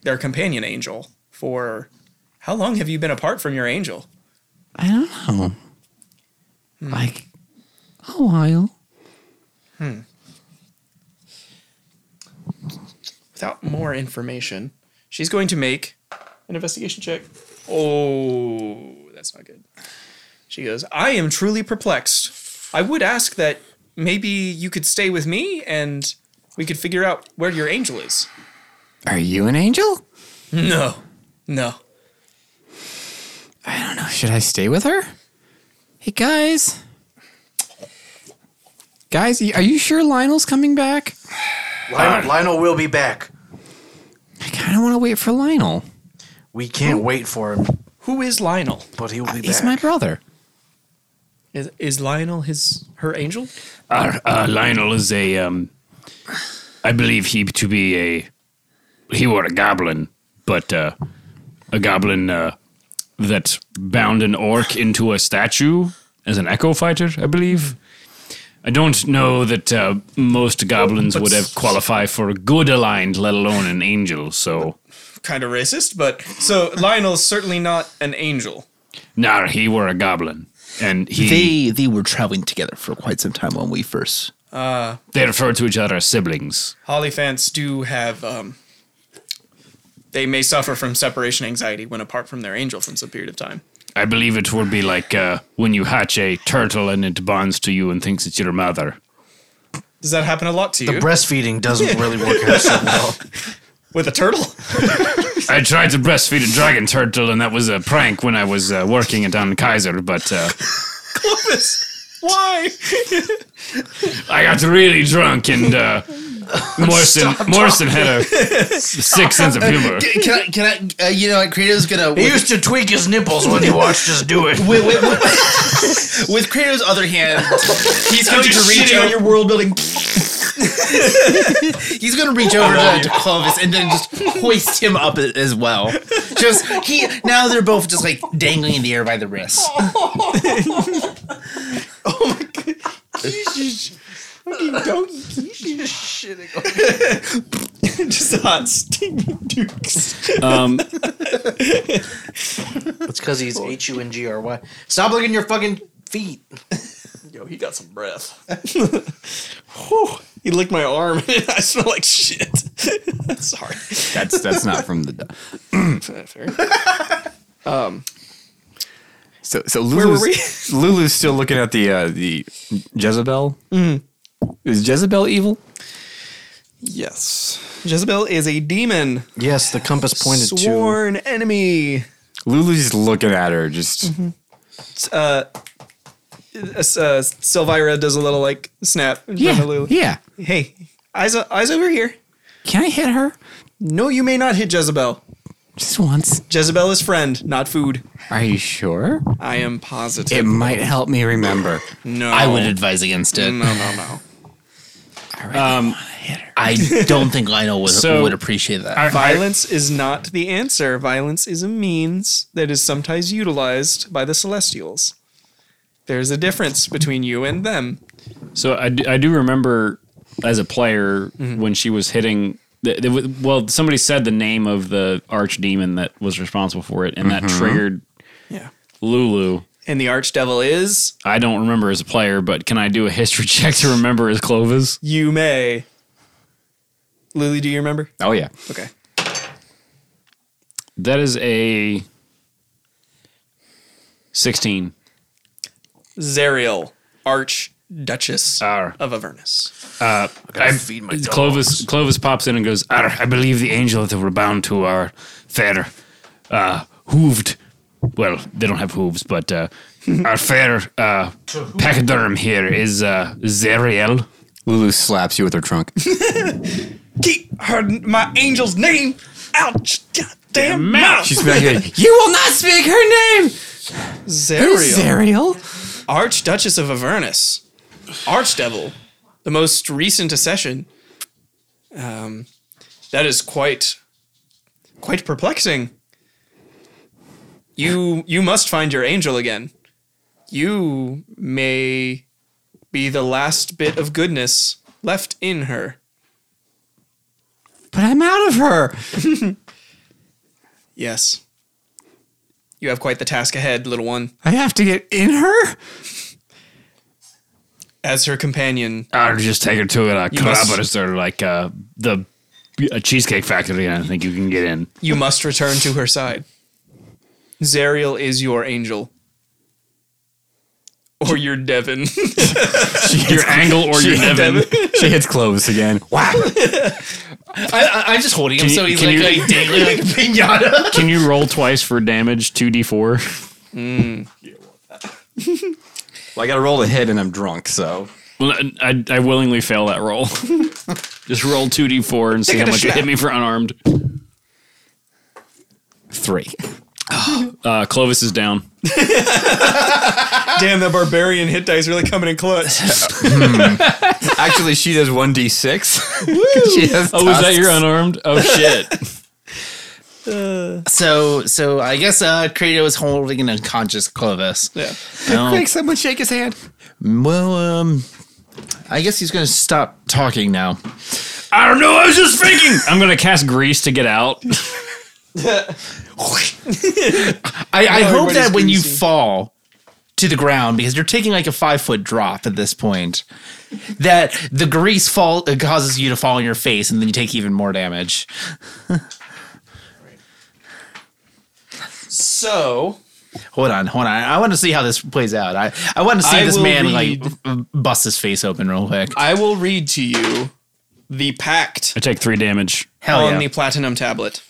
their companion angel for how long have you been apart from your angel?
I don't know. Like a while.
Hmm. Without more information, she's going to make an investigation check. Oh, that's not good. She goes, I am truly perplexed. I would ask that maybe you could stay with me and we could figure out where your angel is.
Are you an angel?
No, no.
I don't know. Should I stay with her? Hey guys. Guys, y- are you sure Lionel's coming back?
Lionel, Lionel will be back.
I kind of want to wait for Lionel.
We can't wait for him,
Who is Lionel?
but he will be
He's
back.
my brother.
Is, is Lionel his her angel?
Uh, uh, Lionel is a, um, I believe he to be a, he were a goblin, but uh, a goblin uh, that bound an orc into a statue as an echo fighter, I believe. I don't know that uh, most goblins would have qualified for a good aligned, let alone an angel. So,
Kind of racist, but so Lionel's certainly not an angel.
nah, he were a goblin, and he
They they were traveling together for quite some time when we first.
Uh,
they refer to each other as siblings.
Hollyfants do have. Um, they may suffer from separation anxiety when apart from their angel from some period of time.
I believe it would be like uh, when you hatch a turtle and it bonds to you and thinks it's your mother.
Does that happen a lot to you?
The breastfeeding doesn't really work out so well.
With a turtle?
I tried to breastfeed a dragon turtle, and that was a prank when I was uh, working at on Kaiser. But uh,
Clovis! Why?
I got really drunk, and uh, Morrison Morrison had a sick sense of humor.
Can, can I? Can I? Uh, you know, what, Kratos gonna.
He used to tweak his nipples when he watched us do it.
With, with, with, with Kratos' other hand, he's going to
just
reach
shitting on
out your world building. he's going to reach over to, to Clovis and then just hoist him up a- as well. Just he now they're both just like dangling in the air by the wrists. Oh
Just hot steaming dukes.
Um,
It's because he's H U N G R E. Y. Stop looking at your fucking feet.
Yo, he got some breath. Whew. He licked my arm. I smell like shit. Sorry.
That's that's not from the.
Um,
So so
Where were
Lulu's, Lulu's still looking at the uh, the Jezebel. Is Jezebel evil?
yes. Jezebel is a demon.
Yes, the compass pointed to.
Sworn enemy.
Lulu's just looking at her. Just
Mm-hmm.
Uh, s- uh, Silvira does a little like snap. in front of
Yeah,
Lulu.
yeah.
Hey, eyes, o- eyes over here.
Can I hit her
No, you may not hit Jezebel.
just once?
Jezebel is friend, not food.
Are you sure?
I am positive.
It might help me remember.
no.
I would advise against it.
No, no, no.
um,
I don't think Lionel would,
So-
would appreciate that.
Violence is not the answer. Violence is a means that is sometimes utilized by the Celestials. There's a difference between you and them.
So I do, I do remember as a player when she was hitting. The, the, well, somebody said the name of the archdemon that was responsible for it, and that
Mhm.
triggered
Yeah.
Lulu.
And the archdevil is?
I don't remember as a player, but can I do a history check to remember as Clovis?
You may. Lily, do you remember?
Oh, yeah.
Okay.
That is a 16.
Zariel, Archduchess of Avernus.
Uh,
gotta
I-
feed my dogs.
Clovis Clovis pops in and goes, "Arr, I believe the angel that we're bound to are fair, uh, hooved. Well, they don't have hooves, but uh, our fair uh, pachyderm here is uh, Zariel.
Lulu slaps you with her trunk.
Keep her, my angel's name out your goddamn mouth.
She's back here.
you will not speak her name.
Who's
Zariel. Archduchess of Avernus. Archdevil. The most recent accession. Um, that is quite, quite perplexing. You you must find your angel again. You may be the last bit of goodness left in her.
But I'm out of her.
Yes. You have quite the task ahead, little one.
I have to get in her.
As her companion,
I'll just take her to a
You must-
collaborator or like uh, the a cheesecake factory, and I think you can get in.
you must return to her side. Zariel is your angel. Or your Devon.
your angle or your Devon.
she hits Clovis again. Wow.
I, I, am just holding him,
Can you-
so he's
can
like,
you-
like dangling like a pinata.
Can you roll twice for damage? Two d four. Mm.
Well, I got to roll a hit, and I'm drunk, so.
Well, I, I willingly fail that roll. Just roll two d four and see
Take
how
it a
much it
shot.
hit me for unarmed.
Three.
Uh, Clovis is down.
Damn, that barbarian hit dice really coming in clutch.
Actually, she does 1d6. She has
oh, was that your
tusks.
unarmed? Oh shit!
so, so I guess uh, Kratos is holding an unconscious Clovis.
Yeah.
Well,
Quick, someone shake his hand.
well, um, I guess he's gonna stop talking now.
I don't know. I was just thinking. I'm gonna cast grease to get out.
I, I
No,
hope
everybody's
that when you
greasy.
fall to the ground, because you're taking like a five foot drop at this point, that the grease fall it causes you to fall on your face, and then you take even more damage.
so
hold on, hold on. I want to see how this plays out. I I want to see
I
this
will
man
read-
like bust his face open real quick.
I will read to you the pact
I take three damage.
on the platinum tablet.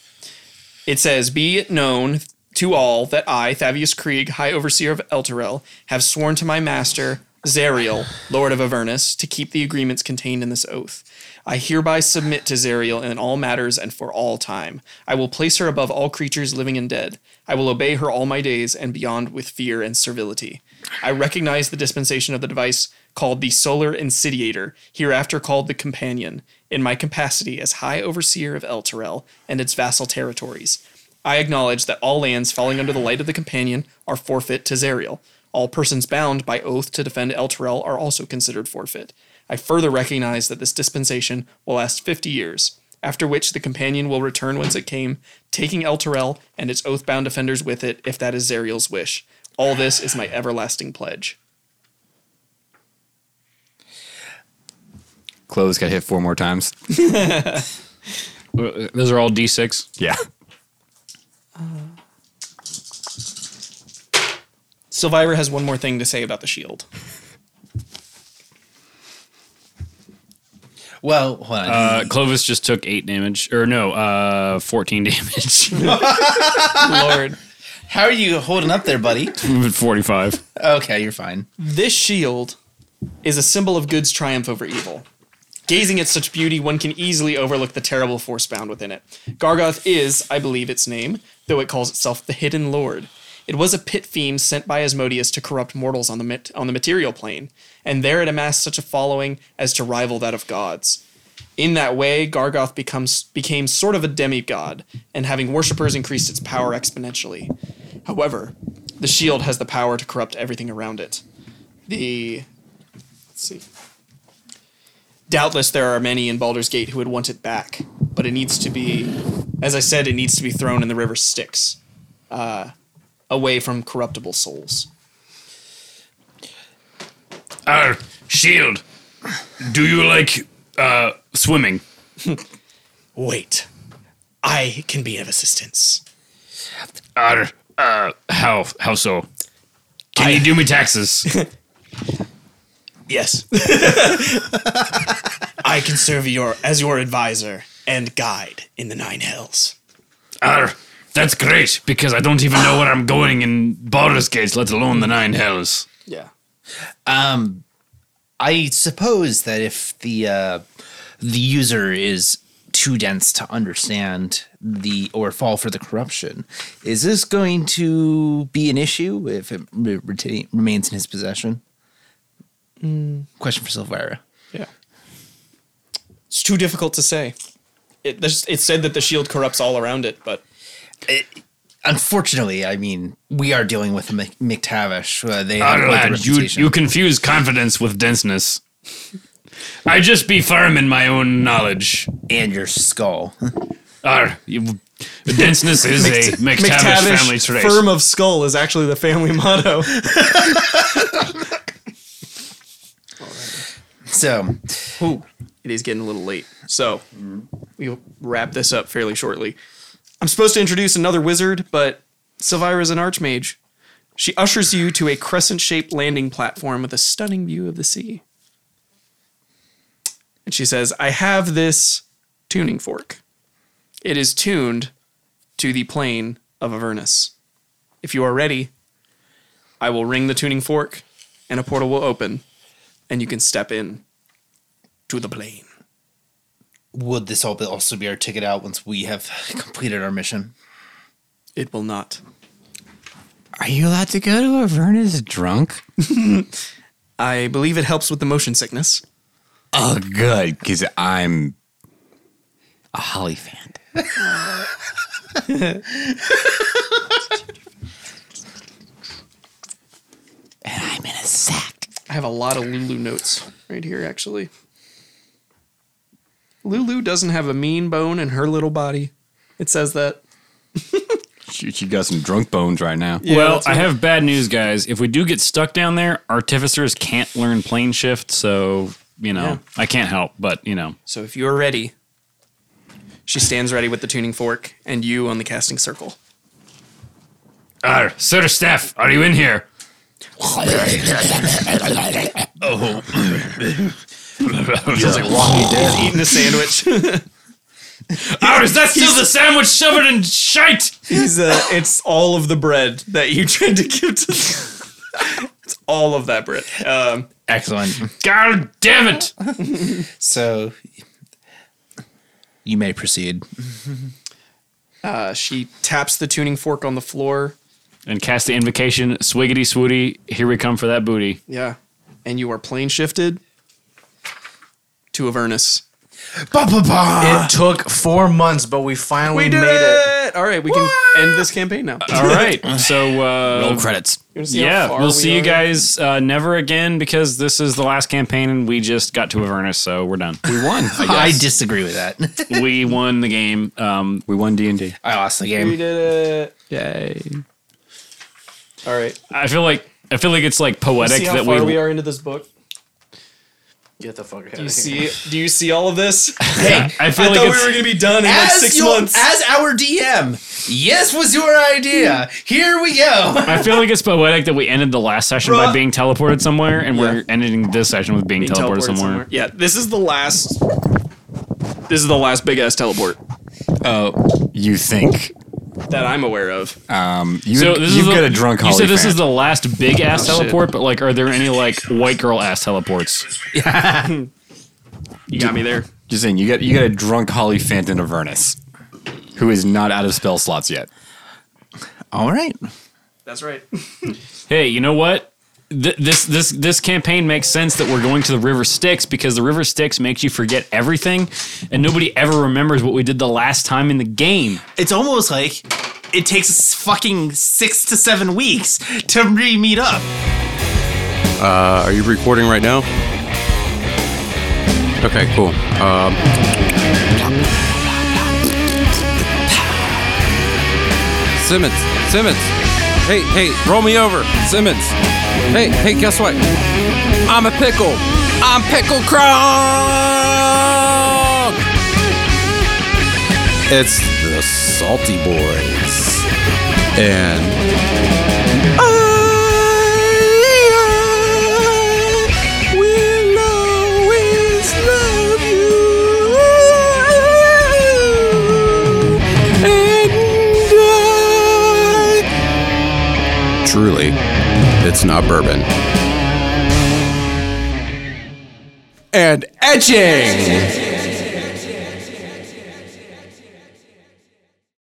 It says, "Be it known to all that I, Thavius Krieg, High Overseer of Elturel, have sworn to my master Zariel, Lord of Avernus, to keep the agreements contained in this oath. I hereby submit to Zariel in all matters and for all time. I will place her above all creatures living and dead. I will obey her all my days and beyond with fear and servility. I recognize the dispensation of the device called the Solar Insidiator, hereafter called the Companion, in my capacity as High Overseer of Elturel and its vassal territories. I acknowledge that all lands falling under the light of the Companion are forfeit to Zariel. All persons bound by oath to defend Elturel are also considered forfeit. I further recognize that this dispensation will last 50 years, after which the Companion will return whence it came, taking Elturel and its oath-bound defenders with it, if that is Zariel's wish. All this is my everlasting pledge.
Clovis got hit four more times.
Uh, Those are all d6.
Yeah.
Silvira has one more thing to say about the shield.
Well, hold on.
Uh, Clovis just took eight damage, or no, uh, fourteen damage.
Lord.
How are you holding up there, buddy?
Forty-five.
Okay, you're fine.
This shield is a symbol of good's triumph over evil. Gazing at such beauty, one can easily overlook the terrible force bound within it. Gargoth is, I believe, its name, though it calls itself the Hidden Lord. It was a pit fiend sent by Asmodeus to corrupt mortals on the mat- on the material plane, and there it amassed such a following as to rival that of gods. In that way, Gargoth becomes became sort of a demigod, and having worshippers increased its power exponentially. However, the shield has the power to corrupt everything around it. The let's see. Doubtless there are many in Baldur's Gate who would want it back, but it needs to be, as I said, it needs to be thrown in the river Styx, uh, away from corruptible souls.
Our shield. Do you like uh, swimming?
Wait, I can be of assistance.
Our uh, how how so? Can you do me taxes?
Yes, I can serve your as your advisor and guide in the Nine Hells.
Arr, that's great because I don't even know where I'm going in Baldur's Gates, let alone the Nine Hells.
Yeah.
Um, I suppose that if the uh, the user is too dense to understand the or fall for the corruption, is this going to be an issue if it re- retain, remains in his possession? Question for Silvera.
Yeah. It's too difficult to say. It, there's, it's said that the shield corrupts all around it, but
Unfortunately, I mean, we are dealing with a Mc- McTavish. Uh, they have
Arr,
quite the
lad, you,
reputation.
you confuse confidence with denseness. I just be firm in my own knowledge.
And your skull.
Arr, you, denseness is a
Mc-
McTavish family trait.
Firm of skull is actually the family motto.
So,
Ooh, it is getting a little late. So we'll wrap this up fairly shortly. I'm supposed to introduce another wizard, but Silvira is an archmage. She ushers you to a crescent-shaped landing platform with a stunning view of the sea. And she says, "I have this tuning fork. It is tuned to the plane of Avernus. If you are ready, I will ring the tuning fork, and a portal will open, and you can step in." to the plane.
would this all be- also be our ticket out once we have completed our mission?
It will not.
Are you allowed to go to Avernus drunk?
I believe it helps with the motion sickness.
Oh, good, because I'm
a Holly fan.
I'm in a sack. I have a lot of Lulu notes right here, actually. Lulu doesn't have a mean bone in her little body. It says that.
she, she got some drunk bones right now.
well, I have bad news, guys. If we do get stuck down there, artificers can't learn plane shift, so you know
Yeah.
I can't help. But you know,
So if you're ready, she stands ready with the tuning fork and you on the casting circle.
Arr, Sir Steph, are you in here?
oh,
sounds like Walking Dead
eating a sandwich.
Arr, is that still the sandwich covered in shite?
He's uh, it's all of the bread that you tried to give to.
it's all of that bread. Um,
Excellent.
God damn it!
so, you may proceed.
Uh, she taps the tuning fork on the floor.
And cast the invocation, swiggity swooty. Here we come for that booty.
Yeah. And you are plane shifted to Avernus.
It took four months, but we finally
We did
made
it! All right, we can end this campaign now.
All right, so uh,
Roll
credits.
You wanna see how
Uh, yeah,
far
we'll
we
see
are?
you guys uh, never again because this is the last campaign, and we just got to Avernus, so we're done. We won.
I disagree with that.
we won the game. Um, we won D and D.
I lost the
We did it.
Yay!
All right.
I feel like I feel like it's like
You
poetic
see how
that
far
we.
we are into this book.
Get the fuck out
Do you see? Do you see all of this?
Hey, I feel
I
like
thought
it's-
we were gonna be done in like
As
six
you-
months.
As our DM, yes was your idea. Here we go.
I feel like it's poetic that we ended the last session by
Bruh.
being teleported somewhere, and we're ending this session with being,
Being
teleported, somewhere.
Yeah, this is the last. This is the last big ass teleport
Oh, you think?
that I'm aware of.
Um, you,
so this
you've
is the-
got a drunk
You
Holly
said this
fan.
is the last big ass
Oh, shit.
teleport, but like, are there any like white girl ass teleports?
You got me there.
Just saying, you got you got a drunk Holly Phantom Avernus, who is not out of spell slots yet.
All right.
That's right.
Hey, you know what? Th- this this this campaign makes sense that we're going to the River Styx because the River Styx makes you forget everything, and nobody ever remembers what we did the last time in the game.
It's almost like it takes us fucking six to seven weeks to re meet up.
Uh, are you recording right now? Okay, cool. Um, Simmons, Simmons. Hey, hey, roll me over, Simmons. Hey, hey, guess what? I'm a pickle. I'm pickle crunk. It's the Salty Boys, and truly, it's not bourbon. And etching!